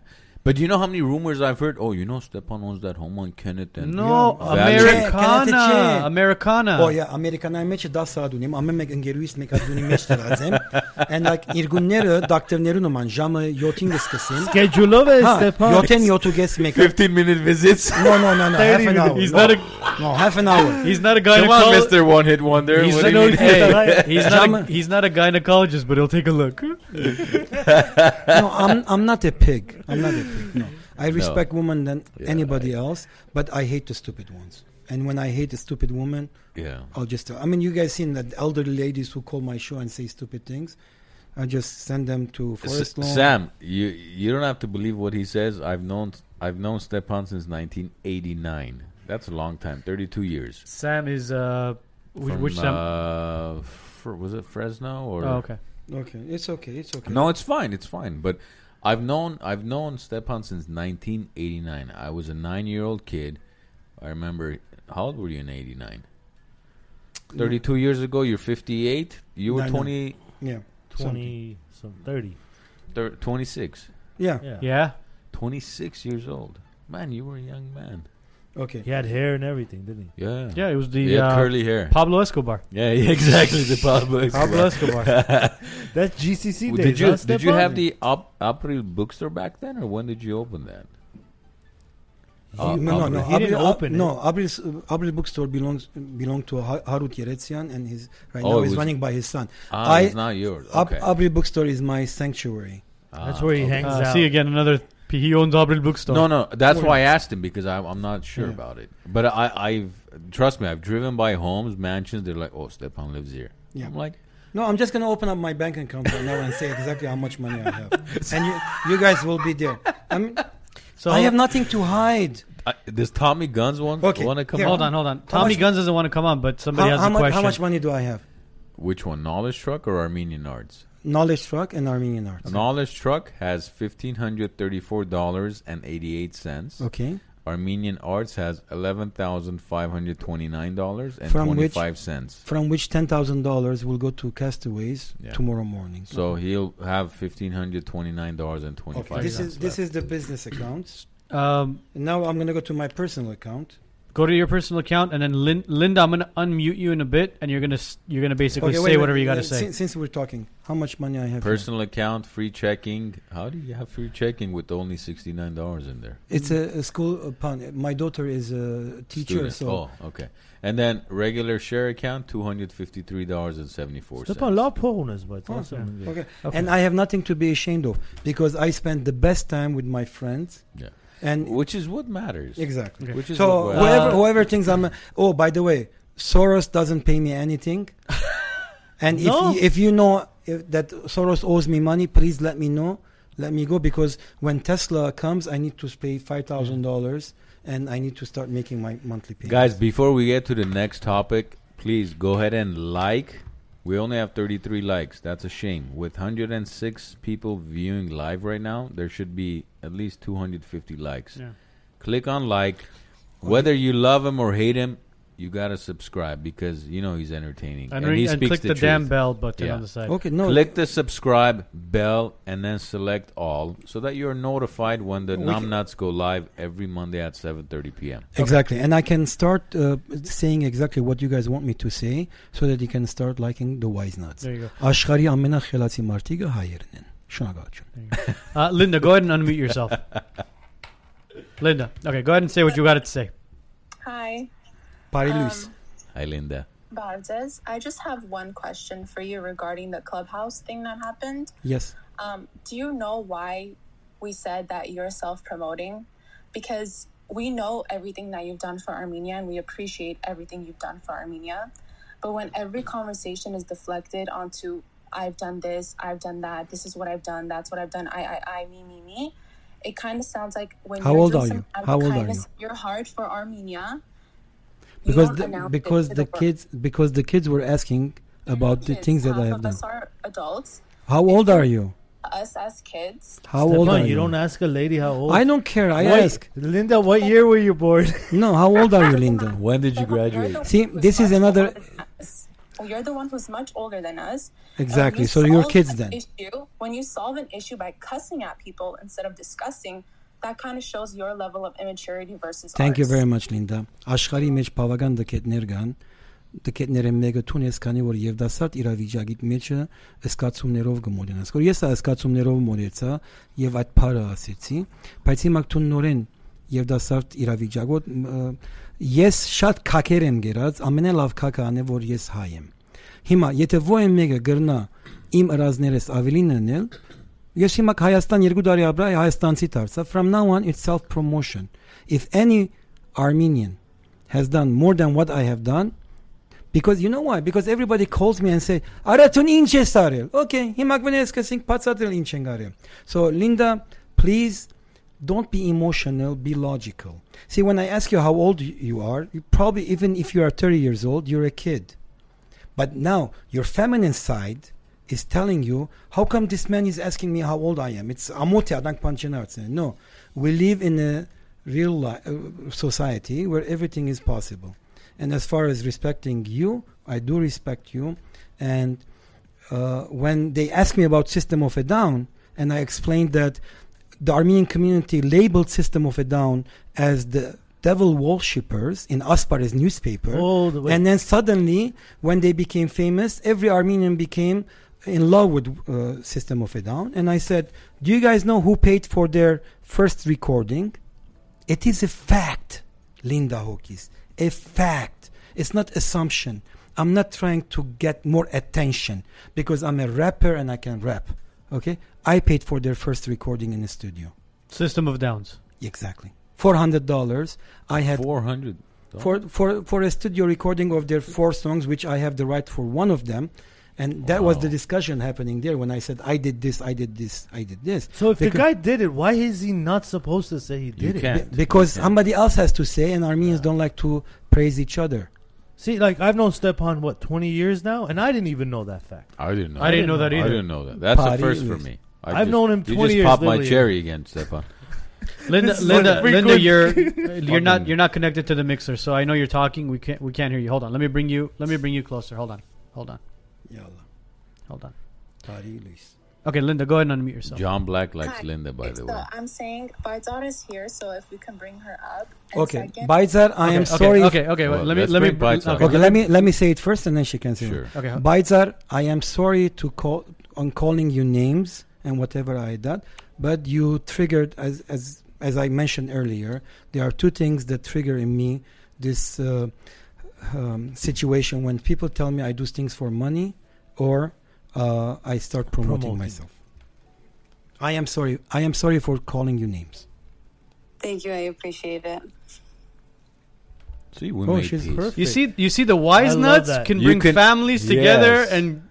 But do you know how many rumors I've heard? Oh, you know, Stepan owns that home on Kenneth and No, Can Yeah. I have a Americana. chair? Americana. Օյա ամերիկանայի մեջ է 10 հատ ունիմ, ամեն մեկ ընկերուհիս մեկ հատ ունի մեջ դրած եմ։ And like իրգունները դակտերներու նման ժամը 7-ին սկսեմ։ Schedule of it, Հա, Stepan. 7-ին 7-ու գես մեկ։ 15 minute visits. No, no, no, no. Half an hour. He's No, not a no, half an hour. he's not a guy. Come on, Mr. One Hit Wonder. *laughs* He's What not, do you mean? hey, he's, Jama- not a, he's not a gynecologist, but he'll take a *laughs* look. No, I'm I'm not a pig. I'm not a pig. No. I respect women than Yeah, anybody else, but I hate the stupid ones. And when I hate a stupid woman, Yeah. I'll just tell. I mean, you guys seen that elderly ladies who call my show and say stupid things. I just send them to Forest Lawn. Sam, you you don't have to believe what he says. I've known I've known Stepan since 1989. That's a long time, 32 years. Sam is uh, which, From, which Sam? Uh, Fr- was it Fresno or? oh, okay. Okay, it's okay, it's okay. No, it's fine. It's fine. But I've known I've known Stepan since 1989. I was a nine year old kid. I remember. How old were you in 89? 32 years ago. You're 58. You were Nine- 20, Yeah. 20 some 30. thir- 26. Yeah. Yeah. Yeah. 26 years old. Man, you were a young man. Okay. He had hair and everything, didn't Yeah. Yeah. It was the He had uh, curly hair. Pablo Escobar. Yeah, *laughs* yeah, exactly. The Pablo Pablo Escobar. Escobar. *laughs* he? That's GCC days. did you huh, did you Stepan? have the Op- April bookstore back then, or when did you open that? Uh, no, no, Abril. no. He didn't Abril- open it. No, Abril's, uh, Abril bookstore belongs belonged to Ha- Harut Yeretsian, and he's right Oh, now it he's was- running by his son. Ah, I- it's not yours. Ab- Okay. Abril bookstore is my sanctuary. That's Ah, where he okay. hangs Uh, out. see again another. He owns Abril Bookstore. No, no, that's Well- why I asked him because I'm, I'm not sure Yeah. about it. But I, I've trust me, I've driven by homes, mansions. They're like, oh, Stepan lives here. Yeah. I'm like, No, I'm just going to open up my bank account right now and say exactly how much money I *laughs* have, and you, you guys will be there. I mean, So I have nothing to hide. I, does Tommy Guns want Okay, want to come here. on? Hold on, hold on. Tommy much- Guns doesn't want to come on, but somebody How, has how a much, question. how much money do I have? Which one, Knowledge Truck or Armenian Arts? Knowledge truck and Armenian art. Knowledge Truck has fifteen hundred thirty-four dollars and eighty-eight cents. Okay. Armenian Arts has eleven thousand five hundred twenty-nine dollars and From which- twenty-five cents. From which ten thousand dollars will go to castaways Yeah. tomorrow morning. So he'll have fifteen hundred twenty-nine dollars and twenty-five. okay. This cents is this left. is the business account. Um, And now I'm going to go to my personal account. go to your personal account, and then Lin- Linda, I'm gonna unmute you in a bit, and you're gonna s- you're gonna basically Okay, say wait, wait, whatever you uh, gotta say. Since, since we're talking, how much money I have? here? personal account, free checking. How do you have free checking with only sixty-nine dollars in there? It's a, a school uh, pun. My daughter is a teacher, Student. so oh, okay. And then regular share account, two hundred fifty-three dollars and seventy-four cents. Stepan, love pornos, but Oh, also- yeah. okay. Okay. And I have nothing to be ashamed of because I spend the best time with my friends. Yeah. And Which is what matters. exactly. Okay. Which is So what where- whoever Uh, whoever thinks I'm a, oh by the way Soros doesn't pay me *laughs* anything, and No. if y- if you know if that Soros owes me money, please let me know. Let me go because when Tesla comes, I need to pay five thousand dollars, and I need to start making my monthly payments. Guys, before we get to the next topic, please go ahead and like. We only have 33 likes. That's a shame. With 106 people viewing live right now, there should be at least 250 likes. Yeah. Click on like. Whether you love him or hate him, you got to subscribe because you know he's entertaining. and, ring, he and speaks click the, truth. damn bell button Yeah. on the side. okay, no, Click the subscribe bell and then select all so that you're notified when the We Nom can- Nuts go live every Monday at 7:30 p.m. Exactly, and I can start uh, saying exactly what you guys want me to say, so that you can start liking the wise nuts. There you go. Աշխարհի ամենախելացի մարտիկը հայերն են։ Շնորհակալություն։ Uh, Linda, go ahead and unmute *laughs* yourself. Linda, okay, go ahead and say what you got to say. Hi. Բարի Um, լույս։ Hi Linda. Bardes, I just have one question for you regarding the clubhouse thing that happened. Yes. Um, do you know why we said that you're self promoting? Because we know everything that you've done for Armenia and we appreciate everything you've done for Armenia. But when every conversation is deflected onto, I've done this, I've done that, this is what I've done, that's what I've done, I, I, I, me, me, me, it kind of sounds like when How you're old doing are some you? out of How old are kindness you? of Your heart for Armenia. you Because don't the, announce it because to the world. kids because the kids were asking about the kids. things that Half I have of done. us are adults. How old are you? Us as kids. How old Stepan, are you you? don't ask a lady how old. I don't care. I What- ask. Linda, what year were you born? No, how old *laughs* are you, Linda? When did you You're the graduate? one See, who's this is much another- older than us. Well, you're the one who's much older than us. And when Exactly. you So you're solve kids an then. Issue, when you solve an issue by cussing at people instead of discussing, that kind of shows your level of immaturity versus. Thank you ours. very much, Linda. Աշխարհի մեջ բավական դկետներ կան։ Դկետները մեկը ցուն ես քանի որ եւ դասատ իրավիճակի մեջը սկացումներով գմորենաս։ Որ ես սկացումներով մորեցա եւ այդ փարը ասեցի, բայց հիմա ցուննորեն եւ դասարտ իրավիճակոտ մ, ես շատ քակեր եմ գերած, ամենալավ քակը անե որ ես հայ եմ։ Հիմա եթե ոյն մեկը գրնա իմ ըրազներս ավելին անել, Ես հիմա Հայաստան 2 տարի ապրա Հայաստանցի դարձա from now on it's self promotion if any armenian has done more than what i have done Because you know why? Because everybody calls me and say, "Aratun ինչ ես արել?" Okay, հիմա կմենեսկենք բացատրել ինչ են արել։ So Linda, please don't be emotional, be logical. See, when I ask you how old you are, you probably even if you are 30 years old, you're a kid. But now your feminine side is telling you, how come this man is asking me how old I am? It's amote adank panchenartsen. No, we live in a real li- uh, society where everything is possible. And as far as respecting you, I do respect you. And uh, when they asked me about System of a Down, and I explained that the Armenian community labeled System of a Down as the devil worshippers in Aspar's newspaper. Oh, the way. And then suddenly, when they became famous, every Armenian became in love with uh, System of a Down. And I said, Do you guys know who paid for their first recording? It is a fact, Linda Hawkins. A fact. It's not assumption. I'm not trying to get more attention because I'm a rapper and I can rap. Okay? I paid for their first recording in the studio. System of Downs. Exactly. Four hundred dollars. I had Four hundred. for for for a studio recording of their four songs, which I have the right for one of them, and that was Wow. the discussion happening there when I said I did this, I did this, I did this. So if the Because- guy did it, why is he not supposed to say he You did it? can't. because somebody else has to say, and Armenians don't like to praise each other. See, like I've known Stepan what twenty years now, and I didn't even know that fact. I didn't know. I didn't know that I either. didn't know that. That's the Party first for is- me. I I've known him 20 You years, just popped my literally. cherry again, Stepan. Linda, This is Linda, like Linda, frequent- you're uh, you're not Fucking- you're not connected to the mixer, so I know you're talking. We can't we can't hear you. Hold on. Let me bring you let me bring you closer. Hold on. Hold on. Hold on. Okay, Linda, go ahead and unmute yourself. John Black likes Hi. Linda, by It's the the- way. I'm saying Baizar is here, so if we can bring her up. And Okay, second- Baizar, I am okay, sorry. Okay, okay. Well, let me let's let me bring bites up. okay, Okay, let me let me say it first, and then she can say. it. Sure. Okay. Baizar, I am sorry to call on calling you names and whatever I did, but you triggered as as as I mentioned earlier. There are two things that trigger in me this uh, um, situation when people tell me I do things for money, or uh, I start promoting, Promoting. myself. I am sorry. I am sorry for calling you names. Thank you. I appreciate it. See, we Oh, made she's peace. perfect. You see you see the wise I love nuts that. can You bring can- families together Yes. and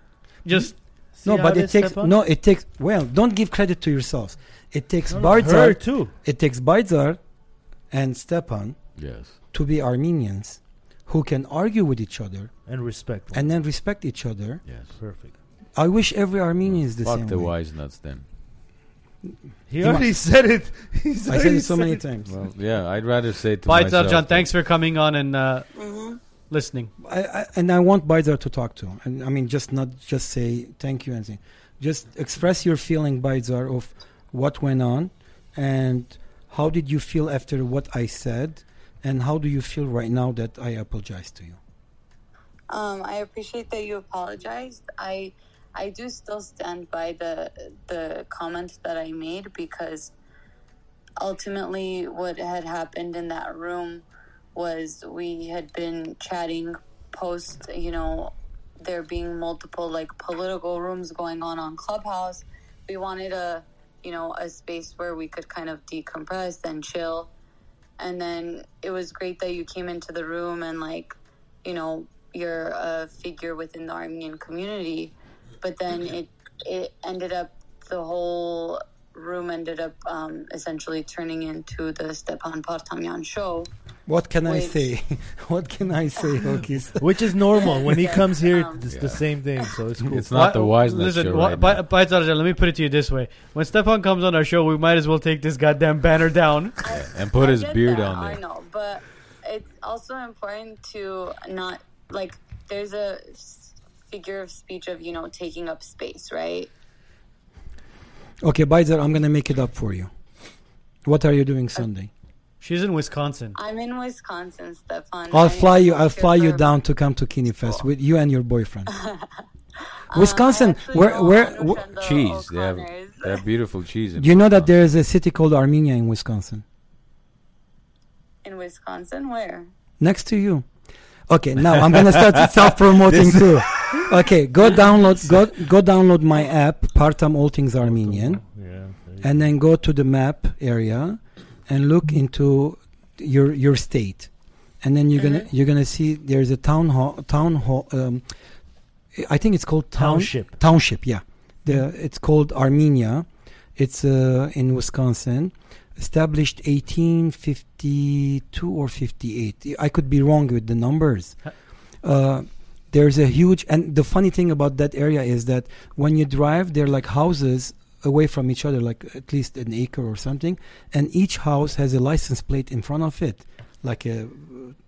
just See no, how but it it is, takes Stepan? no. It takes well. Don't give credit to yourselves. It takes No, no, no, her too. It takes Baizar and Stepan Yes. to be Armenians who can argue with each other And respect. and then respect each other. Yes. perfect. I wish every Armenian is the Fuck same. the way. wise nuts then. He already said it. *laughs* He's I said already it so many it. times. Well, yeah, I'd rather say to bites myself. up, John. that- Thanks for coming on and uh, listening. I, I, and I want Baizar to talk to. And I mean, just not just say thank you and say, just express your feeling, Baizar, of what went on and how did you feel after what I said, and how do you feel right now that I apologize to you. Um, I appreciate that you apologized. I I do still stand by the the comment that I made because ultimately what had happened in that room was we had been chatting post, you know, there being multiple like political rooms going on on Clubhouse. We wanted a, you know, a space where we could kind of decompress and chill. And then it was great that you came into the room and like, you know, you're a figure within the Armenian community. But then it it ended up the whole room ended up um, essentially turning into the Stepan Partamyan show. What can I Wait. say? *laughs* what can I *laughs* say, Hokis? Which is normal. When he comes *laughs* here, Um, it's Yeah. the same thing. So it's cool. It's not the wise nuts Listen, show wha- right Bi- now. Bites up, John, let me put it to you this way: When Stefan comes on our show, we might as well take this goddamn banner *laughs* down. and put I his get beard that, on there. I know, but it's also important to not like there's a s- figure of speech of you know taking up space, right? Okay, Baizar, I'm gonna make it up for you. What are you doing Sunday? She's in Wisconsin. I'm in Wisconsin, Stefan. I'll Uh, I fly you. I'll volunteer fly you for- Uh, down to come to Kinifest with you and your boyfriend. Wisconsin, I actually where know where, Andrew where Chandler Cheese. They have, O'Connor's. they have beautiful *laughs* cheese. In do you know that Wisconsin. there is a city called Armenia in Wisconsin, *laughs* in Wisconsin. Where? next to you? Okay, now I'm gonna start self-promoting too. Okay, go download go go download my app Partam All Things Armenian, Yeah. and then go to the map area and look into your your state, and then you're gonna you're gonna see there's a town hall town hall. Um, I think it's called town, Township. Township, yeah. The it's called Armenia. It's uh, in Wisconsin, established 1852 or 58. I could be wrong with the numbers. Uh, there's a huge and the funny thing about that area is that when you drive, they're like houses away from each other, like at least an acre or something, and each house has a license plate in front of it, like a uh,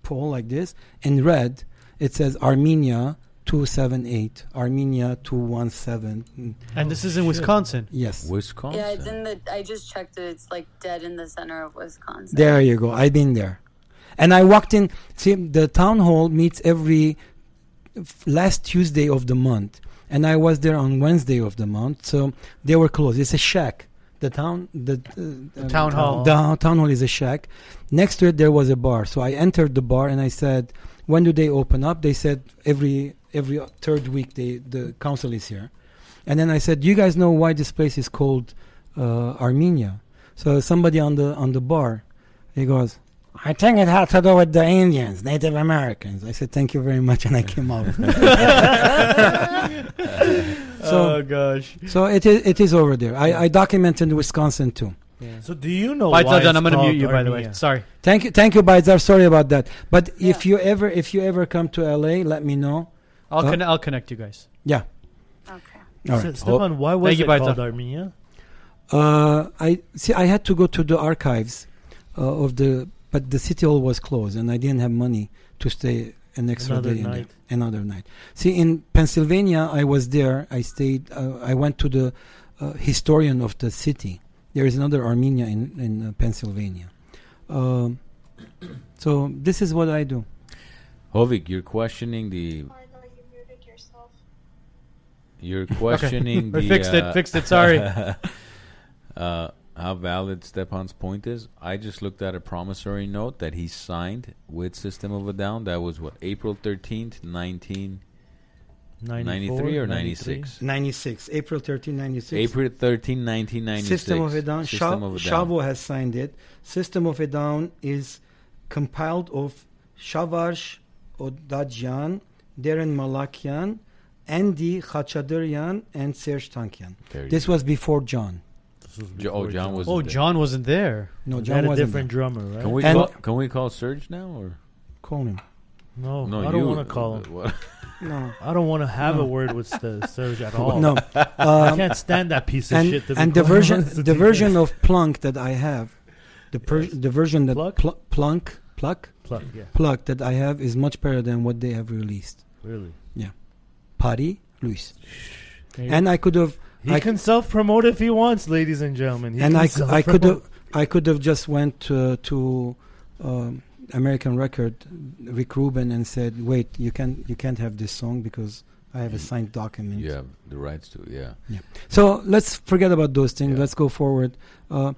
pole like this in red. It says Armenia. 278 Armenia 217 Mm, And this is in Wisconsin. yes Wisconsin. Yeah, it's in the. I just checked it. It's like dead in the center of Wisconsin. There you go. I've been there. And I walked in. See, the town hall meets every f- last Tuesday of the month. And I was there on Wednesday of the month. So they were closed. It's a shack. The town, the, uh, town uh, hall. The town hall is a shack. Next to it, there was a bar. So I entered the bar and I said, "When do they open up?" They said, "Every every third week, they, the council is here." And then I said, "Do you guys know why this place is called uh, Armenia?" So somebody on the on the bar, he goes, "I think it had to do with the Indians, Native Americans." I said, "Thank you very much," and I came out. oh so gosh. so it is it is over there. I, I documented Wisconsin too. So do you know Bites why are it's done. I'm gonna called mute you by the way. Armenia? Sorry. Thank you, thank you, Baizar. Sorry about that. But Yeah. if you ever if you ever come to LA, let me know. I'll Uh, conne- I'll connect you guys. Yeah. Okay. All Se- right. Stefan, why was Thank you, it Baita. called Armenia? Uh, I see. I had to go to the archives uh, of the, but the city hall was closed, and I didn't have money to stay an extra Another day. in there. night. Another night. See, in Pennsylvania, I was there. I stayed. Uh, I went to the uh, historian of the city. There is another Armenia in in uh, Pennsylvania. Um, so this is what I do. Hovik, you're questioning the. You're questioning We the. fixed uh, it. Fixed it. Sorry. *laughs* uh, how valid Stepan's point is. I just looked at a promissory note that he signed with System of a Down. That was what April thirteenth, nineteen 93 or 96? Ninety six, April 13, 96. April 13, 1996. System of a Down. System Shav- of a Down. Shavo has signed it. System of a Down is compiled of Shavarsh Odadjian, Darren Malakian, Andy Khachadurian, and Serge Tankian. There you This was before John. Jo- oh, John was. Oh, John wasn't there. No, John John had a wasn't. different drummer, right? Can we And- call, can we call Serge now or there. Call him. No, no? I you don't want to call him. *laughs* What- Oh, No. I don't want to have a word with *laughs* Ste- Serge at all. No. *laughs* I Um, can't stand that piece of and shit. to be and the quite version honest with the you. version of Plunk that I have, the per- the version that Pluck? Pl- Plunk Pluck Plug, yeah, Pluck that I have is much better than what they have released. really. Paris, Luis, There you and I could have He I- can self-promote if he wants, ladies and gentlemen. He and can I, c- I could have self-promote. I could have just went uh, to um, American Record, Rick Rubin, and said, "Wait, you can you can't have this song because I have a Mm. signed document." you have the rights to. Yeah. So let's forget about those things. Yeah. Let's go forward. Uh,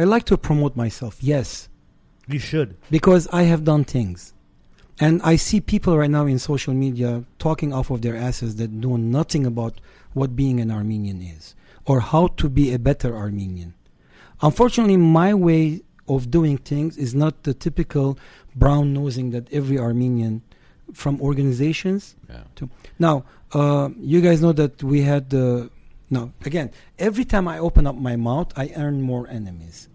I like to promote myself, yes, You should. because I have done things, and I see people right now in social media talking off of their asses that know nothing about what being an Armenian is or how to be a better Armenian. Unfortunately, my way of doing things is not the typical brown nosing that every Armenian from organizations Yeah. to. Now, uh, you guys know that we had the. No, again, every time I open up my mouth, I earn more enemies.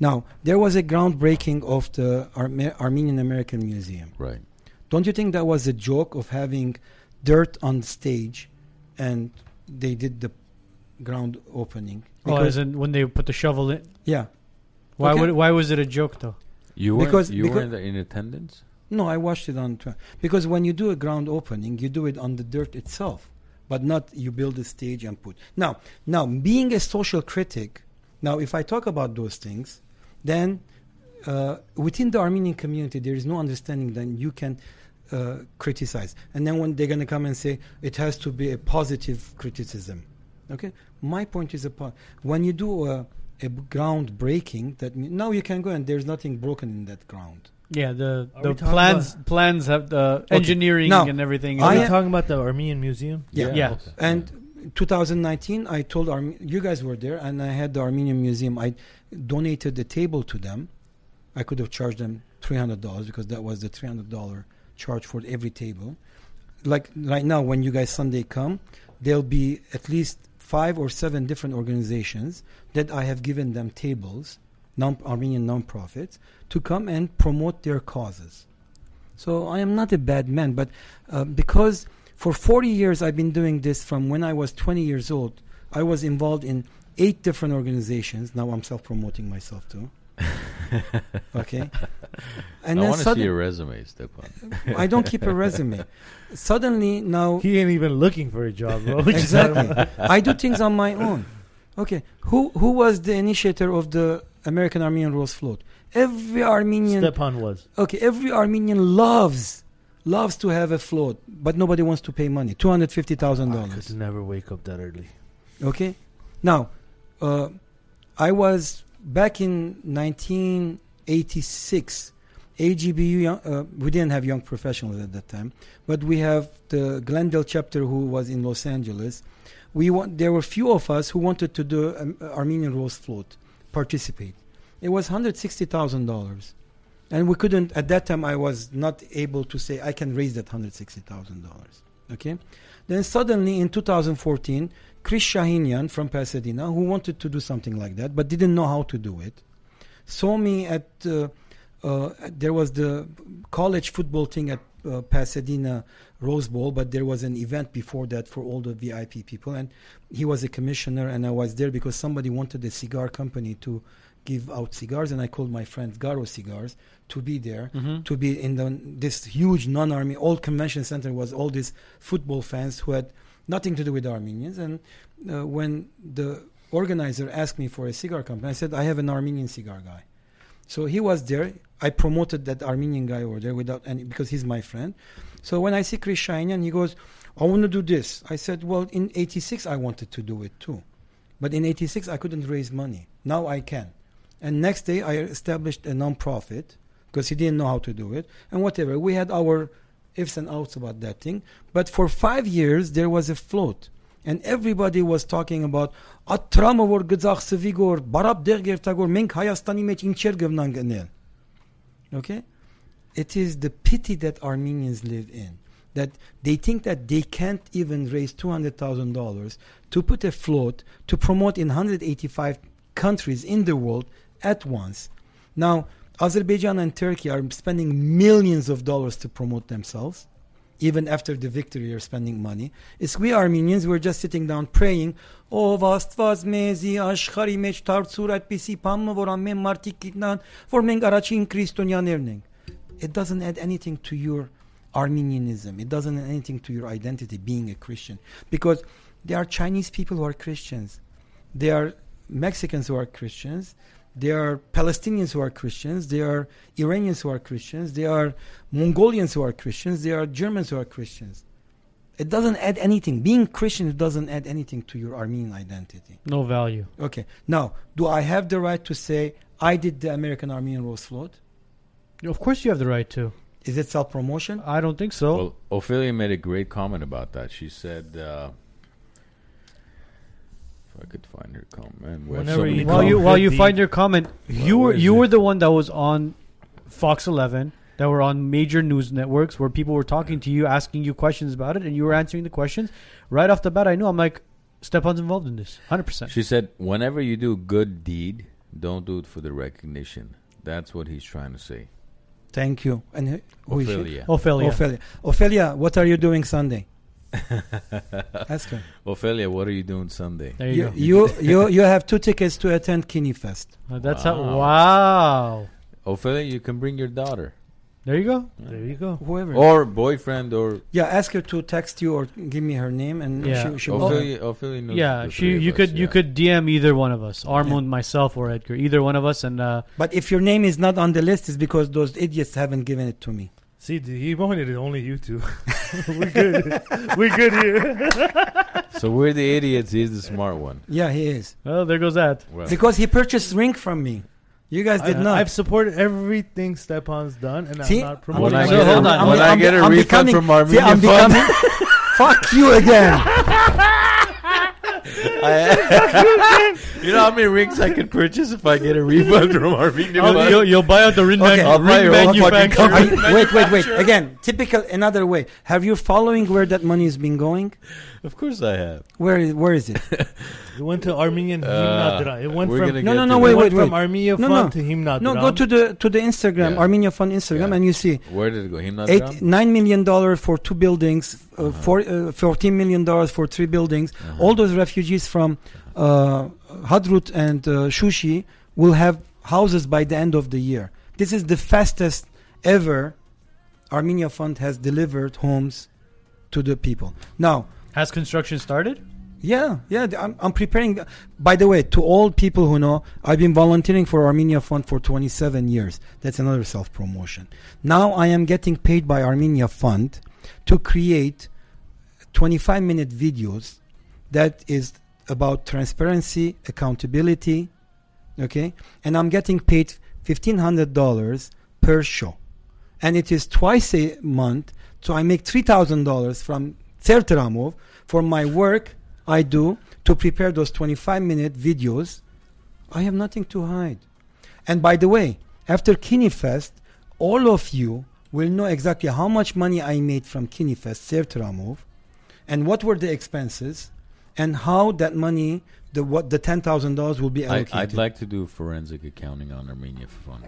Now, there was a groundbreaking of the Arme- Armenian American Museum. Right. Don't you think that was a joke of having dirt on stage and they did the ground opening? go. oh, as in when they put the shovel in. yeah. Why Okay. would? Why was it a joke though? You were Because- you because- were in, in attendance. No, I watched it on Twitter. Because when you do a ground opening, you do it on the dirt itself, but not you build a stage and put. Now, now being a social critic, now if I talk about those things, then uh, within the Armenian community, there is no understanding that you can uh, criticize. And then when they're going to come and say it has to be a positive criticism, okay? My point is upon when you do a, a ground breaking, that mean, now you can go and there's nothing broken in that ground. Yeah, the Are the we talking plans plans have the engineering Now, and everything. I Are you am- talking about the Armenian Museum? Yeah. Yeah. okay. And 2019, I told Arme- you guys were there, and I had the Armenian Museum. I donated the table to them. I could have charged them $300 because that was the $300 charge for every table. Like right now, when you guys Sunday come, there'll be at least five or seven different organizations that I have given them tables, non Armenian nonprofits, to come and promote their causes. So I am not a bad man, but uh, because for 40 years I've been doing this from when I was 20 years old, I was involved in eight different organizations. Now I'm self promoting myself *laughs* too. okay. And I then want to see suddenly, your resume, Stepan. I don't keep *laughs* a resume. Suddenly now, He ain't even looking for a job, bro. *laughs* Which is- exactly. I do things on my own. Okay. Who who was the initiator of the American Armenian Rose Float? Every Armenian Stepan was. Okay, every Armenian loves loves to have a float, but nobody wants to pay money. Two hundred fifty thousand I dollars. could never wake up that early. Okay, now uh, I was back in nineteen eighty six. AGBU, young- uh, we didn't have young professionals at that time, but we have the Glendale chapter who was in Los Angeles. We want, there were few of us who wanted to do um, Armenian Rose Float, participate. It was hundred sixty thousand dollars. And we couldn't at that time. I was not able to say I can raise that hundred sixty thousand dollars. Okay, then suddenly in 2014, Chris Shahinian from Pasadena, who wanted to do something like that but didn't know how to do it, saw me at uh, uh, there was the college football thing at uh, Pasadena Rose Bowl, but there was an event before that for all the VIP people, and he was a commissioner, and I was there because somebody wanted a cigar company to give out cigars, and I called my friend Garo Cigars to be there, to be in the, this huge non-army. All convention center was all these football fans who had nothing to do with Armenians, and uh, when the organizer asked me for a cigar company, I said I have an Armenian cigar guy. So he was there. I promoted that Armenian guy over there without any because he's my friend. So when I see Chris Shahinian, he goes, "I want to do this." I said, "Well, in '86 I wanted to do it too, but in '86 I couldn't raise money. Now I can." And next day I established a non-profit because he didn't know how to do it and whatever. We had our ifs and outs about that thing, but for five years there was a float. And everybody was talking about «At տրամը որ գծախսվի գոր, բարապ դեղ գերտագոր, մենք Հայաստանի մեջ ինչեր գվնան գնել»։ Okay? It is the pity that Armenians live in. That they think that they can't even raise $200,000 to put a float to promote in 185 countries in the world at once. Now, Azerbaijan and Turkey are spending millions of dollars to promote themselves. Even after the victory, you're spending money. It's we Armenians, we're just sitting down praying. "Oh, Ով Աստված մեզի աշխարհի մեջ դարձուր այդպիսի բանը, որ ամեն մարդիկ գիտնան, որ մենք առաջին քրիստոնյաներն ենք it doesn't add anything to your Armenianism. It doesn't add anything to your identity being a Christian. Because there are Chinese people who are Christians. There are Mexicans who are Christians. There are Palestinians who are Christians. There are Iranians who are Christians. There are Mongolians who are Christians. There are Germans who are Christians. It doesn't add anything. Being Christian doesn't add anything to your Armenian identity. No value. Okay. Now, do I have the right to say I did the American Armenian Rose Float? Of course, you have the right to. Is it self promotion? I don't think so. Well, Ophelia made a great comment about that. She said, uh, "If I could find her comment, we have so Whenever many you- while you Well, while could you be. find your comment, you Well, were where is you it? were the one that was on Fox 11 that were on major news networks where people were talking to you, asking you questions about it, and you were answering the questions right off the bat. I knew I'm like Stepan's involved in this, hundred percent. She said, "Whenever you do a good deed, don't do it for the recognition." That's what he's trying to say. Thank you. And who- who is she? Ophelia. Ophelia. Ophelia. Ophelia, what are you doing Sunday? Ask her. *laughs* Ophelia, what are you doing Sunday? There you You, you, *laughs* you, you have two tickets to attend Kini Fest. go. Uh, That's how. Wow. Wow. Ophelia, you can bring your daughter There you go. There you go. Whoever. or boyfriend or Yeah, ask her to text you or give me her name and Yeah. she, she will. Ophelia. Ophelia knows Yeah, the she. three of You us, could you yeah. could DM either one of us, Armand, myself, or Edgar. Either one of us, and uh, But if your name is not on the list, it's because those idiots haven't given it to me. See, dude, he wanted it only you *laughs* two. *laughs* We're good. We're good here. *laughs* So we're the idiots. He's the smart one. Yeah, he is. Oh, well, there goes that. Well, Because he purchased ring from me. You guys did I, not. I've supported everything Stepan's done, and See? I'm not when promoting. I I'm- it. get, So a- hold on. when I'm- I get a I'm refund becoming- from *laughs* See, Armenian I'm Fund, becoming. Fuck you again. You know how many rings I could purchase if I get a refund from Armenian? You'll, you'll buy out the ring, Okay. man- I'll ring buy your own fucking manufacturer. Are you- *laughs* wait, wait, wait. Again, typical another way. Have you following where that money has been going? Of course I have. Where is where *laughs* is it? It went to Armenian Uh, Himnadra. It went we're from gonna No, get no, to no. that. Wait, it wait, went wait. from Armenia No, Fund no. to Himnadra. No, go to the to the Instagram, Yeah. Armenia Fund Instagram, Yeah. and you see Where did it go? eight, Himnadram? nine million dollar for two buildings, uh, Uh-huh. four, uh, fourteen million dollars for three buildings. All those refugees from uh, Hadrut and uh, Shushi will have houses by the end of the year. This is the fastest ever Armenia Fund has delivered homes to the people. Now, Has construction started? yeah, yeah. th- I'm, I'm preparing. By the way, to all people who know, I've been volunteering for Armenia Fund for 27 years. That's another self promotion. Now I am getting paid by Armenia Fund to create 25 minute videos that is about transparency, accountability. Okay. And I'm getting paid $1,500 per show. And it is twice a month. So I make $3,000 from Sertramov for my work I do to prepare those 25 minute videos. I have nothing to hide. And by the way, after KiniFest, all of you will know exactly how much money I made from KiniFest, Sertramov, and what were the expenses, and how that money, the what the ten thousand dollars will be I, allocated. I'd like to do forensic accounting on Armenia Fund.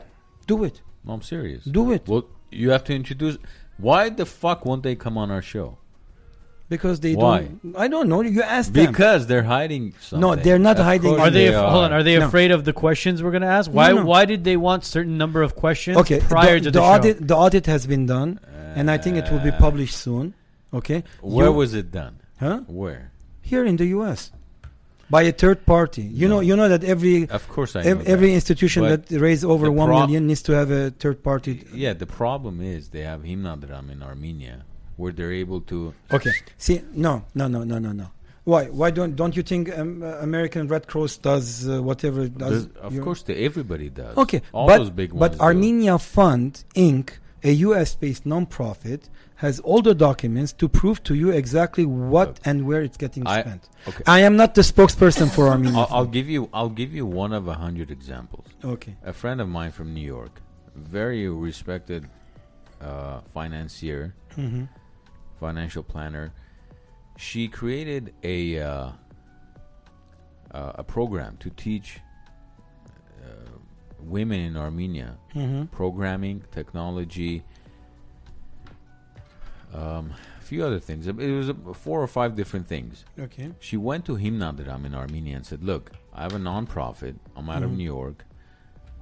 do it, No, I'm serious. do it, Well, you have to introduce. Why the fuck won't they come on our show? because they Why? don't. I don't know. You ask them. Because they're hiding something. they're not Of hiding course Are they, They af- hold on? Are they No. afraid of the questions we're going to ask? Why? no. Why did they want certain number of questions okay, prior the, to the the, show? audit the audit has been done, and I think it will be Uh, published soon. Okay, Where You- was it done? huh? Where? here in the U.S. by a third party. You know, No. you know that every Of course, I know ev- every that. institution But that raises over the one pro- million needs to have a third party. Yeah, the problem is they have Himnadram in Armenia, where they're able to. Okay. See, no, no, no, no, no, no. Why? Why don't don't you think um, uh, American Red Cross does uh, whatever it does? Does- of you- course, they, everybody does. Okay, all but, those big ones. but do. Armenia Fund Inc., a U.S.-based nonprofit, has all the documents to prove to you exactly what Look, and where it's getting I- spent. okay. I am not the spokesperson for Armenia. I'll, I'll give you. I'll give you one of a hundred examples. okay. A friend of mine from New York, very respected uh, financier, Mhm. financial planner, she created a uh, uh, a program to teach uh, women in Armenia Mhm. programming, technology, um, a few other things. It was uh, four or five different things. Okay. She went to Himnadaram in Armenia and said, Look, I have a nonprofit. I'm out Mm-hmm. of New York.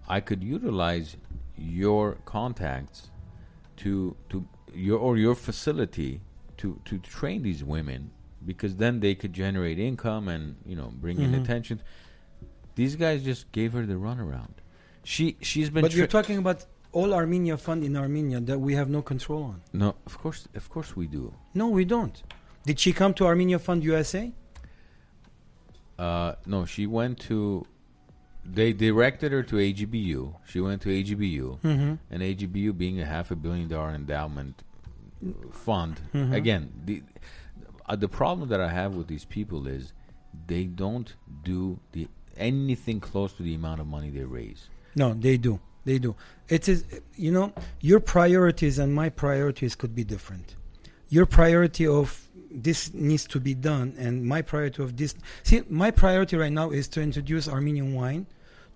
I could utilize your contacts to to your or your facility to to train these women because then they could generate income and you know bring Mm-hmm. in attention. These guys just gave her the runaround. She she's been But you're tra- talking about all Armenia fund in Armenia that we have no control on. no of course of course we do. No, we don't. Did she come to Armenia Fund USA? Uh, no, she went to. They directed her to AGBU. She went to AGBU, Mm-hmm. and AGBU being a half a billion dollar endowment fund. Mm-hmm. Again, the uh, the problem that I have with these people is they don't do the anything close to the amount of money they raise. No, they do. They do. It is, you know, your priorities and my priorities could be different. Your priority of this needs to be done, and my priority of this. See, my priority right now is to introduce Armenian wine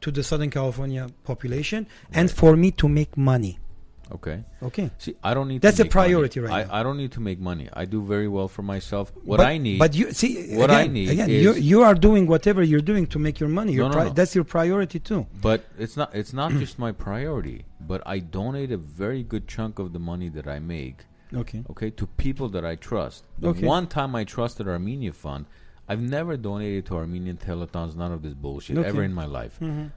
to the Southern California population and for me to make money. Okay, Okay. see, I don't need. That's to a make money. priority right I, now. I don't need to make money. I do very well for myself. What But- I need, But you see, what I again- need again, you is- you are doing whatever you're doing to make your money. Your No, no, pri- no. That's your priority too. But it's not it's not just my priority, but I donate a very good chunk of the money that I make, Okay. okay, to people that I trust. The Okay. one time I trusted Armenia Fund, I've never donated to Armenian telethons, none of this bullshit Okay. Hmm. ever in my life. Mm-hmm.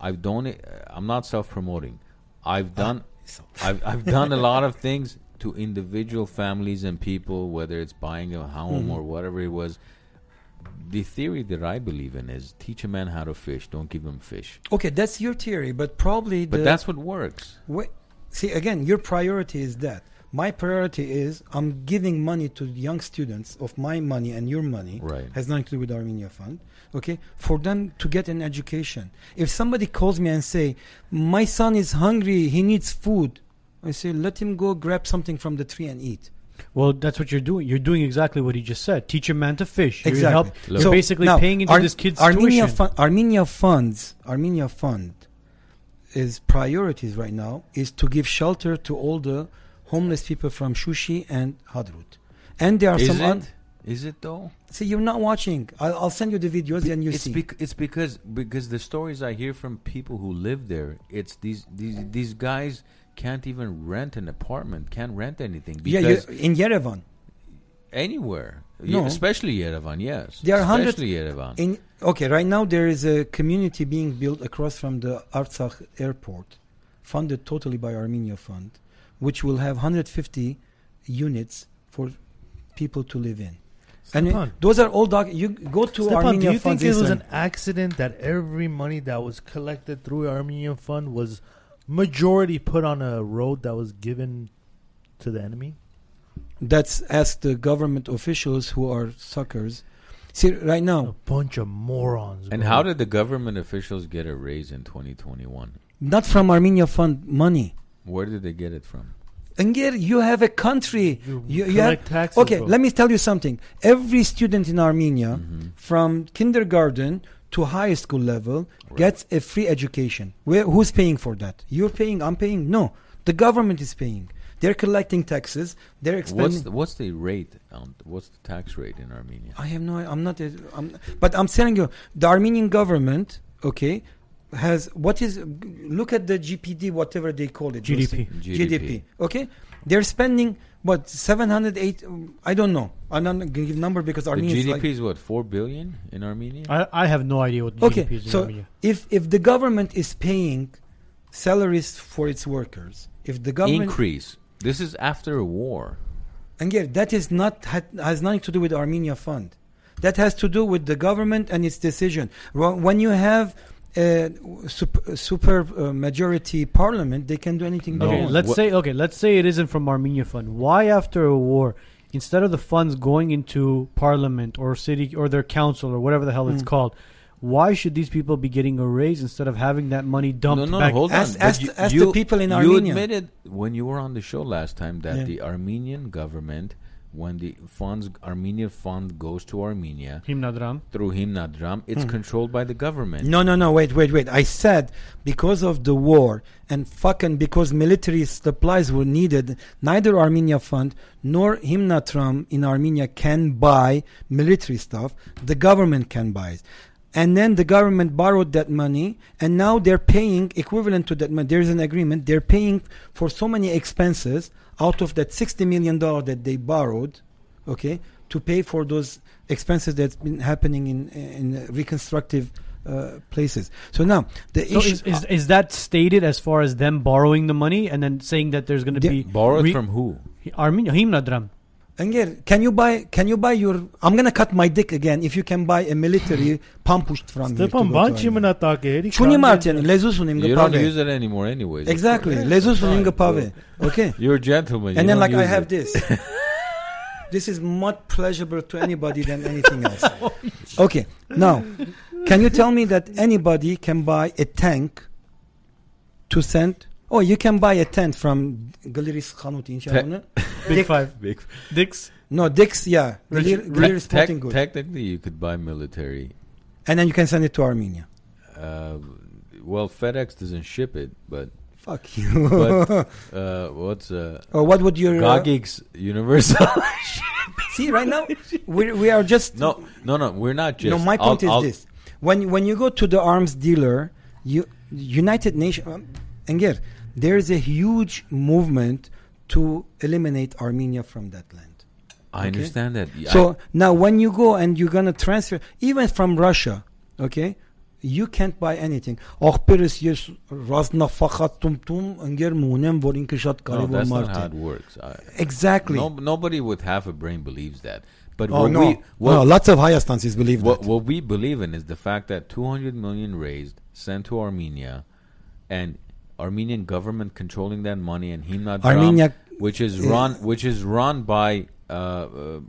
I've donated I'm not self-promoting. I've Ah, done *laughs* I've I've done a lot of things to individual families and people whether it's buying a home Mm-hmm. or whatever it was. The theory that I believe in is teach a man how to fish, don't give him fish. Okay, that's your theory, but probably the But that's what works. Wait, see again, your priority is that. my priority is I'm giving money to young students of my money and your money Right. has nothing to do with Armenia Fund, okay, for them to get an education. If somebody calls me and say, my son is hungry, he needs food, I say, let him go grab something from the tree and eat. Well, that's what you're doing. You're doing exactly what he just said. Teach a man to fish. You're Exactly. help- You're So basically now, paying into Ar- this kid's Armenia tuition. Fun- Armenia funds. Armenia fund is priorities right now is to give shelter to all the homeless people from Shushi and Hadrut, and there are Is some. it? un- Is it though? See, you're not watching. I'll, I'll send you the videos and you it's see. bec- it's because because the stories I hear from people who live there, it's these these these guys can't even rent an apartment, can't rent anything yeah, because you in Yerevan. anywhere, No. yeah, especially Yerevan, yes, There are hundred- especially Yerevan. In okay, right now there is a community being built across from the Artsakh airport, funded totally by Armenia Fund, which will have 150 units for people to live in. And Stepan. it- those are all doc. You go to Stepan, do Armenia you think Fund's it was Instagram. an accident that every money that was collected through Armenian Fund was majority put on a road that was given to the enemy? That's ask the government officials who are suckers. See, right A now, bunch of morons. and bro. how did the government officials get a raise in 2021? not from Armenia Fund money. Where did they get it from? Inger, you have a country. You You, you have collect taxes? Okay, bro. let me tell you something. Every student in Armenia, from kindergarten to high school level, gets a free education. Where, who's paying for that? You're paying, I'm paying? No. The government is paying. They're collecting taxes. They're What's expending. the, what's the rate? On, what's the tax rate in Armenia? I have no. I'm not. A, I'm, but I'm telling you, the Armenian government, okay, has what is? Look at the GPD, whatever they call it. those GDP. thing- GDP. GDP. Okay, they're spending what 708. I don't know. I'm not gonna give number because The Armenia. GDP is like- is what four billion in Armenia. I, I have no idea what Okay, GDP is in so Armenia. if if the government is paying salaries for its workers, if the government Increase. This is after a war. and yeah, that is not had, has nothing to do with Armenia fund. That has to do with the government and its decision. Wh- When you have a super, super uh, majority parliament, they can do anything they No. Okay, want. let's What- say okay, let's say it isn't from Armenia Fund. Why after a war, instead of the funds going into parliament or city or their council or whatever the hell Hmm. it's called, why should these people be getting a raise instead of having that money dumped No, no, back? hold Ask- on. ask- But ask the people in Armenia. You admitted when you were on the show last time that Yeah. the Armenian government, when the funds, Armenian fund goes to Armenia Himnadram. through Himnadram, it's controlled by the government. Mm-hmm. No, no, no, wait, wait, wait. I said because of the war and fucking because military supplies were needed, neither Armenia Fund nor Himnatram in Armenia can buy military stuff. The government can buy it. And then the government borrowed that money, and now they're paying equivalent to that money. There's an agreement. They're paying for so many expenses out of that $60 million that they borrowed okay, to pay for those expenses that's been happening in in reconstructive uh, places. So now the So issue is, is, is that stated as far as them borrowing the money and then saying that there's going to They- be Borrowed re- from who? Armenia Himnadram? Engel, can you buy can you buy your I'm gonna cut my dick again if you can buy a military pump pushed from here Stepan, to go to բան չի Armenia. մնա տակ է, էլի Չունի քանդել մարդյան, լեզուս ունիմ You don't գպավ է։ use it anymore, anyways. Exactly, լեզուս ունիմ գպավ է, Okay. *laughs* You're a gentleman. And you then don't like I use have it. *laughs* this. This is more pleasurable to anybody than anything *laughs* else. Oh, Okay, now, can you tell me that anybody can buy a tank to send? Oh, you can buy a tent from Galeries Khanut in Sharona. Big five. *laughs* Big- Dicks. No, Dix, yeah, Galeri- Richard- Galeri Tec- Sporting Goods, technically, you could buy military. and then you can send it to Armenia. Uh, well, FedEx doesn't ship it, but Fuck *laughs* you. But- uh, what's uh, or what would your uh, Gogix Universal? see *laughs* right now? *laughs* We we are just no, no, no. We're not just. no, my I'll- point is I'll- this: when when you go to the arms dealer, you United Nations, um, Enger, there is a huge movement to eliminate Armenia from that land. I understand that. Yeah, I- So now, when you go and you're gonna transfer, even from Russia, okay, you can't buy anything. Ախպերս ես ռազմնախախատում ընկեր մունեմ, որ ինքը շատ No, կարևոր that's not մարդ how է։ it works. I, Exactly. no, nobody with half a brain believes that. But Oh what no, we what, no, lots of Hayastans believe what, that. what we believe in is the fact that 200 million raised sent to Armenia, and Armenian government controlling that money, and him not Armenia eh, which is run which is run by uh, uh,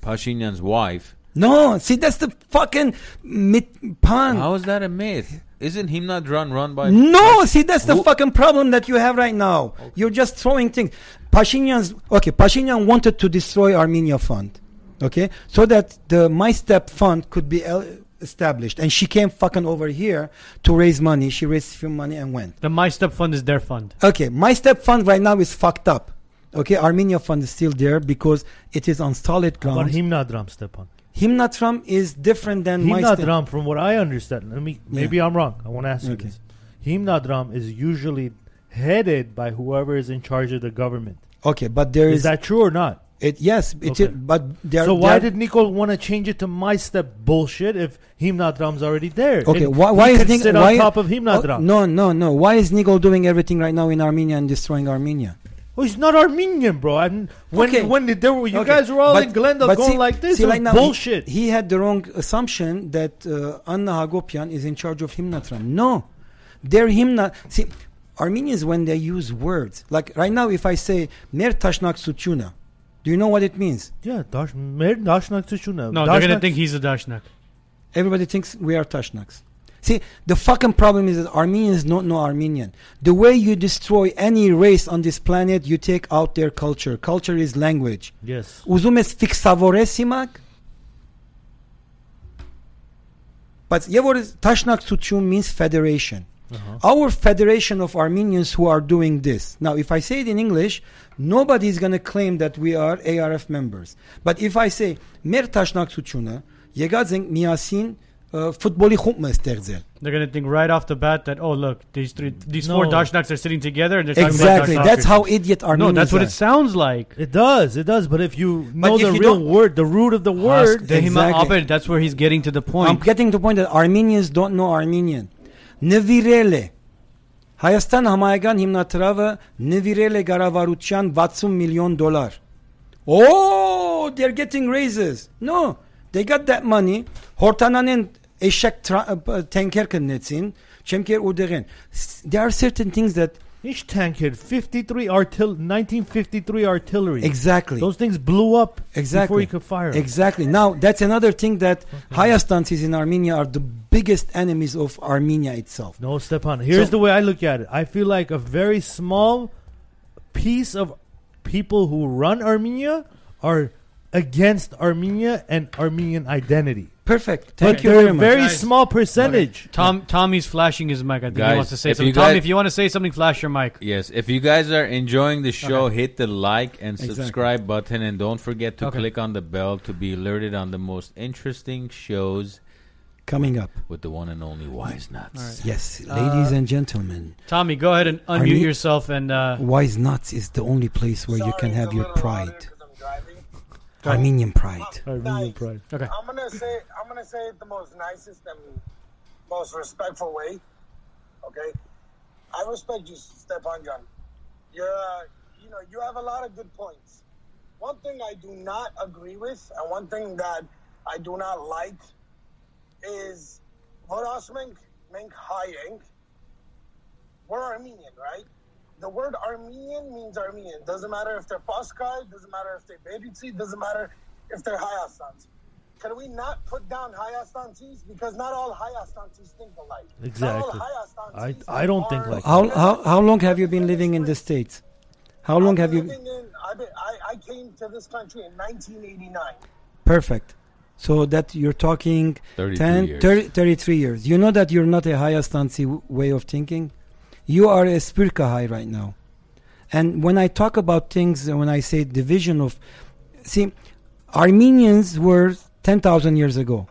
Pashinyan's wife. No, see that's the fucking mit pan. How is that a myth? Isn't him not run run by? No, see that's the fucking problem that you have right now. You're just throwing things. Pashinyan's okay. Pashinyan wanted to destroy Armenia Fund, okay, so that the My Step Fund could be el- established. And she came fucking over here to raise money. She raised a few money and went. The My Step Fund is their fund. Okay, my step fund right now is fucked up. Okay, Armenia fund is still there because it is on solid But ground. Him- Himna Dram, Stepan. Himna Trump is different than my Himna step- Dram, from what I understand, let me maybe I'm wrong. I want to ask you this. Himna Dram is usually headed by whoever is in charge of the government. Okay, but there Is, is, that true or not? it. Yes, it Okay. is- but there. so why there- did Nicole want to change it to my step bullshit if Himna Dram's already there? Okay, And why, he why is can Nig- sit why, on top of Himna Oh, Dram? No, no, no. Why is Nigel doing everything right now in Armenia and destroying Armenia? Oh, he's not Armenian, bro. And when Okay. when did there were you Okay, guys were all but- in Glendale but going see- like this? see, It was right now, bullshit. He, he had the wrong assumption that uh, Anna Hagopian is in charge of Himnatram. No, they're Himna. See, Armenians when they use words like right now, if I say Mer Tashnak Sutyuna, do you know what it means? yeah, Dash, mer Dashnak Uh, Tsuchuna. No, they're gonna Dashnak- think he's a Dashnak. Everybody thinks we are Tashnaks. See, the fucking problem is that Armenians don't know Armenian. The way you destroy any race on this planet, you take out their culture. Culture is language. Yes. Ուզում ես ֆիքսավորես հիմակ։ Բայց եւ որ Tashnaktutun means federation. Our federation of Armenians who are doing this. Now, if I say it in English, nobody is going to claim that we are ARF members. But if I say մեր Tashnaktutuna, եկած ենք միասին ը, ֆուտբոլի խումբ ենք ստեղծել։ They're gonna think right off the bat that oh look these three these four No. Dashnaks are sitting together and they're talking Exactly. about Dashnak That's creatures. how idiot No, Armenians that's what are. it sounds like. It does, it does. But if you know if the you real don't- word, the root of the word, Ask Dehima exactly. Abed, that's where he's getting to the I'm point. getting to the point that Armenians don't know Armenian. Նվիրել է Հայաստան համայական հիմնադրամը նվիրել է գարավարության 60 միլիոն դոլար։ Oh, they're getting raises. No, they got that money. Հորտանանեն էշակ tanker կնեցին, չեմ կեր ուդեղեն. There are certain things that each tank had 53 artil- 1953 artillery. exactly Those things blew up Exactly. before you could fire. 'em. Exactly. Now that's another thing that Hayastansis in Armenia are the biggest enemies of Armenia itself. No, Stepan. Here's So- the way I look at it. I feel like a very small piece of people who run Armenia are against Armenia and Armenian identity. Perfect. Thank but you they're very a much. very Guys. small percentage. Tom Tommy's flashing his mic. I think he Guys, wants to say if you something. Tom, guys- if you want to say something, flash your mic. Yes, if you guys are enjoying the show, hit the like and Exactly. subscribe button, and don't forget to Okay. click on the bell to be alerted on the most interesting shows Coming up. with the one and only Wise Nuts. Yes, Uh, ladies and gentlemen, Tommy, go ahead and unmute need- yourself and uh, Wise Nuts is the only place where you can have your pride, Armenian pride. Armenian pride. okay. I'm gonna say I'm gonna say it the most nicest and most respectful way. Okay, I respect you, Stepan John. You're uh, you know you have a lot of good points. One thing I do not agree with, and one thing that I do not like, is Vorosmink Mink Hayeng. We're Armenian, right? The word Armenian means Armenian. Doesn't matter if they're Paskai, doesn't matter if they're Beritzi, doesn't matter if they're Hayastans. Can we not put down Hayastansis? Because not all Hayastansis think alike. Not all Exactly. Hayastansis I- I don't think are- like that. How, how, how long have you been living in the States? How long have you. Living in- I've been- I, I came to this country in 1989. Perfect. So that you're talking 33 years. 30 33 years. You know that you're not a Hayastansi w- way of thinking? You are a Spirka high right now. And when I talk about things, uh, when I say division of. See, Armenians were 10,000 years ago.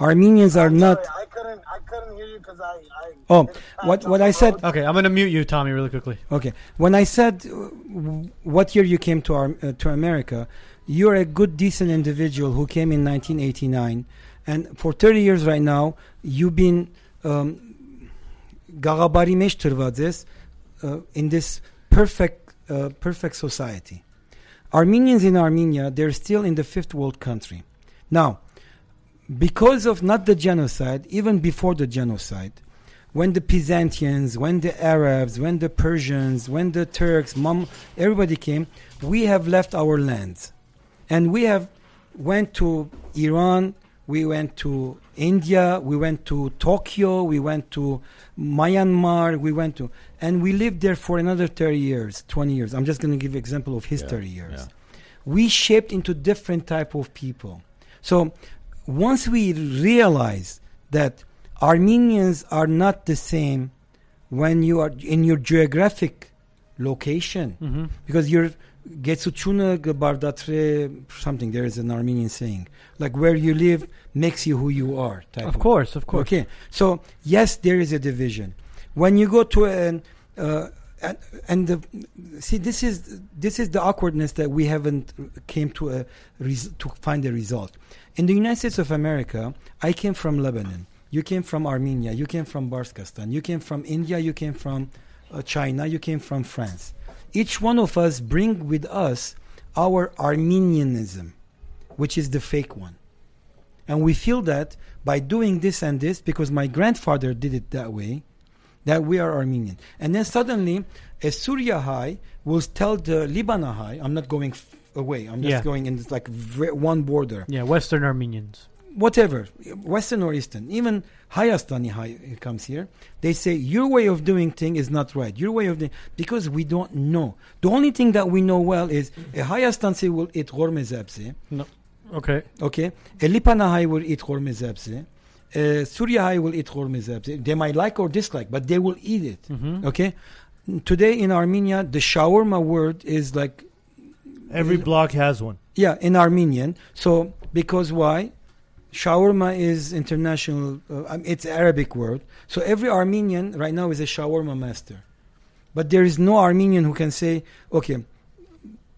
Armenians are not. Sorry, I couldn't. I couldn't hear you because I, I. Oh, hit a what- patch on what the I said- road. Okay, I'm gonna mute you, Tommy, really quickly. Okay. When I said uh, w- what year you came to our, uh, to America, you're a good, decent individual who came in 1989, and for 30 years right now, you've been um, գաղաբարի մեջ դրված ես uh, in this perfect uh, perfect society. Armenians in Armenia, they're still in the fifth world country. Now, because of not the genocide, even before the genocide, when the Byzantines, when the Arabs, when the Persians, when the Turks, mom, everybody came, we have left our lands, and we have went to Iran, we went to India, we went to Tokyo, we went to Myanmar, we went to, and we lived there for another 30 years, 20 years. I'm just going to give example of his 30 years. yeah. We shaped into different type of people. So once we realize that Armenians are not the same when you are in your geographic location, because you're Getsuchuna Gabardatre something. There is an Armenian saying like where you live makes you who you are. Type Of course, of course. Okay. So yes, there is a division. When you go to an uh, and, and the, see this is this is the awkwardness that we haven't came to a res, to find a result. In the United States of America, I came from Lebanon. You came from Armenia. You came from Barskastan. You came from India. You came from uh, China. You came from France. Each one of us bring with us our Armenianism, which is the fake one. And we feel that by doing this and this, because my grandfather did it that way, that we are Armenian. And then suddenly, a Surya high will tell the Libana high, I'm not going f- away, I'm just Yeah. going in this, like v- one border. Yeah, Western Armenians. Whatever, Western or Eastern, even Hayastani high it comes here, they say, Your way of doing thing is not right. Your way of doing, because we don't know. The only thing that we know well is a Hayastansi will eat Hormezabse. No. Okay. Okay. A Lipanahai will eat hormuz zebze. A Suryahai will eat hormuz zebze. They might like or dislike, but they will eat it. Mm-hmm. Okay. Today in Armenia, the shawarma word is like, Every block has one. yeah, in Armenian. So, because why? Shawarma is international, uh, um, it's Arabic word. So, every Armenian right now is a shawarma master. But there is no Armenian who can say, okay,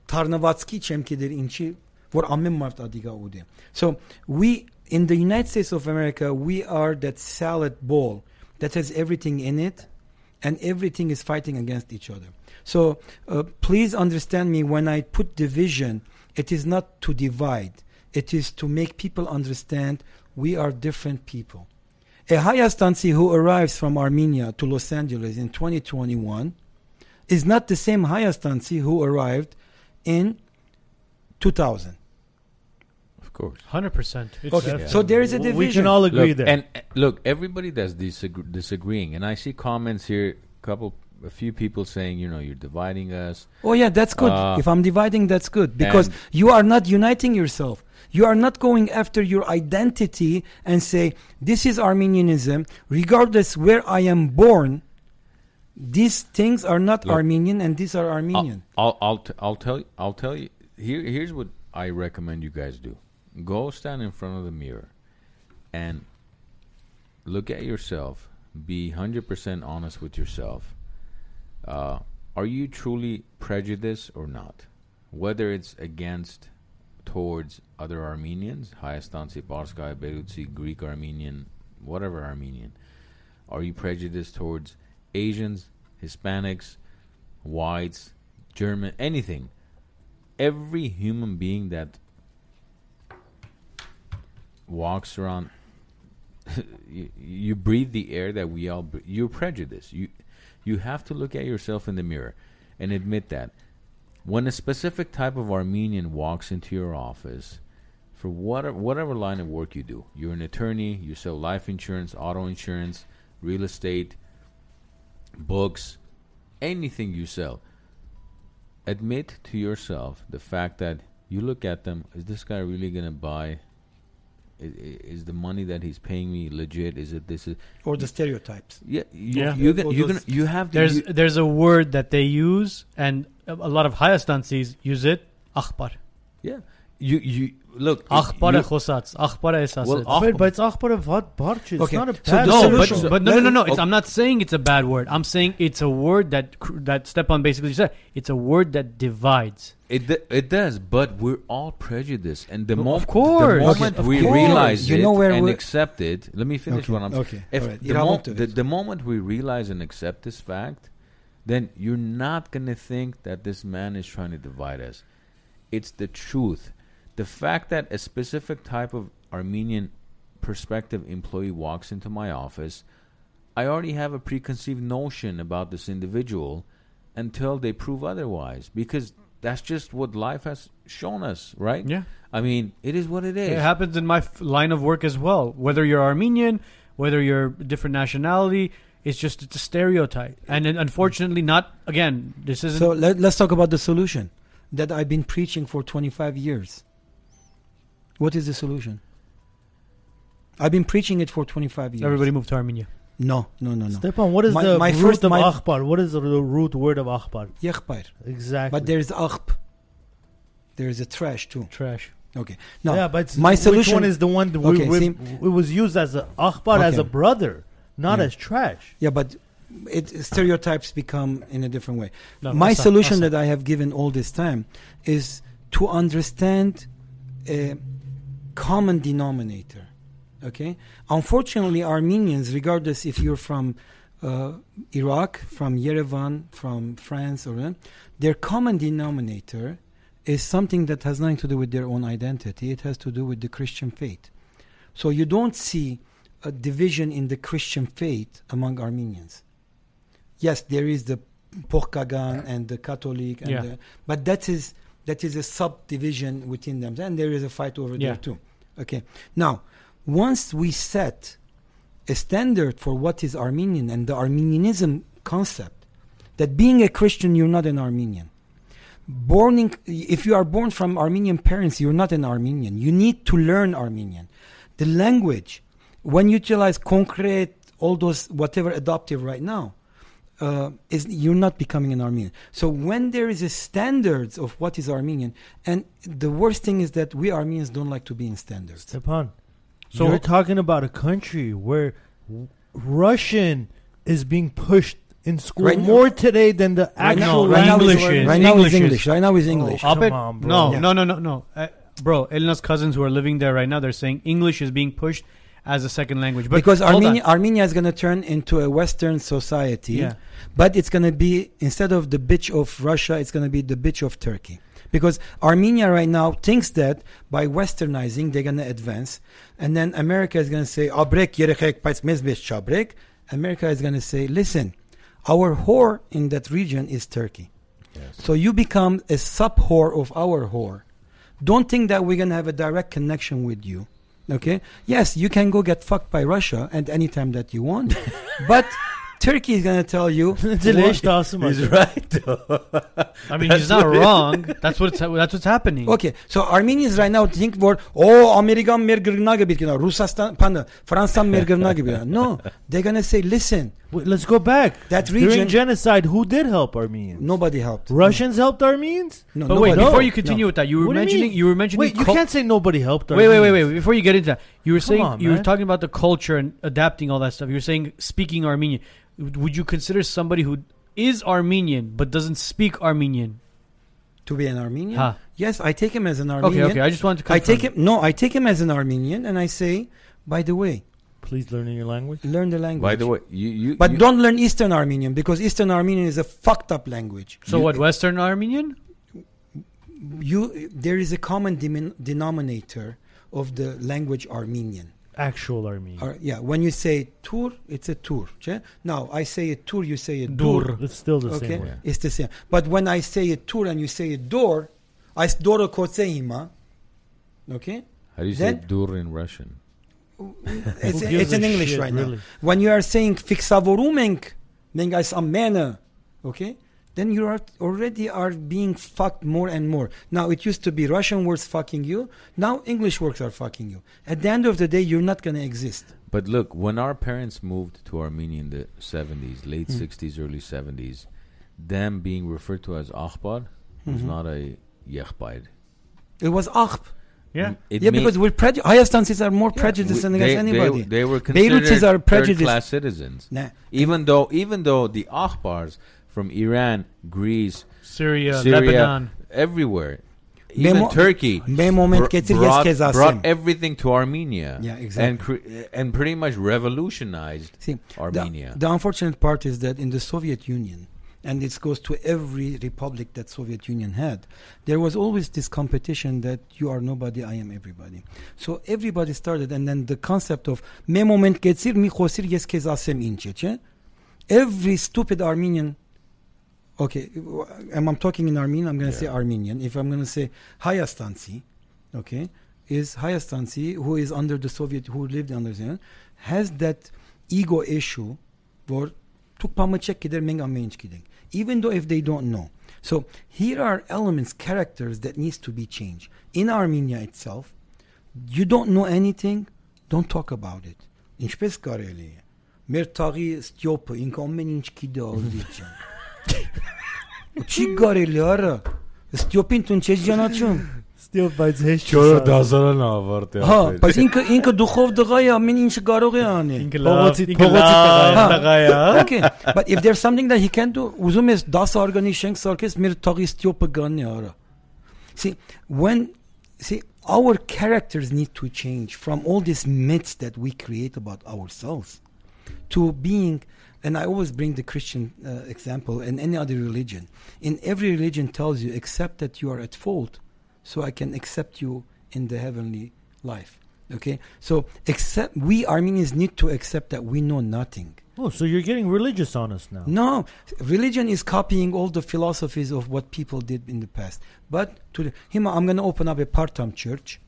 Tarnavatsky Chemkidir Inchi, որ ամեն մարդ ադիգա ուտի։ So we in the United States of America we are that salad bowl that has everything in it and everything is fighting against each other. So uh, please understand me when I put division it is not to divide it is to make people understand we are different people. A Hayastansi who arrives from Armenia to Los Angeles in 2021 is not the same Hayastansi who arrived in 2000. Of course. 100%. It's Okay, definitely- so there is a W- division. We can all agree Look, there. And uh, look, everybody that's disagre- disagreeing, and I see comments here. Couple, a few people saying, you know, you're dividing us. oh yeah, that's good. Uh, if I'm dividing, that's good because and- you are not uniting yourself. You are not going after your identity and say this is Armenianism, regardless where I am born. These things are not Look, Armenian, and these are Armenian. I'll, I'll, I'll, t- I'll tell you. I'll tell you. Here, here's what I recommend you guys do: go stand in front of the mirror, and look at yourself. Be hundred percent honest with yourself. Uh, are you truly prejudiced or not? Whether it's against, towards other Armenians, Hayastansi, Barskai, Berutsi, Greek Armenian, whatever Armenian, are you prejudiced towards Asians, Hispanics, whites, German, anything. Every human being that walks around, *laughs* you, you breathe the air that we all. Br- you're prejudiced. You you have to look at yourself in the mirror and admit that when a specific type of Armenian walks into your office. For whatever, whatever line of work you do, you're an attorney, you sell life insurance, auto insurance, real estate, books, anything you sell, admit to yourself the fact that you look at them is this guy really going to buy? Is, is the money that he's paying me legit? Is it this? Is, or the stereotypes. yeah, you, Yeah. You're gonna, Or you're those- gonna, you have to. There's u- there's a word that they use, and a a lot of Hayastansis use it. Akhbar. yeah, you, you look. Akhbar you- khosats. Akhbar e esasats. Well, Wait, Akbar- but it's Akbar of what Barch. It's Okay, not a so bad the no, but, solution. but no, no, no, no. Let- It's, I'm not saying it's a bad word. I'm saying it's a word that cr- that Stepan basically said. It's a word that divides. It d- it does, but we're all prejudiced, and the, mo- of course. the moment Okay, of we course. realize You it know where and we're- accept it. Let me finish Okay, what I'm okay, If alright. the, Yeah, I mo- want to the, it. the moment we realize and accept this fact, then you're not gonna think that this man is trying to divide us. It's the truth. The fact that a specific type of Armenian perspective employee walks into my office, I already have a preconceived notion about this individual until they prove otherwise because that's just what life has shown us, right? Yeah. I mean, it is what it is. It happens in my f- line of work as well. Whether you're Armenian, whether you're different nationality, it's just it's a stereotype. And then unfortunately, not again. This isn't. So let, let's talk about the solution that I've been preaching for 25 years. What is the solution? I've been preaching it for 25 years. everybody move to Armenia. No, no, no, no. Stepan, what is My- the my root first- of my- Akbar? What is the root word of Akbar? Yekbair. Exactly. But there is Akhp. There is a trash too. Trash. Okay. No. yeah, but it's- my solution which one is the one that we, Okay, we, see- it was used as a Akbar as Okay. a brother, not Yeah. as trash. Yeah, but it stereotypes become in a different way. My No, that's not- solution that's that I have given all this time is to understand a common denominator. Okay? Unfortunately, Armenians, regardless if you're from uh, Iraq, from Yerevan, from France, or uh, their common denominator is something that has nothing to do with their own identity. It has to do with the Christian faith. So you don't see a division in the Christian faith among Armenians. Yes, there is the Porkagan and the Catholic, and Yeah. the, but that is that is a subdivision within them, and there is a fight over Yeah. there too. Okay, now once we set a standard for what is Armenian and the Armenianism concept, that being a Christian, you're not an Armenian born in, if you are born from Armenian parents, you're not an Armenian. You need to learn Armenian. The language, when you utilize concrete, all those whatever adoptive right now, uh, is you're not becoming an Armenian. So when there is a standards of what is Armenian, and the worst thing is that we Armenians don't like to be in standards. Stepan, So- you're talking about a country where w- Russian is being pushed in school Right now- more today than the Right now- actual right now language. is- English is- right now English is is- English. Right now is English. Oh, Come Up it? on, bro. No, Yeah. no, no, no, no. Uh, bro, Elna's cousins who are living there right now, they're saying English is being pushed as a second language. But because hold on. Armenia, Armenia is going to turn into a Western society, Yeah. but it's going to be instead of the bitch of Russia, it's going to be the bitch of Turkey. Because Armenia right now thinks that by westernizing they're going to advance, and then America is going to say, "Abrek yerekhek pats mezbesh chabrek." America is going to say, "Listen, our whore in that region is Turkey." So you become a sub whore of our whore. Don't think that we're gonna have a direct connection with you. Okay? Yes, you can go get fucked by Russia at any time that you *laughs* want, but Turkey is gonna tell you. Delish Tasuma. He's right. though. *laughs* I mean, he's not wrong. That's what it's, that's what's happening. Okay, so Armenians right now think for oh American mergrna gibi you know, Rusastan pardon, Fransan mergrna gibi. you know. No, they're gonna say listen, Wait, let's go back. That region- During genocide, who did help Armenians? nobody helped. Russians helped Armenians. No, But nobody wait, helped. before you continue No. with that, you were What do you mentioning mean? you were mentioning Wait, you cult- can't say nobody helped. Wait, wait, wait, Armenians. wait! Before you get into that, you were Come saying on, you were man. talking about the culture and adapting all that stuff. You were saying speaking Armenian. Would you consider somebody who is Armenian but doesn't speak Armenian? to be an Armenian. Huh. Yes, I take him as an Okay, Armenian. okay. I just wanted to. I take confirm. him. No, I take him as an Armenian, and I say, by the way, Please learn your language. learn the language. By the way, you you But you, don't learn Eastern Armenian because Eastern Armenian is a fucked up language. So what? Western Armenian? You, there is a common demin- denominator of the language Armenian. Actual Armenian. Or- yeah, when you say tur, it's a tur. che? Now I say a tur, you say a dur. Dur. It's still the Okay, same word. it's the same. But when I say a tur and you say a door, I s- doro kotseima. Okay, how do you say then- dur in Russian? it's, Who gives it's in a English shit, right really? now. When you are saying fixavorumenk, menga is amena, okay? Then you are already are being fucked more and more. Now it used to be Russian words fucking you. Now English words are fucking you. At the end of the day, you're not gonna exist. But look, when our parents moved to Armenia in the 70s, late Hmm. 60s, early 70s, them being referred to as Akhbar was Hmm. not a Yechbaid. It was Akhp. Yeah. It yeah, mean- because we're preju- Hayastans are more prejudiced we- than against they- anybody. They, they were Beirutis considered are prejudiced. third-class citizens. Nah. Even though, even though the Akhbars from Iran, Greece, Syria, Syria, Lebanon. everywhere, Be even mo- Turkey, be moment br- getir brought, yes kezasim. brought everything to Armenia. Yeah, exactly. And cre- and pretty much revolutionized See, the- Armenia. The, unfortunate part is that in the Soviet Union, and it goes to every republic that Soviet Union had, there was always this competition that you are nobody, I am everybody. So everybody started, and then the concept of «Մե մոմենտ կեցիր, մի խոսիր, ես քեզ ասեմ ինչ է», չէ՞։ Every stupid Armenian Okay, w- and I'm talking in Armenian. I'm going to say Armenian. If I'm going to say Hayastansi, okay, is Hayastansi who is under the Soviet, who lived under the Soviet, has that ego issue, where tuk pamacek gider meng amench gideng, even though if they don't know. So here are elements, characters that needs to be changed in Armenia itself. You don't know anything, don't talk about it. Ինչպես կարելի է։ Մեր թաղի ստյոպը ինքը ամեն ինչ գիտե ավիճան։ Չի կարելի արա։ Ստյոպին տուն չես ճանաչում։ Still bites his Չորը դասարանը ավարտի Հա, բայց ինքը ինքը դուխով դղա է ամեն ինչ կարող է անի։ Փողոցի Հա, տղայա։ Okay, but if there's something that he can do, ուզում ես 10 արգանի շենք սարքես մեր թաղի ստյոպը գանի արա։ See, when see our characters need to change from all these myths that we create about ourselves to being and I always bring the Christian uh, example and any other religion. In every religion tells you accept that you are at fault so I can accept you in the heavenly life. Okay? So accept we Armenians need to accept that we know nothing. Oh, so you're getting religious on us now. No, religion is copying all the philosophies of what people did in the past. But to the, him, I'm going to open up a part-time church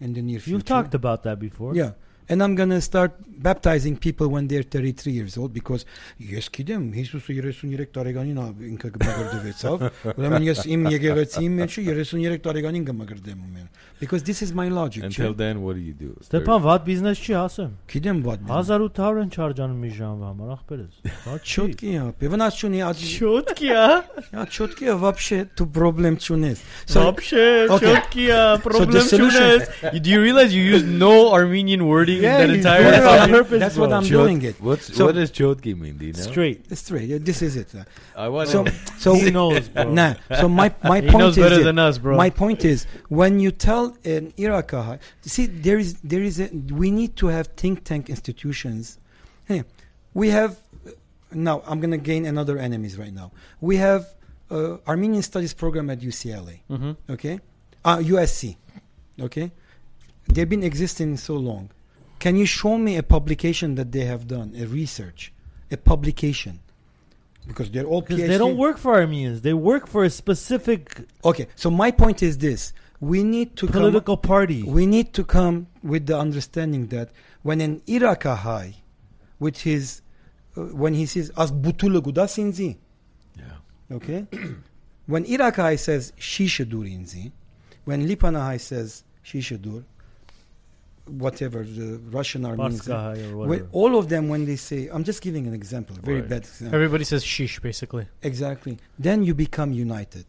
in the near future. You've talked about that before. Yeah. And I'm going to start baptizing people when they're 33 years old because ես գիտեմ Հիսուսը 33 տարեկանին ա- ինքը գմագրդվեցավ։ Ուրեմն ես իմ եկեղեցիի մեջ 33 տարեկանին գմագրդեմ ումեն։ Because this is my logic. Until then, what do you do? Ստեփան վատ բիզնես չի ասեմ։ Գիտեմ what. 1800 են չարժանում մի ժամվա համար, ախպերս։ Բա չի։ Չոտկի է։ Բևնաշունի աջ Чёткий, а? Ա, Չոտկի է вообще tu problem չունես։ So Вообще, Okay. чёткий, а? Problem the solution- чё у нас? Do you realize you used no Armenian wording Yeah, in that you entire *laughs* did it on time? purpose, That's what bro. I'm doing it. What's, So- what does chotki mean? Do you know? Straight. It's right. Yeah, this is it. I want So to. so He *laughs* knows, bro. Nah. So my *laughs* my He point knows is better it- than us, bro. My point is when you tell an Iraqi, hi- see there is there is a, we need to have think tank institutions. Hey, we have now. I'm gonna gain another enemies right now. We have uh, Armenian Studies program at UCLA. Mm-hmm. Okay, uh, USC. Okay, they've been existing so long. Can you show me a publication that they have done, a research, a publication? Because they're all Because PhD. they don't work for Armenians. They work for a specific Okay, so my point is this: we need to come, political party. we need to come with the understanding that when an Iraqi high, with his, uh, when he says as butulu gudasinzi, okay, when Iraqi high says shishadurinzi, when Lipanahai says shishadur, whatever the Russian Armenians, Baskahai or when- whatever. all of them when they say, I'm just giving an example, a very Right. bad example. Everybody says sheesh, basically. Exactly. Then you become united.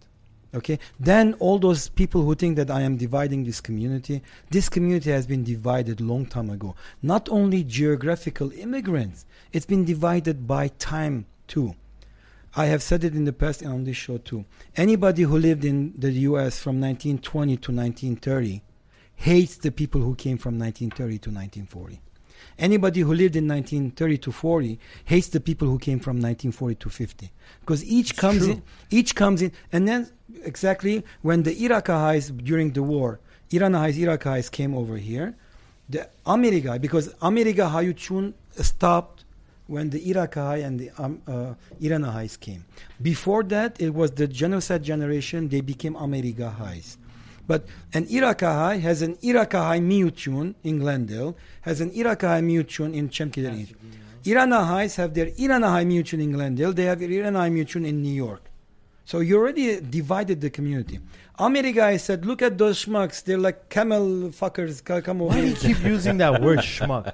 Okay? Then all those people who think that I am dividing this community, this community has been divided long time ago. Not only geographical immigrants, it's been divided by time too. I have said it in the past and on this show too. Anybody who lived in the US from 1920 to 1930 hates the people who came from 1930 to 1940. Anybody who lived in 1930 to 40 hates the people who came from 1940 to 50 because each comes in, each comes in, and then exactly when the Iraqis during the war, Iranahis, Iraqis came over here, the America because America Hayuchun stopped when the Iraqi and the um, uh, Iranahis came. Before that, it was the genocide generation. They became America highs. But an Iraqi has an Iraqi miutun in Glendale, has an Iraqi miutun in Chemkiderin. Iranahis have their Iranahi miutun in Glendale, they have Iranahi miutun in New York. So you already divided the community. America I said, look at those schmucks, they're like camel fuckers, co- come over Why do you here. keep using that *laughs* word schmuck?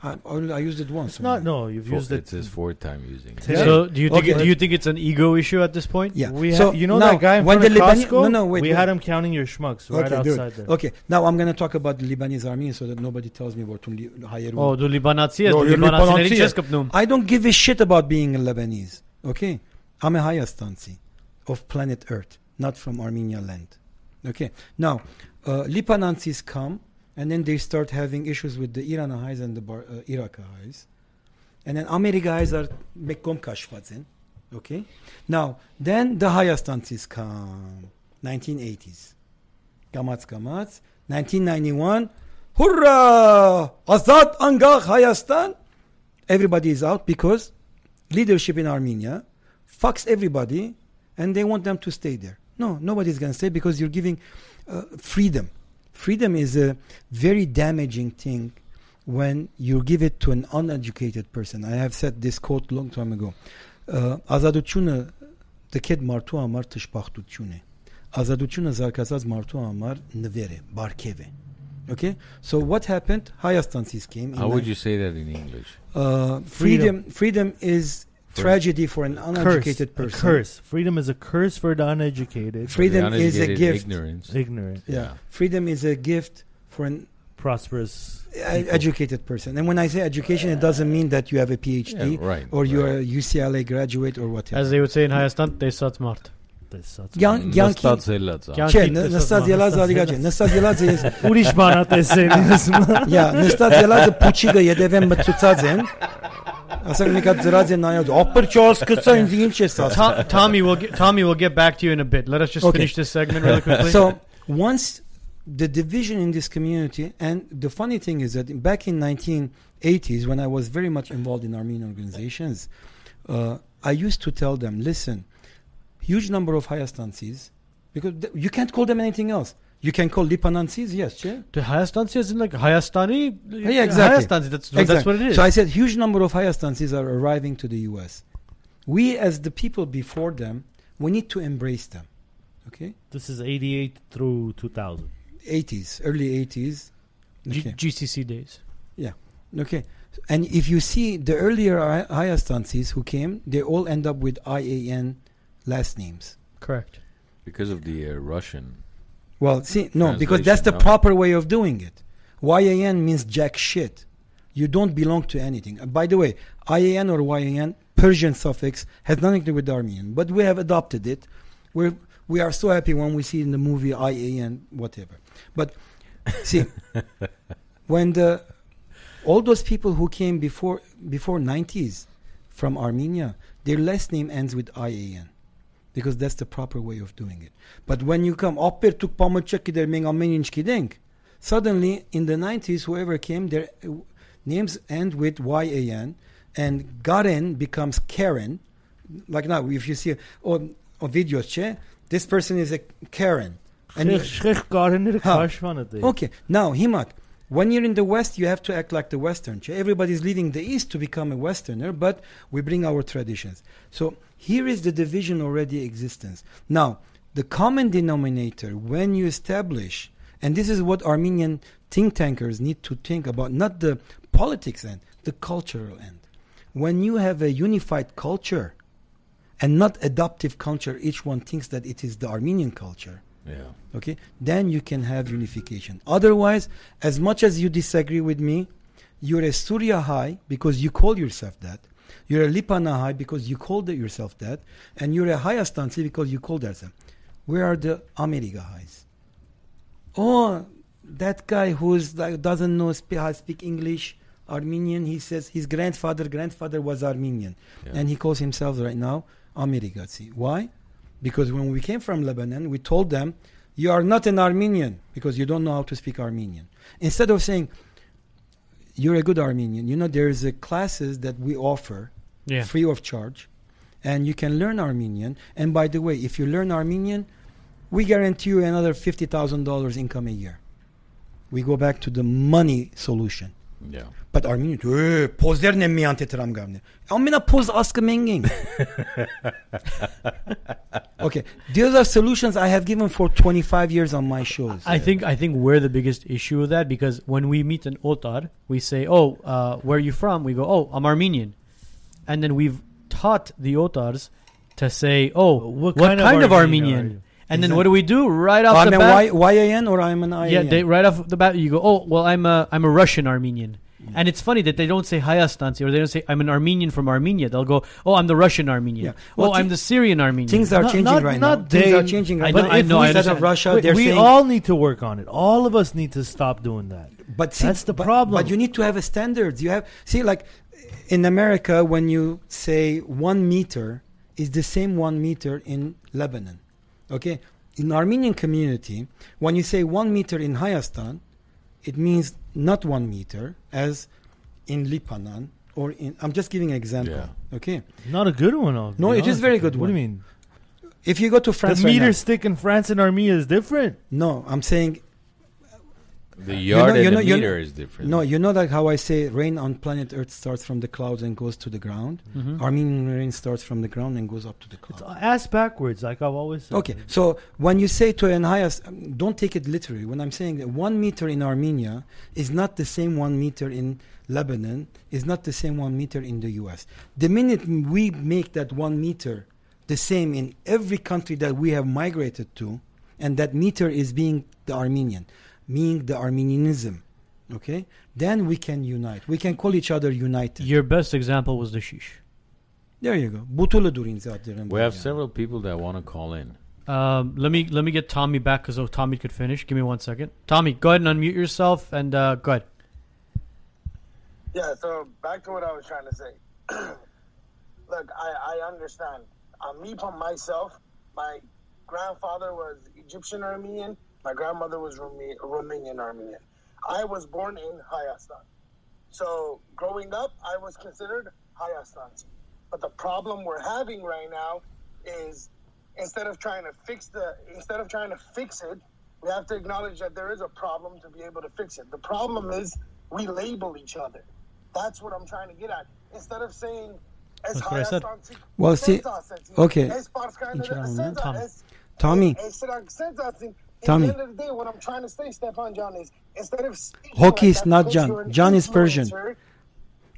I, only- I used it once. It's not. No, you've Four, used it. it's his fourth time using. it. Yeah. So, do you think Okay. do you think it's an ego issue at this point? Yeah. We so ha- you know now, that guy in when front of the Libani- Costco? No, no, wait. we wait. had him counting your schmucks right okay, dude. outside there. Okay, now I'm going to talk about the Lebanese army so that nobody tells me what to hire. Oh, դու լիբանացի ես, No, դու you're լիբանացիների Libanese. չես կպնում։ I don't give a shit about being a Lebanese. Okay, I'm a Hayastansi of planet Earth, not from Armenia land. Okay, now uh, Lipanansis come and then they start having issues with the Iranahis and the Bar- uh, Iraqis, and then Americais are mekom kashfatzin. Okay. Now, then the Hayastansis come. 1980s. Gamats Gamats. 1991. Hurrah! Azad Angah Hayastan. Everybody is out because leadership in Armenia fucks everybody and they want them to stay there. No, nobody's going to stay because you're giving uh, freedom. Freedom is a very damaging thing when you give it to an uneducated person. I have said this quote long time ago. Uh, Ա, Ազատությունը դքեդ մարդու համար թշպախտություն է։ Ազատությունը զարգացած մարդու համար նվեր է, բարքև է։ Okay? So what happened? Hayastansis came in How would nine- you say that in English? uh, freedom freedom is tragedy for an uneducated curse. person. A curse. Freedom is a curse for the uneducated, Freedom The is a uneducated gift. Ignorance. ignorant, Yeah. Freedom is a gift for an prosperous. e- educated person. And when I say education, it doesn't mean that you have a PhD Yeah, right, or you're right. a UCLA graduate or whatever. As they would say in Hayastan, they sat smart. This sucks. Young, young kid- Նստած էլ ա ծա։ Կյանքի Չէ, տեսած նստած մարդ, ելած ալիգաջ, նստած ելած *laughs* ես Ուրիշ բան ա *laughs* տեսել։ Յա, նստած ելածը փուչիկը յետևեն մտցած են։ Ասենք մի կա ծրած են նայած, ապրճոս կծա ինձ ինչ ես ասա։ To- Tommy will get, Tommy will get back to you in a bit. Let us just Okay. finish this segment *laughs* really quickly. So, once the division in this community and the funny thing is that back in 1980s when I was very much involved in Armenian organizations, uh, I used to tell them, listen, huge number of Hayastansis because th- you can't call them anything else. You can call Lipanansis, yes, yeah? the Hayastansi is in like Hayastani. Yeah, exactly. Hayastansi. That's that's Exactly. what it is. So I said huge number of Hayastansis are arriving to the U.S. We, as the people before them, we need to embrace them. Okay, This is 88 through 2000. 80s, early 80s. G- Okay. GCC days. Yeah. Okay. And if you see the earlier Hay- Hayastansis who came, they all end up with IAN last names. Correct. Because of the uh, Russian. Well, see, no, because Translation, that's the no? proper way of doing it. YAN means jack shit. You don't belong to anything. And by the way, IAN or YAN, Persian suffix, has nothing to do with Armenian, but we have adopted it. We're, we are so happy when we see in the movie IAN, whatever. But *laughs* see, when the all those people who came before before 90s from Armenia, their last name ends with IAN because that's the proper way of doing it. But when you come up here to Pamukçak gider men Armenian kideng, suddenly in the 90s whoever came their uh, names end with YAN and Garen becomes Karen. Like now if you see on on videos, che, this person is a Karen. you- Շեխ կարեները Հա։ քաշվանը դե։ Okay. Now, Himat, when you're in the West, you have to act like the Western. Ch- Everybody's leaving the East to become a Westerner, but we bring our traditions. So here is the division already existence. Now, the common denominator when you establish, and this is what Armenian think tankers need to think about, not the politics end, the cultural end. When you have a unified culture and not adoptive culture, each one thinks that it is the Armenian culture Yeah. okay then you can have unification otherwise as much as you disagree with me you're a surya high because you call yourself that you're a lipana high because you called it yourself that and you're a hayastansi because you called yourself where are the america highs oh that guy who's like doesn't know spe- how to speak english armenian he says his grandfather grandfather was armenian and he calls himself right now amerigatsi why because when we came from lebanon we told them you are not an armenian because you don't know how to speak armenian instead of saying you're a good armenian you know there's a classes that we offer Yeah. free of charge and you can learn armenian and by the way if you learn armenian we guarantee you another $50000 income a year we go back to the money solution Yeah. But Armenian, "Eh, «Է, փոզերն եմ մի անտե դրամ գամն։ Ամենափոզ ասկը մենգին։ Okay, these are solutions I have given for 25 years on my shows. I think I think we're the biggest issue of that because when we meet an otar, we say, "Oh, uh, where are you from?" We go, "Oh, I'm Armenian," and then we've taught the otars to say, "Oh, what, kind, of, Armenian?" are you? and then what do we do right off I'm the a bat? Oh, Y- YAN or I'm an IAN. yeah, they, right off the bat, you go, "Oh, well, I'm a I'm a Russian Armenian." And it's funny that they don't say Hayastansi or they don't say I'm an Armenian from Armenia. They'll go, "Oh, I'm the Russian Armenian." Yeah. Well, Well, oh, thi- I'm the Syrian Armenian. Things are Not- changing not- right now. not Things they- are changing right I- now. I know, I instead of understand. Russia, We, they're we saying, all need to work on it. All of us need to stop doing that. But see, That's the but- problem. But you need to have a standard. You have see, like in America, when you say one meter, is the same one meter in Lebanon. Okay, in Armenian community, when you say one meter in Hayastan, it means not one meter as in Lipanan or in. I'm just giving an example. Yeah. Okay, Not a good one. I'll No, be it is honest very with you. good What do one. you mean? if you go to France, the right now- meter stick in France and Armenia is different. no, I'm saying The yard know- you and know- the you know- meter is different. No, you know that how I say rain on planet Earth starts from the clouds and goes to the ground. Mm-hmm. Armenian rain starts from the ground and goes up to the clouds. Ass backwards, like I've always uh, said. Okay, so when you say to an highest, um, don't take it literally. When I'm saying that one meter in Armenia is not the same one meter in Lebanon, is not the same one meter in the US. The minute m- we make that one meter the same in every country that we have migrated to, and that meter is being the Armenian, meaning the Armenianism, okay, then we can unite. We can call each other united. Your best example was the shish. There you go. Butulu durin zaten. We have several people that want to call in. Um, let me let me get Tommy back because oh, Tommy could finish. Give me one second. Tommy, go ahead and unmute yourself and uh, go ahead. Yeah, so back to what I was trying to say. *clears throat* Look, I, I understand. Uh, me, for myself, my grandfather was Egyptian Armenian, my grandmother was Rumi- Romanian Armenian. I was born in Hayastan. So growing up, I was considered Hayastanti. But the problem we're having right now is instead of trying to fix the instead of trying to fix it, we have to acknowledge that there is a problem to be able to fix it. The problem is we label each other. That's what I'm trying to get at. Instead of saying as That's what I said. Hayastanti, Well, see- Senzasensi, okay. as Parskaya, Inşallah, man. as Senza- Tommy. as- Tommy. as Senza- Senzasensi. At Tommy. the end of the day, what I'm trying to say, Stefan John, is instead of speaking Hockey like is that not because John. you're an John is Persian. influencer,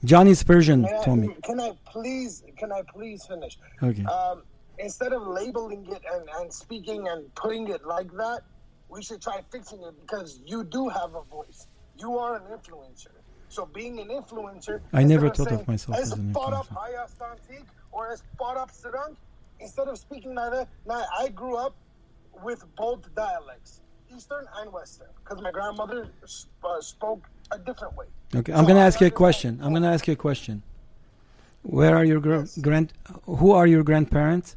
Johnny's Persian, May I- Tommy. Can I please? Can I please finish? Okay. Um, instead of labeling it and, and speaking and putting it like that, we should try fixing it because you do have a voice. You are an influencer. So being an influencer, I never instead thought of saying, myself as "Es an bought up influencer. Ayas Tantik or as bought up Sarang, instead of speaking like that, now I grew up with both dialects, Eastern and Western, because my grandmother sp- uh, spoke a different way. Okay, I'm So going to I ask you a understand question. I'm both. going to ask you a question. Where are your gr- Yes. grand? Who are your grandparents?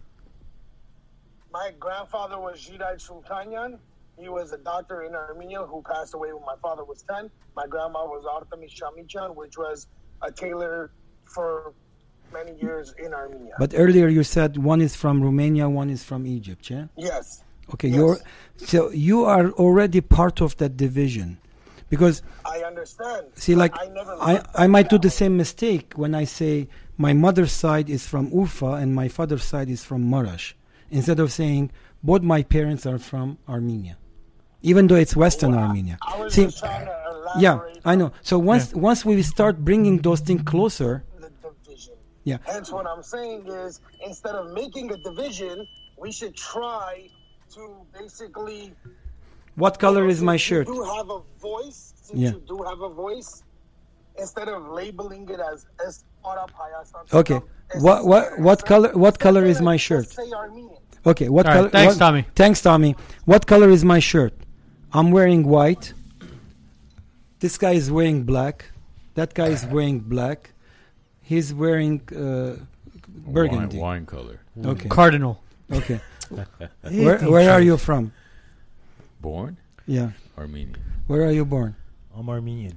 My grandfather was Jidai Sultanyan. He was a doctor in Armenia who passed away when my father was 10. My grandma was Artemis Shamichan, which was a tailor for many years in Armenia. But earlier you said one is from Romania, one is from Egypt. Yeah. yes, Okay. Yes. You're so you are already part of that division, because I understand. see, like I, never I, I might do the same mistake when I say my mother's side is from Ufa and my father's side is from Marash, instead of saying both my parents are from Armenia, even though it's Western Armenia. I was See, just trying to elaborate yeah, I know. on So once once we start bringing those things closer, the division. yeah, Hence, what I'm saying is instead of making a division, we should try to basically what color is Since my shirt? You do have a voice. Since Yeah. you do have a voice, instead of labeling it as S Arab Hayas. Okay. What- what- what color- what color is my shirt? Say Armenian. Okay, what All right, color? thanks, what- Tommy. Thanks, Tommy. What color is my shirt? I'm wearing white. This guy is wearing black. That guy is wearing black. He's wearing uh, burgundy. Wine, wine color. Okay, Cardinal. *laughs* okay. Hey, Where, teacher. where are you from? Born Yeah, Armenian. where are you born? I'm Armenian.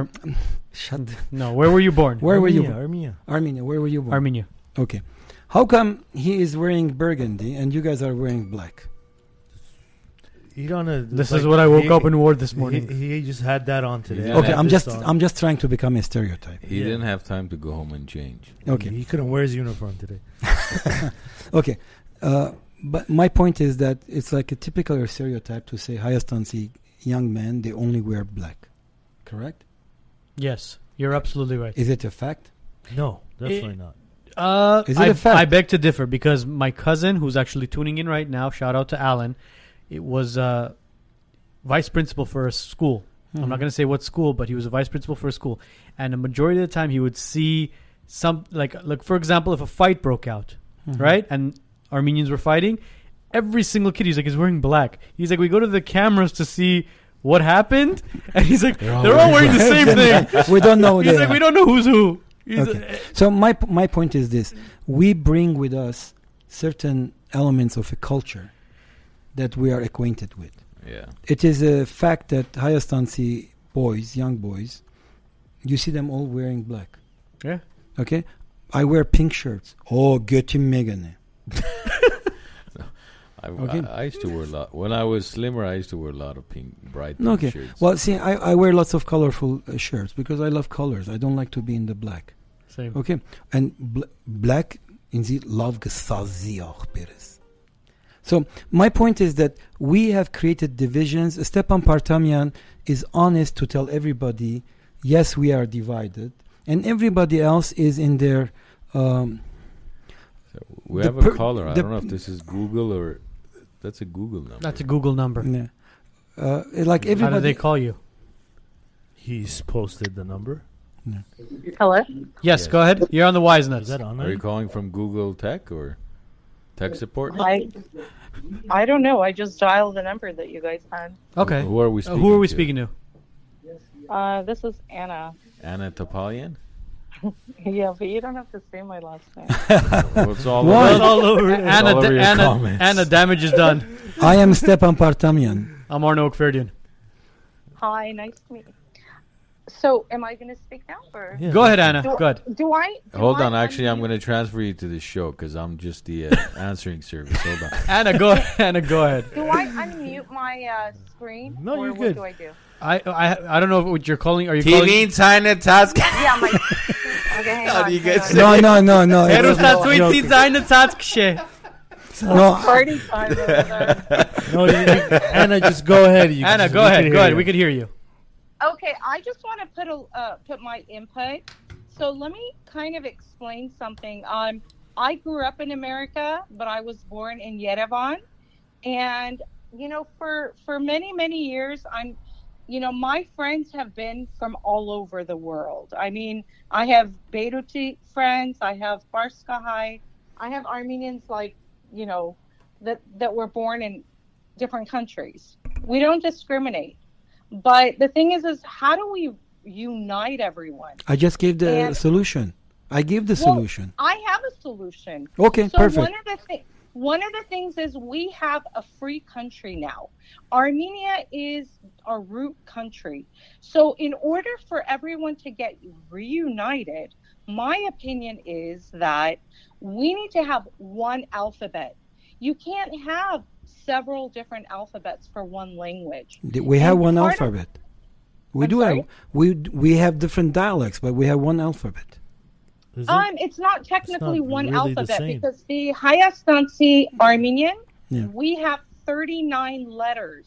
*laughs* Shut. the- No, where were you born? Where were you Armenia, born? Armenia. Armenia. Where were you born? Armenia. Okay. How come he is wearing burgundy and you guys are wearing black? You don't know. This like, is what I woke he- up and wore this he- morning. He, just had that on today. Yeah. Okay, Yeah, I'm This just on. I'm just trying to become a stereotype. He Yeah. didn't have time to go home and change. Okay. He couldn't wear his uniform today. *laughs* Okay. Uh, but my point is that it's like a typical or stereotype to say Hayastansi young men, they only wear black. Correct? Yes, you're absolutely right. Is it a fact? No, definitely not. Uh, Is it I- a fact? I beg to differ because my cousin, who's actually tuning in right now, shout out to Alan, it was uh, vice principal for a school. I'm Hmm. not going to say what school, but he was a vice principal for a school, and a majority of the time he would see some like like for example, if a fight broke out, Hmm. right, and Armenians were fighting, every single kid he's like he's wearing black. He's like we go to the cameras to see. What happened? *laughs* And he's like, they're all, all wearing the same thing. *laughs* we don't know. *laughs* He's like, eh. we don't know who's who. Okay. So my p- my point is this: we bring with us certain elements of a culture that we are acquainted with. Yeah. It is a fact that Hayastansi boys, young boys, you see them all wearing black. Yeah. Okay. I wear pink shirts. Oh, götüm megane. I, Okay. I, I used to wear a lot. When I was slimmer, I used to wear a lot of pink, bright pink Okay. shirts. Well, see, I, I wear lots of colorful uh, shirts because I love colors. I don't like to be in the black. Same. Okay. And bl- black in the love gesazi auch Perez. So my point is that we have created divisions. Stepan Partamian is honest to tell everybody, yes, we are divided, and everybody else is in their. Um, we the have per- a caller. I the- don't know if this is Google or that's a Google number. That's a Google number. yeah. uh, like How do they everybody. call you? He's posted the number. Hello. Yes, Yes. go ahead. You're on the Wise Nuts. Is that on Are there? you calling from Google Tech or tech support? I I don't know. I just dialed the number that you guys had. okay. Who are we Uh, speaking? Who are we to? speaking to? Uh, this is Anna. *laughs* Anna Topalian. Yeah, but you don't have to say my last name. *laughs* What's all What? about? all over. Anna, All over da- your Anna, comments. Anna, damage is done. *laughs* I am Stepan Partamian. I'm Arno Okferdian. Hi, nice to meet. you. So, am I going to speak now or Yeah. Go ahead, Anna. do, Go ahead. do I? do Hold I on. Actually, I'm unmute? going to transfer you to the show because I'm just the *laughs* uh, answering service. Hold on. *laughs* Anna, go. Anna, go ahead. Do I unmute my uh, screen? No, or you're what good. do I do? I, I, I don't know what you're calling. Are you calling? China task. *laughs* Yeah, my. Okay, *laughs* hang on. you hang guys- on. No, no, no, no. it was not a joke. Anna, No, Party *laughs* time over there. No, you- Anna, just go ahead. You just- go we ahead. can hear Go ahead. you. We could hear you. Okay, I just want to put a uh, put my input. So let me kind of explain something. Um, I grew up in America, but I was born in Yerevan, and you know, for for many many years, I'm, you know, my friends have been from all over the world. I mean, I have Beiruti friends, I have Barskahai, I have Armenians like you know, that that were born in different countries. We don't discriminate. But the thing is, is how do we unite everyone? I just gave the And- solution. I gave the Well, solution. I have a solution. Okay, so perfect. one of the thi- one of the things is we have a free country now. Armenia is a root country. So in order for everyone to get reunited, my opinion is that we need to have one alphabet. You can't have several different alphabets for one language. Th- We have And one part of- alphabet. We I'm do have sorry? we d- we have different dialects, but we have one alphabet. Is it? Um, it's not technically one really the alphabet same. because the Hayastansi Armenian, Yeah. we have 39 letters.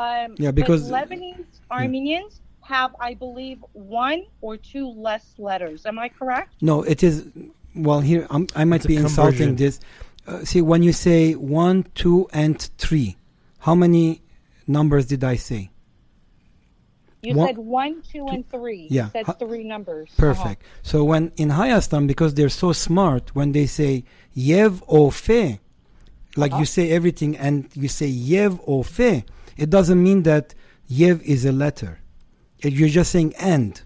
Um, Yeah, but because- Lebanese Armenians have, I believe, one or two less letters. Am I correct? No, it is. Well, here I'm, I might It's a be insulting conversion. this. Uh, see, when you say one, two, and three, how many numbers did I say? You One- said one, two, and three. Yeah. You said Ha- three numbers. Uh-huh. Perfect. So when in Hayastan, because they're so smart, when they say yev o fe, like Uh-huh. you say everything and you say yev o fe, it doesn't mean that yev is a letter. It, you're just saying and,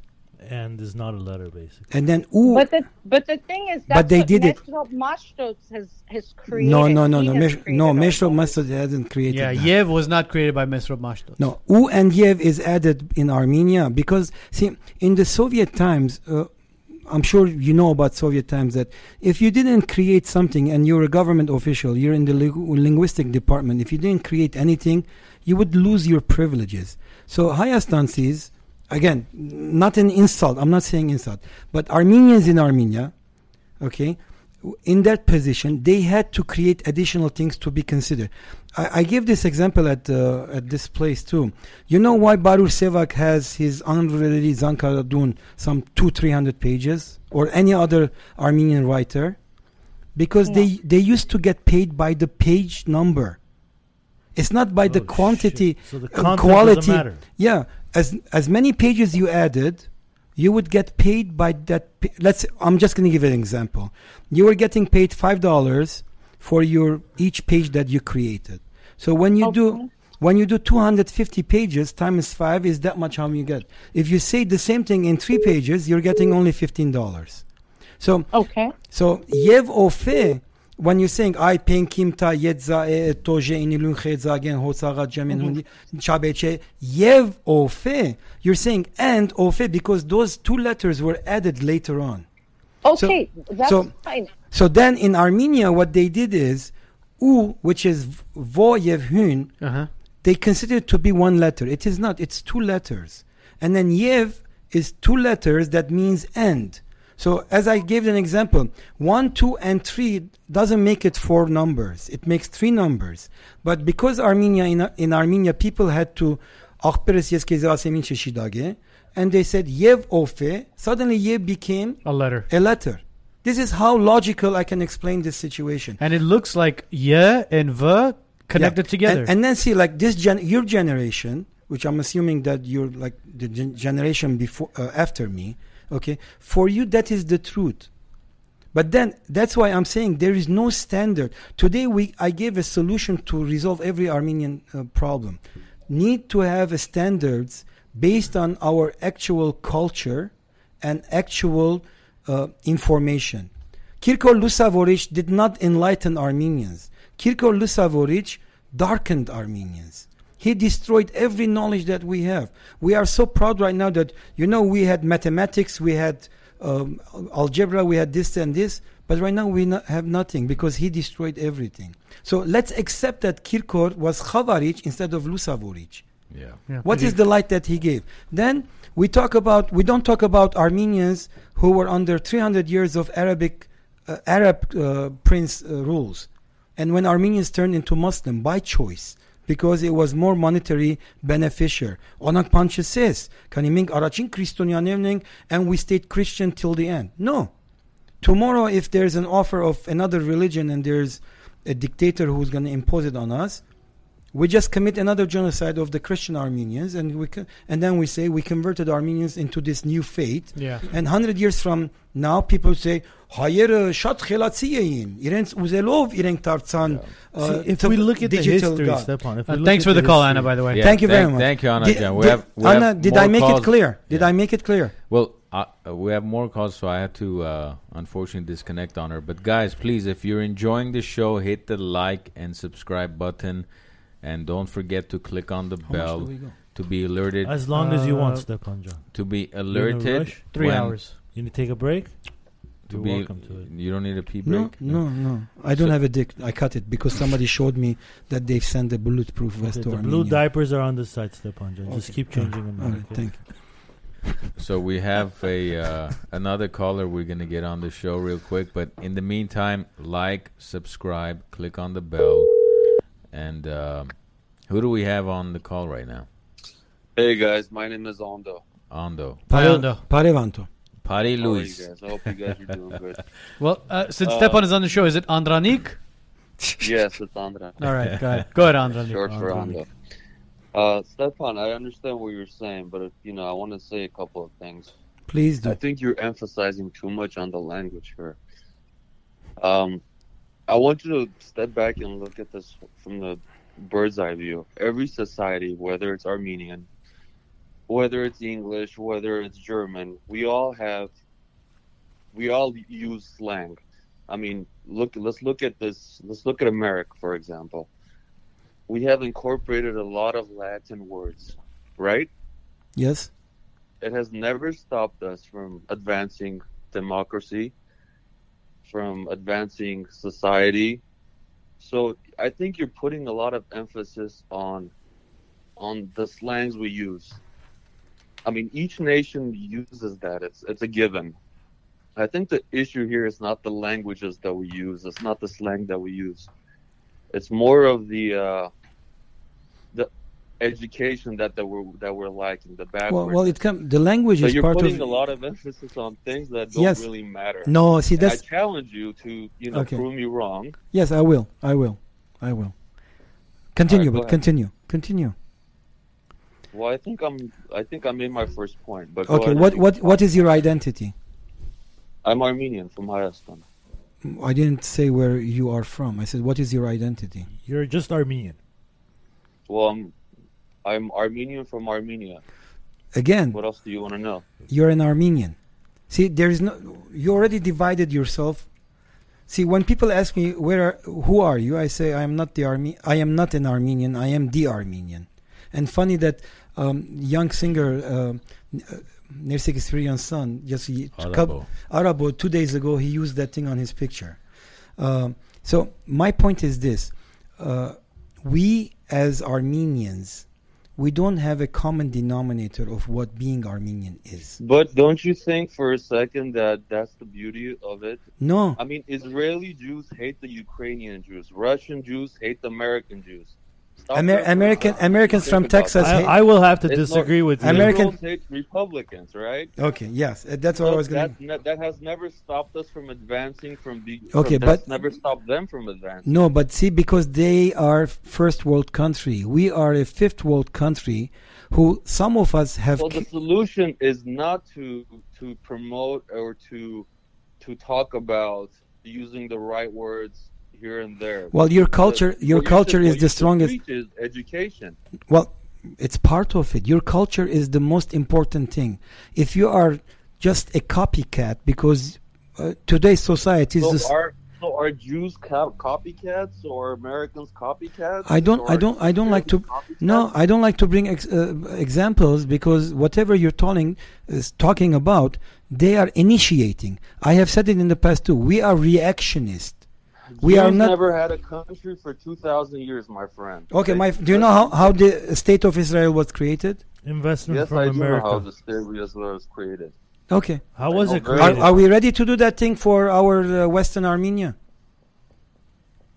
and is not a letter, basically. and then u. But the but the thing is, that's they what did it- Meshrop Mashtots has has created. no, no, no, He no, has Mesh, created no. all Meshro those. Masud hasn't created. Yeah, that. Yev was not created by Mesrop Mashto. No, U and Yev is added in Armenia because, see, in the Soviet times, uh, I'm sure you know about Soviet times that if you didn't create something and you're a government official, you're in the lingu- linguistic department, if you didn't create anything, you would lose your privileges. So, Hayastansis, again, not an insult, I'm not saying insult, but Armenians in Armenia, okay w- in that position they had to create additional things to be considered i, I give this example at uh, at this place too you know why baruch sevak has his unreleased zankaradun some two three hundred pages or any other armenian writer because they they used to get paid by the page number it's not by the Oh, shit. quantity So the uh, content doesn't quality matter. yeah as as many pages you added you would get paid by that pa- let's i'm just going to give an example you were getting paid five dollars for your each page that you created so when you do When you do 250 pages times 5 is that much how you get. If you say the same thing in 3 pages, you're getting only $15. So Okay. So եւ օֆե when you saying I penkimta yedza e toje inilun khezagen hotsagatjamin Mm-hmm. hundi chabeche yev ofe you're saying and ofe because those two letters were added later on Okay. That's so- fine. so then in Armenia what they did is u which is vo yev hun Uh huh. they consider it to be one letter. It is not. It's two letters. And then yev is two letters that means end. So as I gave an example, one, two, and three doesn't make it four numbers. It makes three numbers. But because Armenia in, in Armenia people had to Akperes Yeskezasemin Sheshidage, and they said yev ofe, suddenly yev became A letter. a letter. This is how logical I can explain this situation. And it looks like yeah and v connected Yeah. together. And, and then see, like this, gen- your generation, which I'm assuming that you're like the gen- generation before uh, after me. Okay, for you that is the truth. But then that's why I'm saying there is no standard. Today we I gave a solution to resolve every Armenian uh, problem. Need to have a standards based on our actual culture and actual uh, information. Kirkor Lusavorich did not enlighten Armenians. Kirkor Lusavorich darkened Armenians. He destroyed every knowledge that we have. We are so proud right now that, you know, we had mathematics, we had um, algebra, we had this and this, but right now we no- have nothing because he destroyed everything. So let's accept that Kirkor was Khavarich instead of Lusavorich. Yeah. Yeah. What is the light that he gave? Then we talk about we don't talk about Armenians who were under 300 years of Arabic uh, Arab uh, prince uh, rules, and when Armenians turned into Muslim by choice because it was more monetary beneficial. Onak Pancha says, "Kaniming arachin Kristonianemning," and we stayed Christian till the end. No, tomorrow if there's an offer of another religion and there's a dictator who's going to impose it on us we just commit another genocide of the christian armenians and we co- and then we say we converted armenians into this new faith Yeah. and 100 years from now people say uh, հայերը շատ խելացի էին իրենց ուզելով իրենք դարձան See, uh, if t- we look at the digital history, god. Stepan. if we Uh, look thanks at for the call, history- Anna. By the way. Yeah. thank you very thank- much thank you, Anna Did- Jan. We did- have- we have Anna, did more i make calls. it clear did Yeah. i make it clear Well, uh, uh, we have more calls, so I have to uh, unfortunately disconnect on her. But guys, please, if you're enjoying the show, hit the like and subscribe button, and don't forget to click on the How much do bell we go? to be alerted. As long as you want, Uh, Stepan John. To be You're in a alerted. rush? Three when- hours. You need to take a break. To You're be, welcome to it. You don't need a pee No, break. no, no. I don't have a dick. I cut it because somebody showed me that they've sent a bulletproof vest Okay, to the Armenia. blue diapers are on the side, Stepan John. Just Okay. keep changing them. All out, right, okay? thank you. *laughs* So we have a uh, another caller we're gonna get on the show real quick, but in the meantime, like, subscribe, click on the bell, and um who do we have on the call right now? Hey guys, my name is Ondo. Ando, Pareando. Parevanto. Pari How are you Luis. guys? I *laughs* hope you guys are doing good. Well, uh, since Uh, Stepan is on the show, is it *laughs* Andranik? yes, it's Andra. All right, go ahead. Go ahead, Andranik. Short for Ondo. Uh, Stefan, I understand what you're saying, but you know, I want to say a couple of things. Please I do. think you're emphasizing too much on the language here. Um, I want you to step back and look at this from the bird's eye view. Every society, whether it's Armenian, whether it's English, whether it's German, we all have, we all use slang. I mean, look. Let's look at this. Let's look at America, for example. We have incorporated a lot of Latin words, right? Yes. it has never stopped us from advancing democracy, from advancing society. So I think you're putting a lot of emphasis on on the slangs we use. I mean, each nation uses that. It's it's a given. I think the issue here is not the languages that we use. It's not the slang that we use. It's more of the uh, the education that, that we're that we're lacking. The backward. Well, well, it come. The language So is you're part putting of. a lot of emphasis on things that don't Yes. really matter. no, see And I that's challenge you to, you know, Okay. prove me wrong. yes. I will. I will. I will. Continue, All right, go but ahead. continue, continue. Well, I think I'm, I think I made my first point. But go Okay, ahead. what what what is your identity? I'm Armenian from Hayastan. I didn't say where you are from. I said what is your identity? You're just Armenian. Well, I'm I'm Armenian from Armenia. Again, What else do you want to know? you're an Armenian. See, there is no. You already divided yourself. See, when people ask me where, are, who are you, I say I am not the army. I am not an Armenian. I am the Armenian. And funny that um, young singer uh, Nersek Isfirian's son just he- Arabo. cou- Arabo two days ago he used that thing on his picture. Um, so my point is this: uh, we as Armenians, we don't have a common denominator of what being Armenian is. But don't you think for a second that that's the beauty of it? No, I mean, Israeli Jews hate the Ukrainian Jews. Russian Jews hate the American Jews. Stop Amer- that for a American second. Americans Think from about Texas. that. hate- I, I will have to uh, It's not- disagree with you. Ameri- American- Liberals hate Republicans, right? okay, yes, uh, that's what I So was going. that, to... ne- that has never stopped us from advancing from the. Okay, from, that's but- never stopped them from advancing. No, but see, because they are first world country, we are a fifth world country, who some of us have. So the solution is not to to promote or to to talk about using the right words here and there. well, your culture, What your you culture should- is what you the should strongest. preach is education. Well, it's part of it. Your culture is the most important thing. If you are just a copycat, because uh, today's society is So just. are so are Jews co- copycats or Americans copycats? I don't, Or I don't, I don't like to. copycats? No, I don't like to bring ex, uh, examples because whatever you're talking is talking about, they are initiating. I have said it in the past too. We are reactionist. We Jews are not. never had a country for two thousand years, my friend. okay, They- my. Do you know how how the state of Israel was created? Investment Yes, from I do know America. how the state of Israel was created. Okay. How was I it know very Are, created? are we ready to do that thing for our uh, Western Armenia?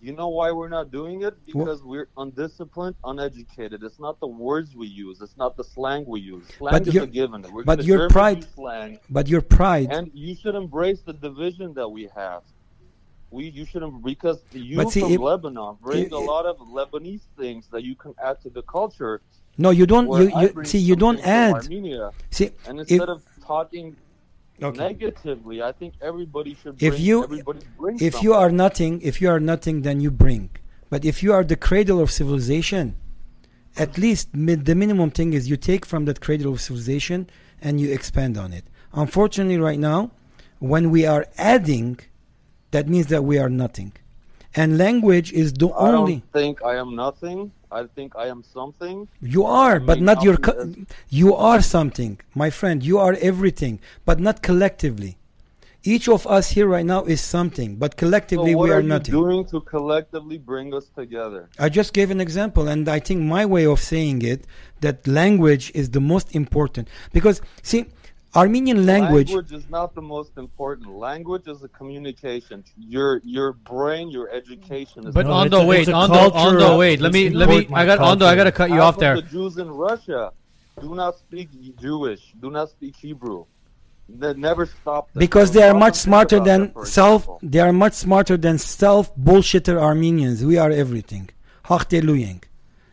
You know why we're not doing it? Because we're undisciplined, uneducated. It's not the words we use. It's not the slang we use. Slang But is your- a given. We're but gonna your share pride- with you slang, But your pride. and you should embrace the division that we have. We you should em- because you But see, from if- Lebanon bring if- a lot of Lebanese things that you can add to the culture. no, you don't. where You, I you bring see. You don't something from add. Armenia, See. and if- instead of talking okay. negatively, I think everybody should. If Bring, you- everybody brings if you are nothing if you are nothing then you bring but if you are the cradle of civilization at least mi- the minimum thing is you take from that cradle of civilization and you expand on it unfortunately right now when we are adding that means that we are nothing and language is the I only don't think I am nothing. I think I am something. you are but mean, not your I'll- co- you are something my friend you are everything but not collectively each of us here right now is something but So collectively what we are, are, you nothing doing to collectively bring us together? I just gave an example, and I think my way of saying it that language is the most important because see, Armenian language. is not the most important. Language is a communication. Your your brain, your education. Is But No, on it's the a- wait, it's a on the on the cultural- wait. Let it's me let me. important I got on the. I gotta cut you Half off of there. The Jews in Russia do not speak Jewish. Do not speak Hebrew. They never stop. them. because they Stop are and much think smarter about than that, for self example. they are much smarter than self bullshitter armenians we are everything Hachdeylueng.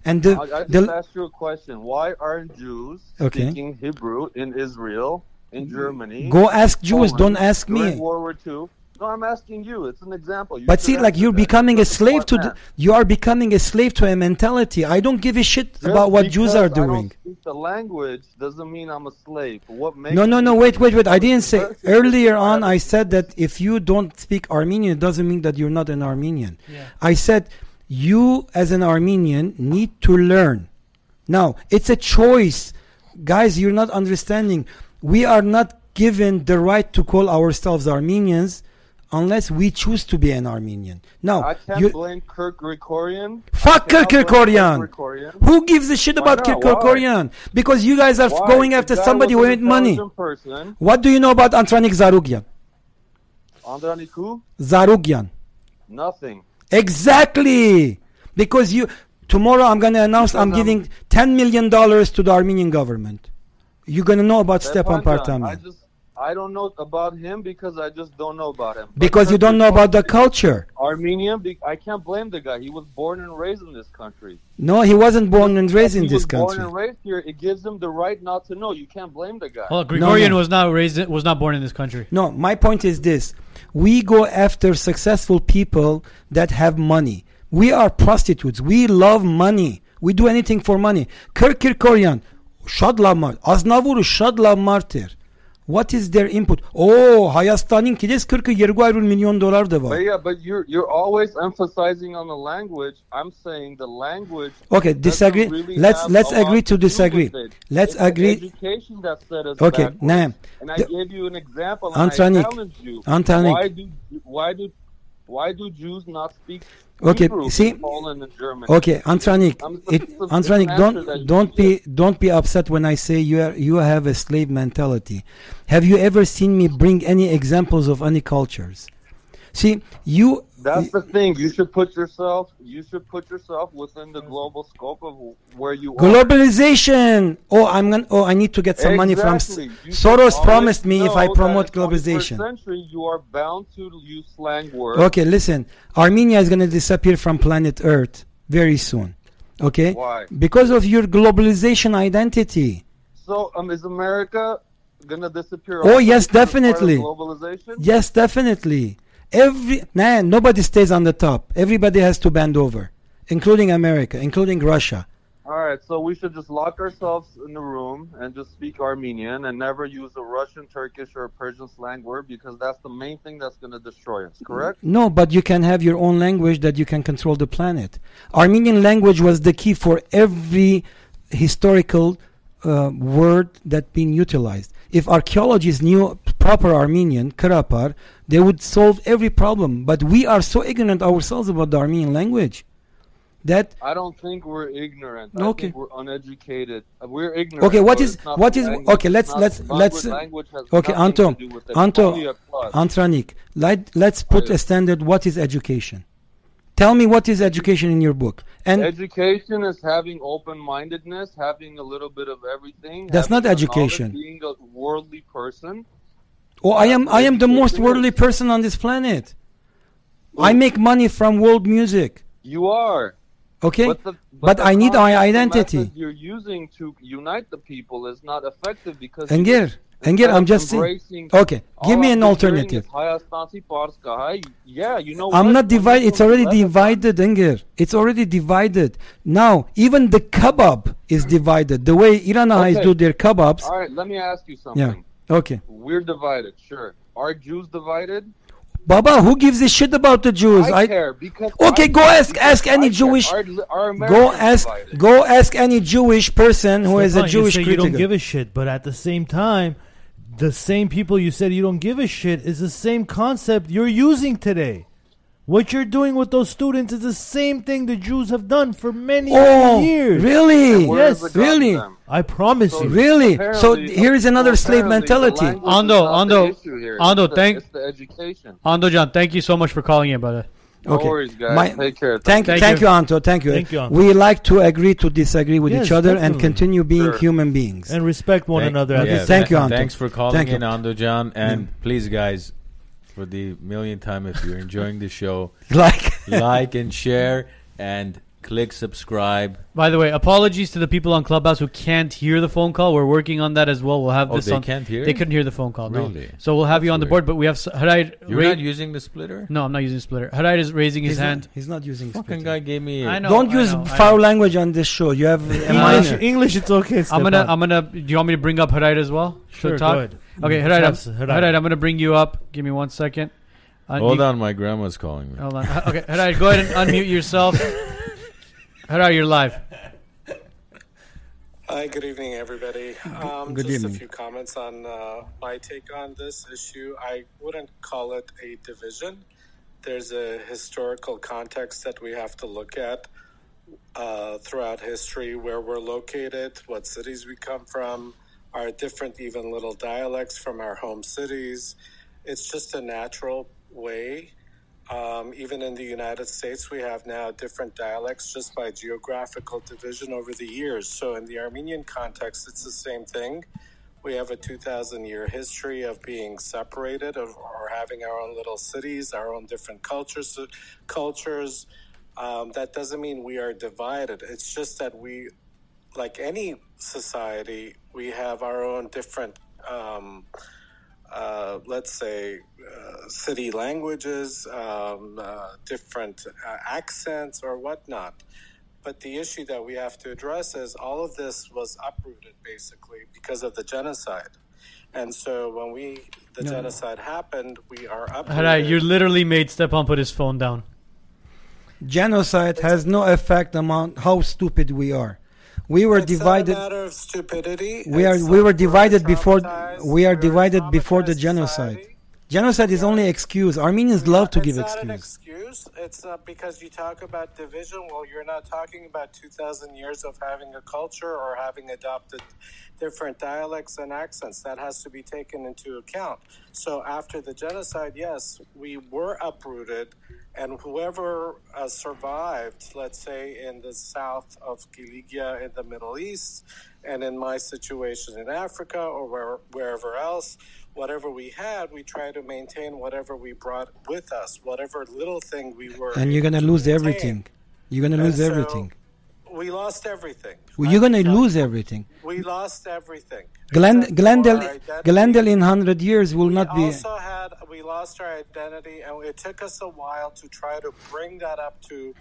and the, I, I just the asked you a question. Why aren't Jews Okay. speaking Hebrew in Israel, in Germany? go ask jews Poland don't ask during me World War II? No, I'm asking you. It's an example. You but should see like answer you're that. becoming a You're slave smart to man. the, you are becoming a slave to a mentality i don't give a shit Just about what jews because are I doing don't speak the language doesn't mean I'm a slave. What makes No, no, me- no, wait, wait, wait. I didn't say First, earlier I on. have- I said that if you don't speak Armenian, it doesn't mean that you're not an Armenian. I said you, as an Armenian, need to learn. Now, it's a choice. Guys, you're not understanding. We are not given the right to call ourselves Armenians unless we choose to be an Armenian. I Now, can't you, blame Kirk Gregorian. fuck I cannot blame Kirkorian. Kirk Gregorian. Who gives a shit Why about not? Kirkorian? Because you guys are Why? going The after guy somebody was who an ain't money. intelligent Person, What do you know about Antranik Zarugian? Andraniku, Zarugian. nothing. Exactly. Because you tomorrow I'm going to announce I'm Because giving 10 million dollars to the Armenian government. You're going to know about Stepan Stepan Jan, I Partamyan just I don't know about him because I just don't know about him. But because you Kirk don't know about the culture. Gregorian- Armenian. Be- I can't blame the guy. He was born and raised in this country. No, he wasn't born and raised He in this was country. born and raised here. It gives him the right not to know. You can't blame the guy. Well, Gregorian no. was not raised. Was not born in this country. No, my point is this. We go after successful people that have money. We are prostitutes. We love money. We do anything for money. Kirk Kirkorian, շատ լավ մարդ, Ազնավուրը շատ լավ մարդ էր։ What is their input? Oh, Հայաստանին քիդես 40-ը 200 միլիոն դոլար դվա։ But yeah, but you're you're always emphasizing on the language. I'm saying the language. Okay, doesn't disagree. really Let's- have let's a lot agree to do with disagree. it. Let's It's the agree- Education that set us Okay, backwards. Naim, And I the- gave you an example. Antranik, And I challenged you. Antranik. Why do why do why do Jews not speak Okay, Hebrew see- in Poland and Germany? Okay, Antranik, I'm it, supposed to Antranik, answer that don't you don't be don't be upset when I say you are, you have a slave mentality. Have you ever seen me bring any examples of any cultures? See, you That's the thing. You should put yourself. You should put yourself within the global scope of where you are. globalization. Oh, I'm gonna. Oh, I need to get some money from S- Exactly. You should Soros. always Promised me if I know that promote in 21st globalization. Century, you are bound to use slang words. Okay, listen. Armenia is going to disappear from planet Earth very soon. Okay? Why? Because of your globalization identity. So, um, is America gonna disappear? Oh, also yes, because of definitely. part of Globalization. Yes, definitely. Every nah, nobody stays on the top. Everybody has to bend over, including America, including Russia. All right, so we should just lock ourselves in the room and just speak Armenian and never use a Russian, Turkish, or Persian slang word because that's the main thing that's gonna destroy us. Correct? No, but you can have your own language that you can control the planet. Armenian language was the key for every historical uh, word that been utilized. If archaeologists knew proper Armenian, Karapar, they would solve every problem. But we are so ignorant ourselves about the Armenian language that I don't think we're ignorant. I Okay. think we're uneducated. Uh, We're ignorant. Okay, what so is it's not what the is language, okay? it's Let's not- let's language- let's language has okay, nothing to Anto, do with it. It's only Anto, a plus. Antranik. Let let's put a standard. What is education? Tell me what is education in your book. And Education is having open-mindedness, having a little bit of everything. That's having not the knowledge, education. Being a worldly person. oh, I am I am the most Education is- worldly person on this planet. I make money from world music. You are. Okay, But, the, but the I need my concept, the identity. method You're using to unite the people is not effective because you- Engir, Engir, instead I'm of just saying. embracing- Okay, all give me I'm an just hearing alternative. is, "Hi, Astansi Pars ka hai." Yeah, you know. I'm what? not When you divided. go It's to already Lebanon- divided, Engir. It's already divided. Now, even the kebab is divided. The way Iranahis Okay. do their kebabs. All right, let me ask you Yeah. something. Okay. We're divided, sure. Are Jews divided? Baba, who gives a shit about the Jews? I, I, care because okay, I- go ask ask I any care. Jewish. Are, are Go Americans ask divided? go ask any Jewish person who is a Stefan, Jewish you say you don't give critic. a shit, but at the same time, the same people you said you don't give a shit is the same concept you're using today. What you're doing with those students is the same thing the Jews have done for many Oh, years. really? Where does it come really, from? I promise you. really. So Apparently- here is another slave apparently the mentality. language is Ando, not the Ando, issue here. Ando, It's the- thank- It's the education. Ando John, thank you so much for calling in, brother. No Okay. worries, guys. My- Take care. Thank, Thank thank you. you, Anto. Thank you. Thank you, Anto. We like to agree to disagree with Yes, each other and definitely. continue being Sure. human beings. And respect one another. at the yeah. same- Thank you, Anto. Thanks for calling Thank you. in, Ando John. And please, guys, for the millionth time, if you're enjoying the show, *laughs* like, like and share and click subscribe. By the way, apologies to the people on Clubhouse who can't hear the phone call. We're working on that as well. We'll have Oh, this they on. can't hear? They couldn't hear the phone call. No. Really? So we'll have you That's on the board, weird. but we have s- Harai. You're ra- not using the splitter? no, I'm not using splitter. Harai is raising he's his hand. Not, he's not using. Fucking splitter. guy gave me. I know. Don't I use *laughs* know, I foul know. language on this show. You have a English, minor. English, it's okay. I'm gonna, Stefan. I'm gonna. Do you want me to bring up Harai as well? to Sure, go talk? ahead. Okay, Mm, Harai, Sam's- I'm, Harai. Harai, I'm gonna bring you up. Give me one second. Uh, Hold you- Oh. on, my grandma's calling me. Hold on. Uh, Okay, Harai, go ahead and unmute yourself. Harai, you're live. Hi, good evening, everybody. Um, Good just evening. a few comments on uh, my take on this issue. I wouldn't call it a division. There's a historical context that we have to look at uh, throughout history where we're located, what cities we come from, our different, even little dialects from our home cities. It's just a natural way. Um, even in the United States, we have now different dialects just by geographical division over the years. So, in the Armenian context, it's the same thing. We have a 2,000 year history of being separated of, or having our own little cities, our own different cultures. cultures. Um, that doesn't mean we are divided. It's just that we like any society, we have our own different, um, uh, let's say, uh, city languages, um, uh, different uh, accents, or whatnot. But the issue that we have to address is all of this was uprooted basically because of the genocide. And so when we the genocide happened, we are uprooted. Harai, you literally made Stepan put his phone down. Genocide has no effect on how stupid we are. We were It's not divided. a matter of stupidity. We are It's we were like divided before traumatized. we are We're a divided before the traumatized genocide. society. Genocide is only excuse. Armenians love to it's give not an excuse. excuse. It's not because you talk about division. Well, you're not talking about 2,000 years of having a culture or having adopted different dialects and accents. That has to be taken into account. So after the genocide, yes, we were uprooted, and whoever uh, survived, let's say in the south of Gilicia in the Middle East, and in my situation in Africa or where, wherever else, whatever we had, we try to maintain whatever we brought with us, whatever little thing we were. And you're gonna able to lose maintain. everything. You're gonna lose And so everything. We lost everything. Well, I you're can gonna tell you. lose everything. We lost everything. Glen, Except for Glendale, our uh, identity. Glendale in hundred years will We not be. also had we lost our identity, and it took us a while to try to bring that up to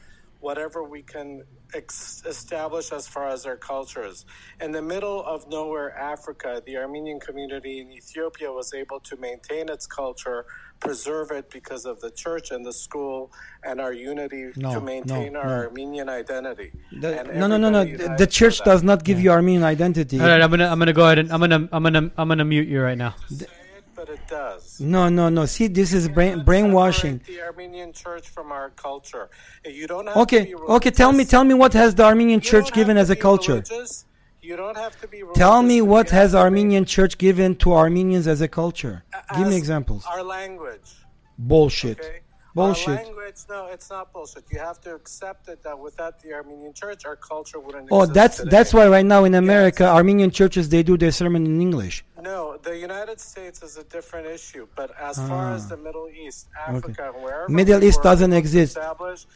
whatever we can ex- establish as far as our cultures. In the middle of nowhere, Africa, the Armenian community in Ethiopia was able to maintain its culture, preserve it because of the church and the school, and our unity No, no, to maintain our no. Armenian identity. The, And no, no, no, no. everybody The, united the for church that. does not give you Armenian identity. All right, I'm gonna I'm gonna go ahead and I'm gonna I'm gonna I'm gonna mute you right now. Say it, but it does. No, no, no. See, this is brain, Let's brainwashing. separate The Armenian church from our culture. You don't have to Okay, be okay. Tell me, religious. tell me what has the Armenian You church don't given have as to a be culture? religious. You don't have to be. Religious Tell me to be what has Armenian. Armenian church given to Armenians as a culture? Give me As examples. Our language. Bullshit. Okay. Our Bullshit. language, no, it's not bullshit. You have to accept it that without the Armenian church, our culture wouldn't Oh, exist. that's today. that's why right now in America, Armenian churches they do their sermon in English. No, the United States is a different issue, but as Ah. far as the Middle East, Africa, and wherever Middle we East were doesn't able to exist. Establish,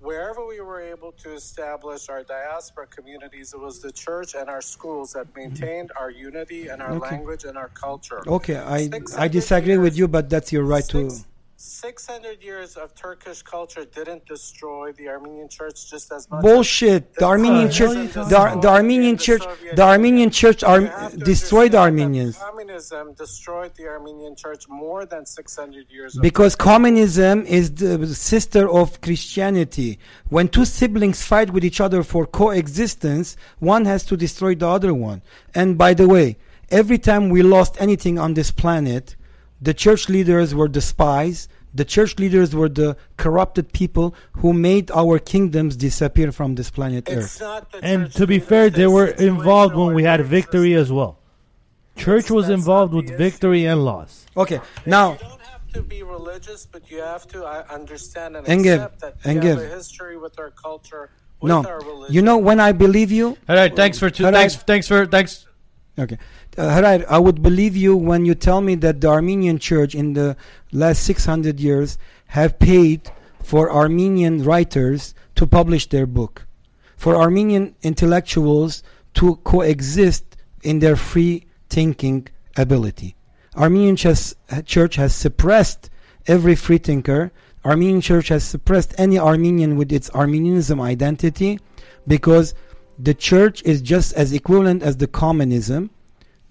wherever we were able to establish our diaspora communities, it was the church and our schools that Mm-hmm. maintained our unity and our language and our culture. Okay, I Six I hundred disagree years- with you, but that's your right to. Six- 600 years of Turkish culture didn't destroy the Armenian church just as much. as Bullshit. The That's Armenian not- church, Really the, talking Ar- about- the Armenian in the church, Soviet the Armenian church You Arm- have to destroyed understand that Armenians Communism destroyed the Armenian church more than 600 years ago. because communism is the sister of Christianity. When two siblings fight with each other for coexistence, one has to destroy the other one. And by the way, every time we lost anything on this planet, the church leaders were the spies. The church leaders were the corrupted people who made our kingdoms disappear from this planet Earth. It's not the And church to be leaders, fair, it's they were situational involved when we had awareness. victory as well. Church was That's not involved the with issue. victory and loss. Okay, now You don't have to be religious, but you have to uh, understand and Engev, accept that we Engev. have a history with our culture, with our no, religion. you know when I believe you, All right, thanks for two, Harai- thanks thanks for thanks. Okay. Uh, Harar, I would believe you when you tell me that the Armenian church in the last 600 years have paid for Armenian writers to publish their book, for Armenian intellectuals to coexist in their free thinking ability. Armenian chas- church has suppressed every freethinker. Armenian church has suppressed any Armenian with its Armenianism identity because the church is just as equivalent as the communism.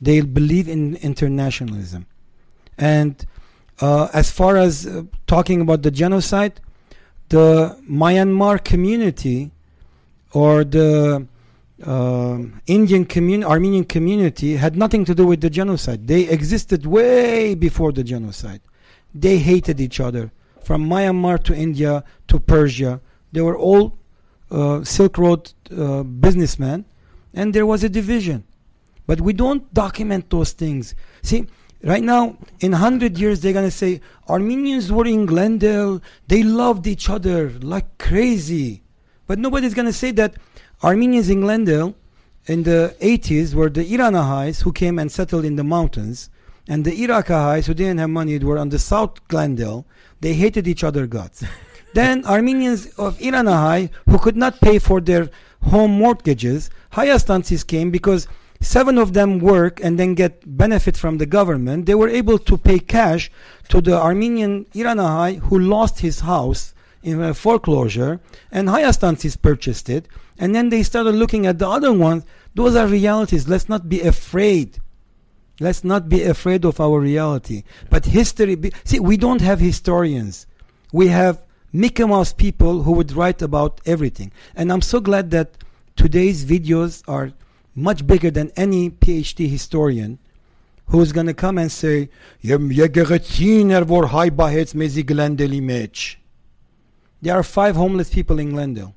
They believe in internationalism. And uh, as far as uh, talking about the genocide, the Myanmar community or the um Indian commun- Armenian community had nothing to do with the genocide. They existed way before the genocide. They hated each other from Myanmar to India to Persia. They were all uh, Silk Road uh, businessmen, and there was a division. But we don't document those things. See, right now, in 100 years, they're going to say Armenians were in Glendale, they loved each other like crazy. But nobody's going to say that Armenians in Glendale in the 80s were the Iranahais who came and settled in the mountains, and the Irakahais who didn't have money were on the South Glendale. They hated each other *laughs* guts. then Armenians of Iranahai who could not pay for their home mortgages, Hayastansis came because seven of them work and then get benefit from the government. They were able to pay cash to the Armenian Iranahai who lost his house in a foreclosure, and Hayastansis purchased it, and then they started looking at the other ones. Those are realities. Let's not be afraid. Let's not be afraid of our reality. But history, be, see, we don't have historians. We have Mickey Mouse people who would write about everything. And I'm so glad that today's videos are much bigger than any PhD historian who's going to come and say, «Եմ եկեղեցին էր, որ հայ բահեց մեզի գլենդելի մեջ»։ There are five homeless people in Glendale.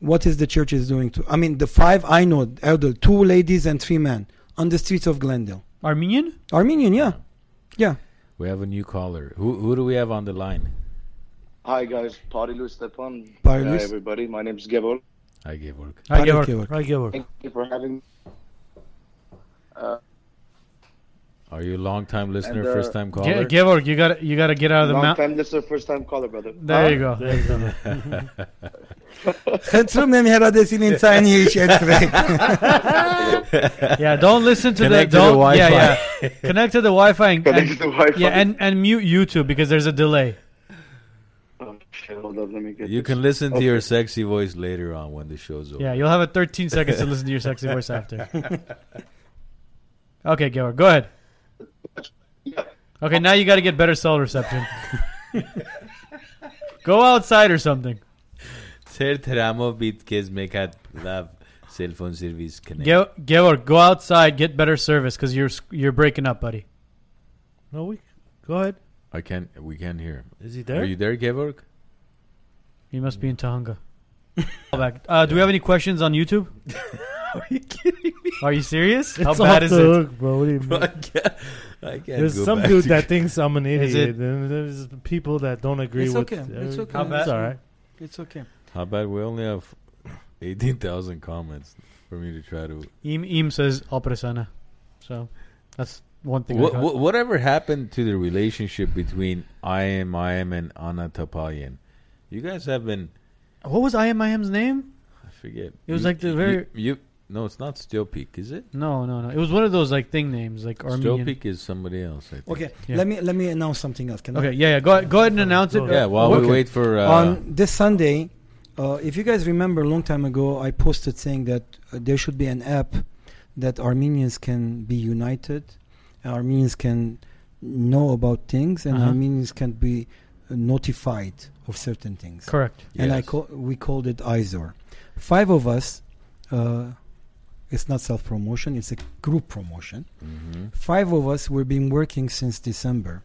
What is the church is doing to? I mean, the five I know, elder, two ladies and three men on the streets of Glendale. Armenian? Armenian, yeah, yeah. We have a new caller. Who who do we have on the line? Hi guys, Party Lou Stepan. Party Hi Lou. everybody, my name's Gebor. I gave work. Hi, Party Georg. Georg. Hi, Georg. Thank you for having me. Uh, Are you a long time listener, And, uh, first time caller? Ge- *laughs* Georg, you got you got to get out of the long mountain. time listener, first time caller, brother. There you go. Խնդրում եմ հերադեսին ինձ այն հիշեցրեք։ *laughs* *laughs* Yeah, don't listen to Connect the to the don't Wi-Fi. yeah yeah. Connect to the Wi-Fi and, Connect to and- the Wi-Fi. yeah and and mute YouTube because there's a delay. Oh, shit, hold up, let me get You this. can listen to your sexy voice later on when the show's over. Yeah, you'll have a 13 seconds to listen to your sexy voice after. Okay, Georg, go ahead. Okay, now you got to get better cell reception. *laughs* go outside or something. *laughs* Ser teramo bit kez mekat love cell phone service connect. Ge- Georg, go outside, get better service because you're you're breaking up, buddy. No, we go ahead. I can't. We can't hear. him. Is he there? Are you there, Gevorg? You must be in Tahanga. Call back. Uh, do we have any questions on *laughs* YouTube? Are you kidding me? Are you serious? How It's bad off is the it? hook, bro. What *laughs* do you mean? *laughs* I can't. I can't There's go some back dude to- *laughs* that thinks I'm an Is idiot, and there's people that don't agree It's with. okay, it's okay. How bad- It's all right. It's okay. How bad we only have eighteen thousand comments for me to try to. Im, Im says opresana. So that's one thing. I What, got. what, whatever happened to the relationship between I am I am and Anna Tapayan? You guys have been. What was IMIM's name? I forget. It was You- like the you- very- You, no, it's not Stillpeak, is it? No, no, no. It was one of those like thing names, like Armenian. Stillpeak is somebody else. I think. Okay, Yeah. let me let me announce something else. Can I? Okay, yeah, yeah. Go ahead, go ahead and announce it. Yeah. While we Okay. wait for uh, on this Sunday, uh, if you guys remember, a long time ago, I posted saying that uh, there should be an app that Armenians can be united, and Armenians can know about things, and Uh-huh. Armenians can be uh, notified of certain things. Correct. And I Yes. call, we called it IZOR. Five of us. Uh, it's not self promotion; it's a group promotion. Mm-hmm. Mhm. Five of us we've been working since December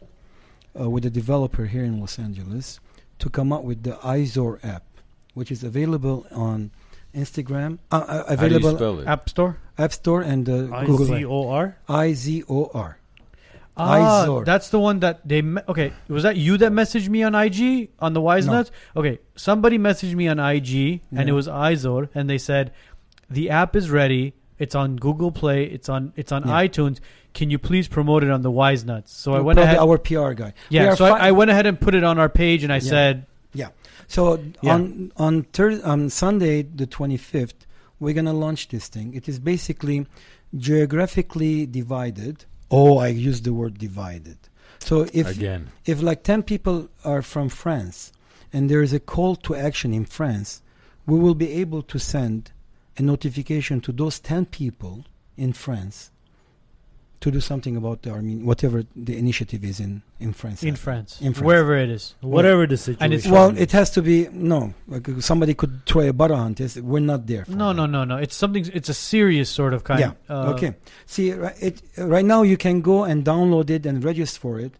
uh, with a developer here in Los Angeles to come up with the Izor app, which is available on Instagram, uh, uh, How do you available spell it? App Store. App Store and uh, I Google C O R. I Z O R. Ah, Izor. that's the one that they. Me- okay, was that you that messaged me on IG on the Wise No. Nuts? Okay, somebody messaged me on IG and it Yeah. was Izor, and they said the app is ready. It's on Google Play. It's on it's on Yeah. iTunes. Can you please promote it on the Wise Nuts? So I Probably went ahead. our PR guy. We yeah, are so fi- I, I went ahead and put it on our page, and I Yeah. said, Yeah. So Yeah. on on thir- on Sunday the 25th, we're gonna launch this thing. It is basically geographically divided. Oh, I used the word divided. So if Again. if like 10 people are from France and there is a call to action in France, we will be able to send a notification to those 10 people in France to do something about the Armenian, whatever the initiative is in, in France. in France, In France. wherever it is. Whatever the situation. And it's- Well, it has to be no. Like, somebody could throw a butter on this. We're not there. for No, that. no, no, no. It's something. It's a serious sort of kind. Yeah. Uh, okay. See, ri- it right now you can go and download it and register for it.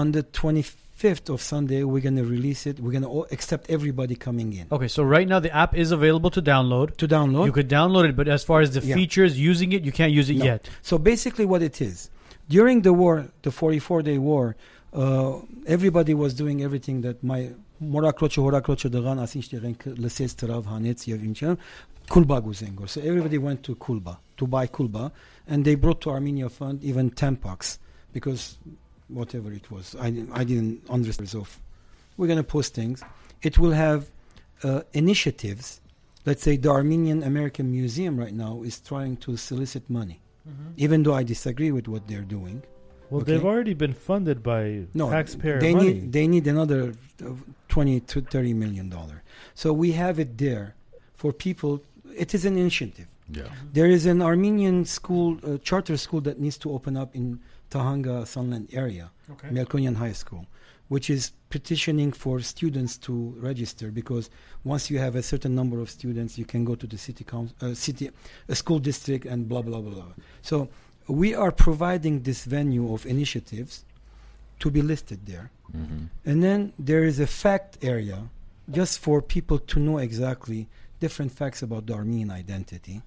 On the twenty fifth of Sunday, we're gonna release it. We're gonna all, accept everybody coming in Okay. So right now the app is available to download. to download. You could download it, but as far as the Yeah. features using it, you can't use it No. yet. So basically, what it is during the war, the 44 day war, uh, everybody was doing everything that my մորակրոջը հորակրոջը դղան ասինչ դեղենք լսեց դրավ հանեց եւ ինչը Kulba գուզենք so everybody went to Kulba to buy Kulba and they brought to Armenia fund even 10 bucks because whatever it was I didn't, I didn't understand of we're going to post things it will have uh, initiatives let's say the Armenian American Museum right now is trying to solicit money even though I disagree with what they're doing. Mm-hmm. well, okay. they've already been funded by No, taxpayer they money. need they need another uh, 20 to 30 million dollar. So we have it there for people. It is an initiative. Yeah. There is an Armenian school, uh, charter school that needs to open up in Tahanga Sunland area, Okay. Melkonian High School, which is petitioning for students to register because once you have a certain number of students, you can go to the city council, uh, city, uh, school district, and blah blah blah. So we are providing this venue of initiatives to be listed there. Mm-hmm. And then there is a fact area just for people to know exactly different facts about the Armenian identity.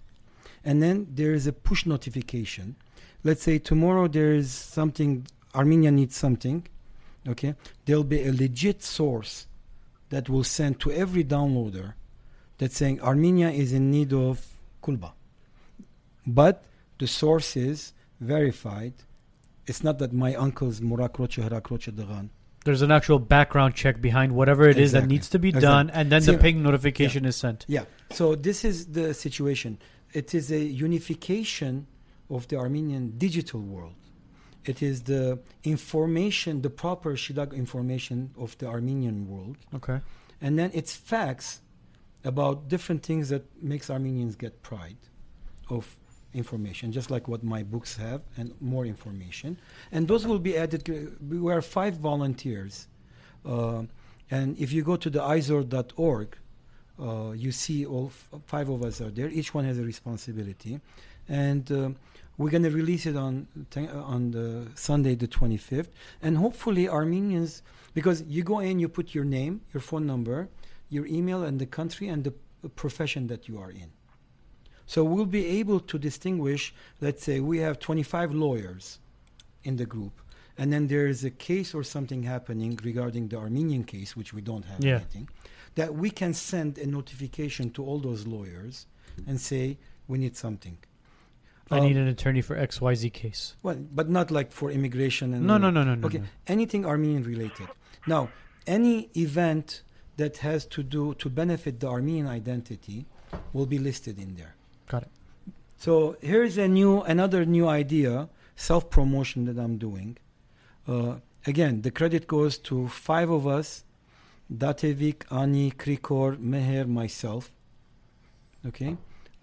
And then there is a push notification. Let's say tomorrow there is something, Armenia needs something, okay? There'll be a legit source that will send to every downloader that's saying Armenia is in need of kulba but the source is verified. It's not that my uncle's Murak Roche Harak Roche Dagan. There's an actual background check behind whatever it is that Exactly. needs to be Exactly. done, and then the See- ping notification is sent. Yeah. So this is the situation. It is a unification of the Armenian digital world. It is the information, the proper Shidduch information of the Armenian world. Okay. And then it's facts about different things that makes Armenians get pride of information, just like what my books have and more information. And those will be added. uh, We were five volunteers. Uh, and if you go to the izor.org, uh, you see all f- five of us are there. Each one has a responsibility, and um we're going to release it on th- on the Sunday the 25th. And hopefully Armenians, because you go in, you put your name, your phone number, your email, and the country and the p- profession that you are in. So we'll be able to distinguish. Let's say we have 25 lawyers in the group, and then there is a case or something happening regarding the Armenian case, which we don't have Yeah. anything, that we can send a notification to all those lawyers and say we need something. I Um, need an attorney for X Y Z case. well, but not like for immigration and No, all no, that. no, no, no, Okay, no. anything Armenian related. Now, any event that has to do to benefit the Armenian identity will be listed in there. Got it. So here's a new, another new idea, self-promotion that I'm doing. Uh, again, the credit goes to five of us: Datevik, Ani, Krikor, Meher, myself. Okay,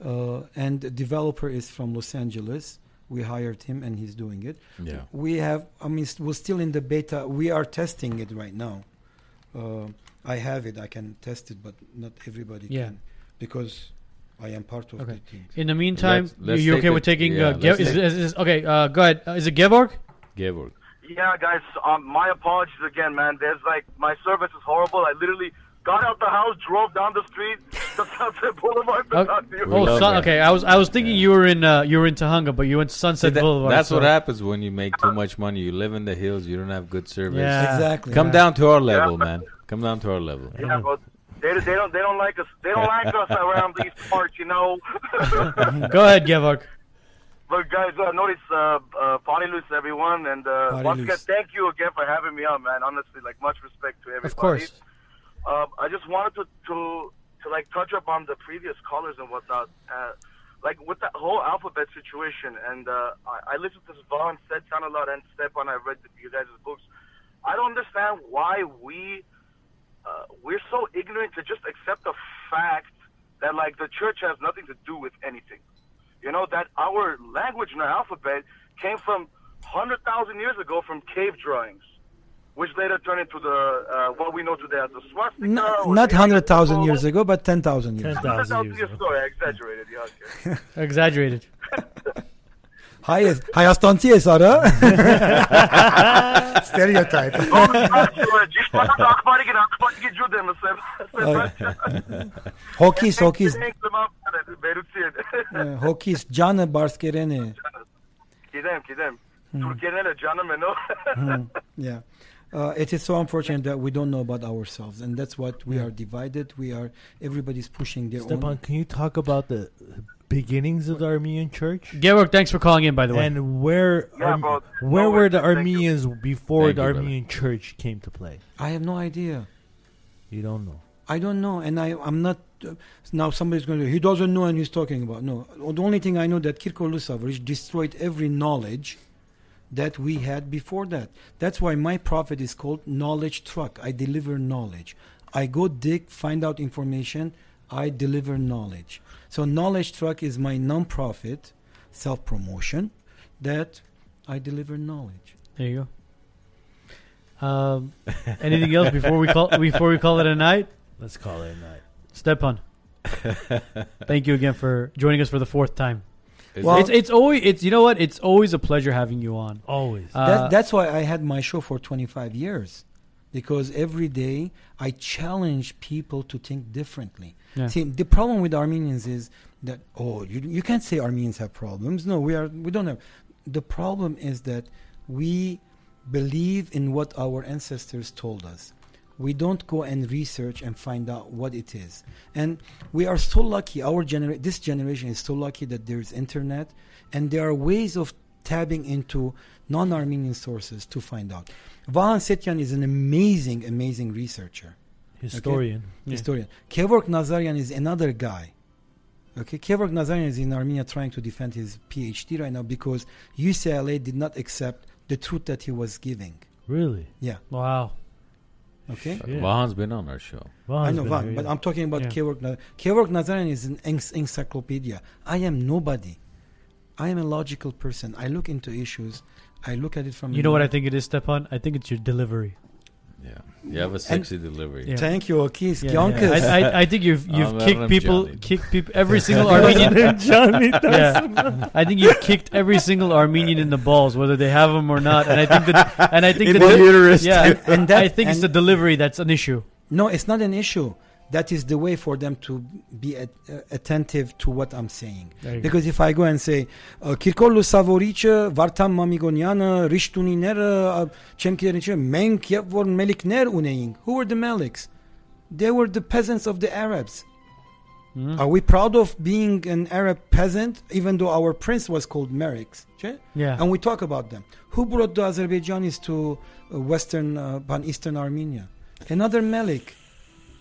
uh, and the developer is from Los Angeles. We hired him, and he's doing it. Yeah. we have. I mean, st- we're still in the beta. We are testing it right now. Uh, I have it. I can test it, but not everybody Yeah. can because I am part of the team. In the meantime, Let's- let's you're okay take with it- taking? yeah, uh, Ge- let's is, take- is, is- okay, uh, go ahead. Uh, is it Gevorg? Gevorg. Yeah, guys, um, my apologies again, man. There's like my service is horrible. I literally got out the house, drove down the street to Sunset Boulevard to Uh, talk to you. oh, Sun- okay. I was I was thinking you were in uh, you were in Tahanga, but you went to See, Sunset that- Boulevard. that's what so- happens when you make too much money. You live in the hills. You don't have good service. Yeah. Exactly. Come Yeah. down to our level, man. Come down to our level. *laughs* Yeah, but they, they don't they don't like us. They don't like us around these parts, you *laughs* know. *laughs* Mm-hmm. Go ahead, Gevorg. But guys, uh, notice uh, uh, party loose everyone, and uh, Party once loose. again, thank you again for having me on, man. Honestly, like much respect to everybody. Of course. Um, I just wanted to, to to like touch up on the previous callers and whatnot, uh, like with that whole alphabet situation. And uh, I, I listened to Vaughn said sound a lot and Stepan. I read you guys' books. I don't understand why we uh, we're so ignorant to just accept the fact that like the church has nothing to do with anything. You know that our language and our alphabet came from hundred thousand years ago from cave drawings, which later turned into the uh, what we know today as the swastika. Not, or not the- *laughs* 100,000 years ago, but 10,000 years ago. 100,000 years. Sorry, I exaggerated. Yeah, okay. *laughs* Exaggerated. Hayır, Hayastansi *laughs* esarı. Stereotype. *laughs* Hokis, hokis. *laughs* Ee, Hokis, canı barskereni. Gidem, gidem. Hmm. Türkiye'nin de canım ben Hmm, Mm-hmm. *laughs* yeah. Uh, it is so unfortunate that we don't know about ourselves, and that's what we are divided. We are everybody's pushing their Stepan, own. can you talk about the beginnings of the Armenian Church? Gevorg, thanks for calling in. By the way, And where Yeah, Arm- bro. where were the Armenians before Thank the you, brother. Armenian Church came to play? I have no idea. You don't know. I don't know, and I I'm not. Uh, now somebody's going to he doesn't know and he's talking about no. The only thing I know that Kirko Lusavarich destroyed every knowledge that we had before that. That's why my prophet is called knowledge truck. I deliver knowledge. I go dig, find out information. I deliver knowledge. So knowledge truck is my non-profit self-promotion that I deliver knowledge. There you go. Um, anything else before we call before we call it a night? Let's call it a night. *laughs* Stepan, thank you again for joining us for the fourth time. Is well, it- it's it's always it's you know what it's always a pleasure having you on. Uh, Always. that, that's why I had my show for 25 years because every day I challenge people to think differently. Yeah. See, the problem with Armenians is that oh, you you can't say Armenians have problems. No, we are we don't have. The problem is that we believe in what our ancestors told us. We don't go and research and find out what it is. And we are so lucky. Our genera- this generation is so lucky that there is internet, and there are ways of tabbing into non-Armenian sources to find out. Vahan Setyan is an amazing, amazing researcher. Okay? Historian. Yeah. Historian. Kevork Nazarian is another guy. Okay, Kevork Nazarian is in Armenia trying to defend his PhD right now because UCLA did not accept the truth that he was giving. Really? Yeah. Wow. Okay. Vahan's been on our show. I know Vahan, but I'm talking about Yeah. Kevork Nazarian. Kevork Nazarian is an enc- encyclopedia. I am nobody. I am a logical person. I look into issues. I look at it from. You know what I think it is, Stepan? I think it's your delivery. Yeah, you have a sexy delivery. Yeah. Thank you, Akis. Yeah, Gionkas. yeah. I, I, I think you've you've I'm kicked Arnhem people, Johnny. kicked people, *laughs* every single Armenian. *laughs* Johnny yeah. I think you've kicked every single Armenian in the balls, whether they have them or not. And I think that, and I think In that the uterus, Yeah, too. And that- I think it's and- the delivery that's an issue. No, it's not an issue. That is the way for them to be at, uh, attentive to what I'm saying. There you go. Because if I go and say "Uh, Kirkol Սավորիչը, Վարդան Մամիգոնյանը, Ռիշտունիները, չեմ գիտեր ինչը, մենք եւ որ մելիքներ ունեինք. Who were the Meliks? They were the peasants of the Arabs. Hmm? Are we proud of being an Arab peasant even though our prince was called Meriks? չէ? Yeah. And we talk about them. Who brought the Azerbaijanis to uh, western uh, pan eastern Armenia? Another Melik.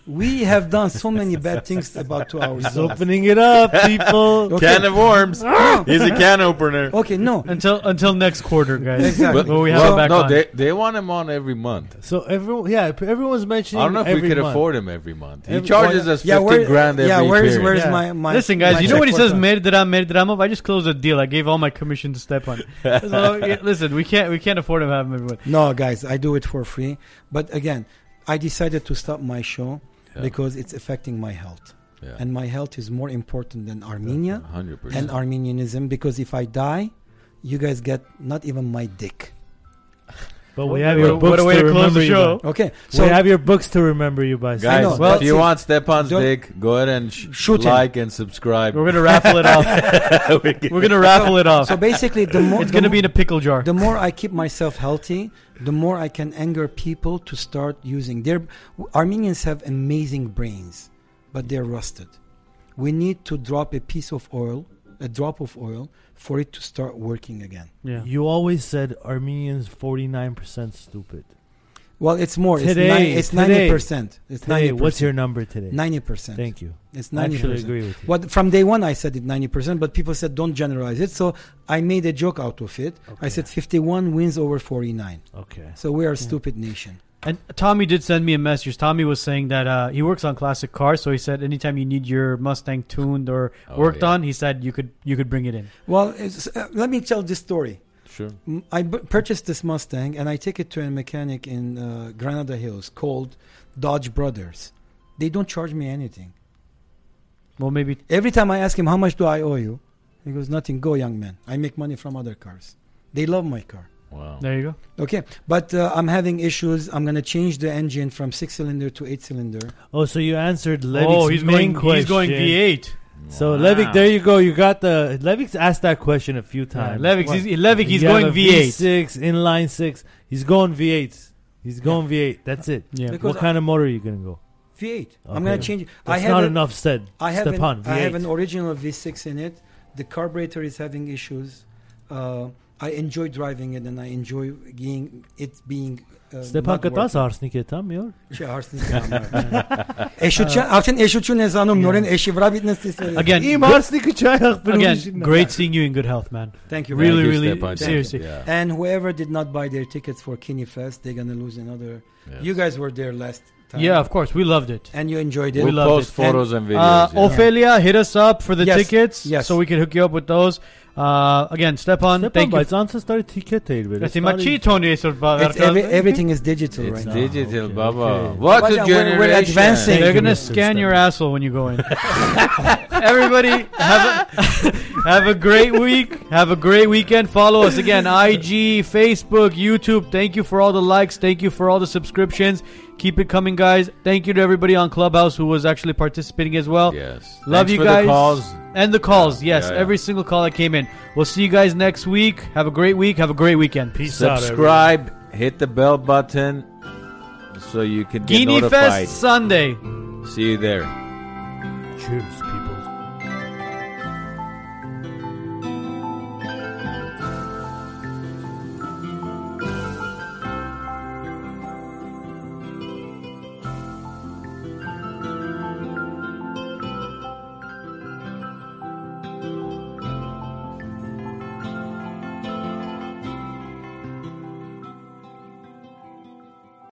We have done so many bad things about to He's ourselves. opening it up, people. *laughs* Okay. Can of *laughs* worms. He's a can opener. Okay, no. *laughs* Until until next quarter, guys. Exactly. When we have him back no, on. they they want him on every month. So everyone, yeah, p- everyone's I mentioning. don't know if we every could month. afford him every month. He Every- charges us fifteen where- grand every yeah, where's period. where's Yeah. my, my Listen, guys, my you know what he check says? for- Merdram, Merdramov. I just closed a deal. I gave all my commission to Stepan. *laughs* so, yeah, listen, we can't we can't afford to have him everyone. No, guys, I do it for free. But again, I decided to stop my show because it's affecting my health. Yeah. And my health is more important than Armenia hundred and percent. Armenianism because if I die, you guys get not even my dick. But we What- have what- your what books a way to close remember the you show. by. Okay, we so have your books to remember you by. I Guys, know, well, if you see, want Stepan's don't- dick, go ahead and sh- Shoot him. like and subscribe. We're gonna raffle it off. *laughs* We're gonna raffle it off. so basically, the more it's the gonna mo- be in a pickle jar. the more I keep myself healthy, the more I can anger people to start using their. Armenians have amazing brains, but they're rusted. We need to drop a piece of oil, a drop of oil, for it to start working again. yeah. You always said Armenians forty nine percent stupid. Well, it's more. Today- it's today- ninety percent. It's Today, ninety. what's your number today? ninety percent? Thank you. It's I ninety actually percent. agree with you. What from day one I said it ninety percent, but people said don't generalize it. So I made a joke out of it. I said fifty-one wins over forty-nine. Okay. Hmm. So we are a stupid nation. And Tommy did send me a message. Tommy was saying that uh, he works on classic cars, so he said anytime you need your Mustang tuned or Oh, worked yeah. on, he said you could you could bring it *laughs* in. Well, it's, uh, let me tell this story. sure. M- I bu- purchased this Mustang and I take it to a mechanic in uh, Granada Hills called Dodge Brothers. They don't charge me anything. Well, maybe Every time I ask him how much do I owe you, he goes nothing. Go, young man. I make money from other cars. They love my car. Wow. there you go. Okay, but uh, I'm having issues. I'm gonna change the engine from six cylinder to eight cylinder. Oh, so you answered Levik's oh, he's main going question. he's going V8. So Levik, there you go. You got the Levik's asked that question a few Yeah, times. Levick, he's, Levick, he's You going have a V8. V6 inline six. He's going V8. He's going V8. That's it. Yeah. Because what kind of motor are you gonna go? V8. I'm gonna Okay. change. I That's have not a- enough said. I have Stepan, an, I have V8. an original V6 in it. The carburetor is having issues. Uh, I enjoy driving it and I enjoy being it being uh, Ստեփան not կտաս working. արսնիկ է դա մի օր։ Չէ, հարցնի *laughs* Uh, դրա։ *laughs* Էշուչը, արդեն էշուչուն է զանում նորեն էշի վրա վիտնեսից։ Again, Իմ good- արսնիկը չայ ախբերում *laughs* Again, great seeing you in good health, man. Thank you. Really, Thank you, really, Stepan. seriously. Thank you, yeah. And whoever did not buy their tickets for Kinney Fest, they're gonna lose another. You guys were there last time. Yeah, of course, we loved it. And you enjoyed it. We'll post photos and, Uh, videos. yeah. Ophelia, hit us up for the Yes, tickets, yes. so we can hook you up with those. Uh, again, Stepan, Ստեփան, thank you. բայց անցած տարի թիքեթ էր վերել։ Ասի մաչի Թոնի այսօր It's every, everything is digital It's right now. digital, okay, Baba. okay. What a Baba, we're- generation! we're advancing. They're Thank gonna Mr. scan Stepan. your asshole when you go in. *laughs* Everybody, have a, have a great week. Have a great weekend. Follow us again: IG, Facebook, YouTube. Thank you for all the likes. Thank you for all the subscriptions. Keep it coming, guys. Thank you to everybody on Clubhouse who was actually participating as well. Yes. Love Thanks you for guys. The calls. And the calls, yes, yeah, yeah. every single call that came in. We'll see you guys next week. Have a great week. Have a great weekend. Peace. out, everyone. Subscribe. Hit the bell button so you can get Guinea notified. Fest Sunday. See you there. Cheers.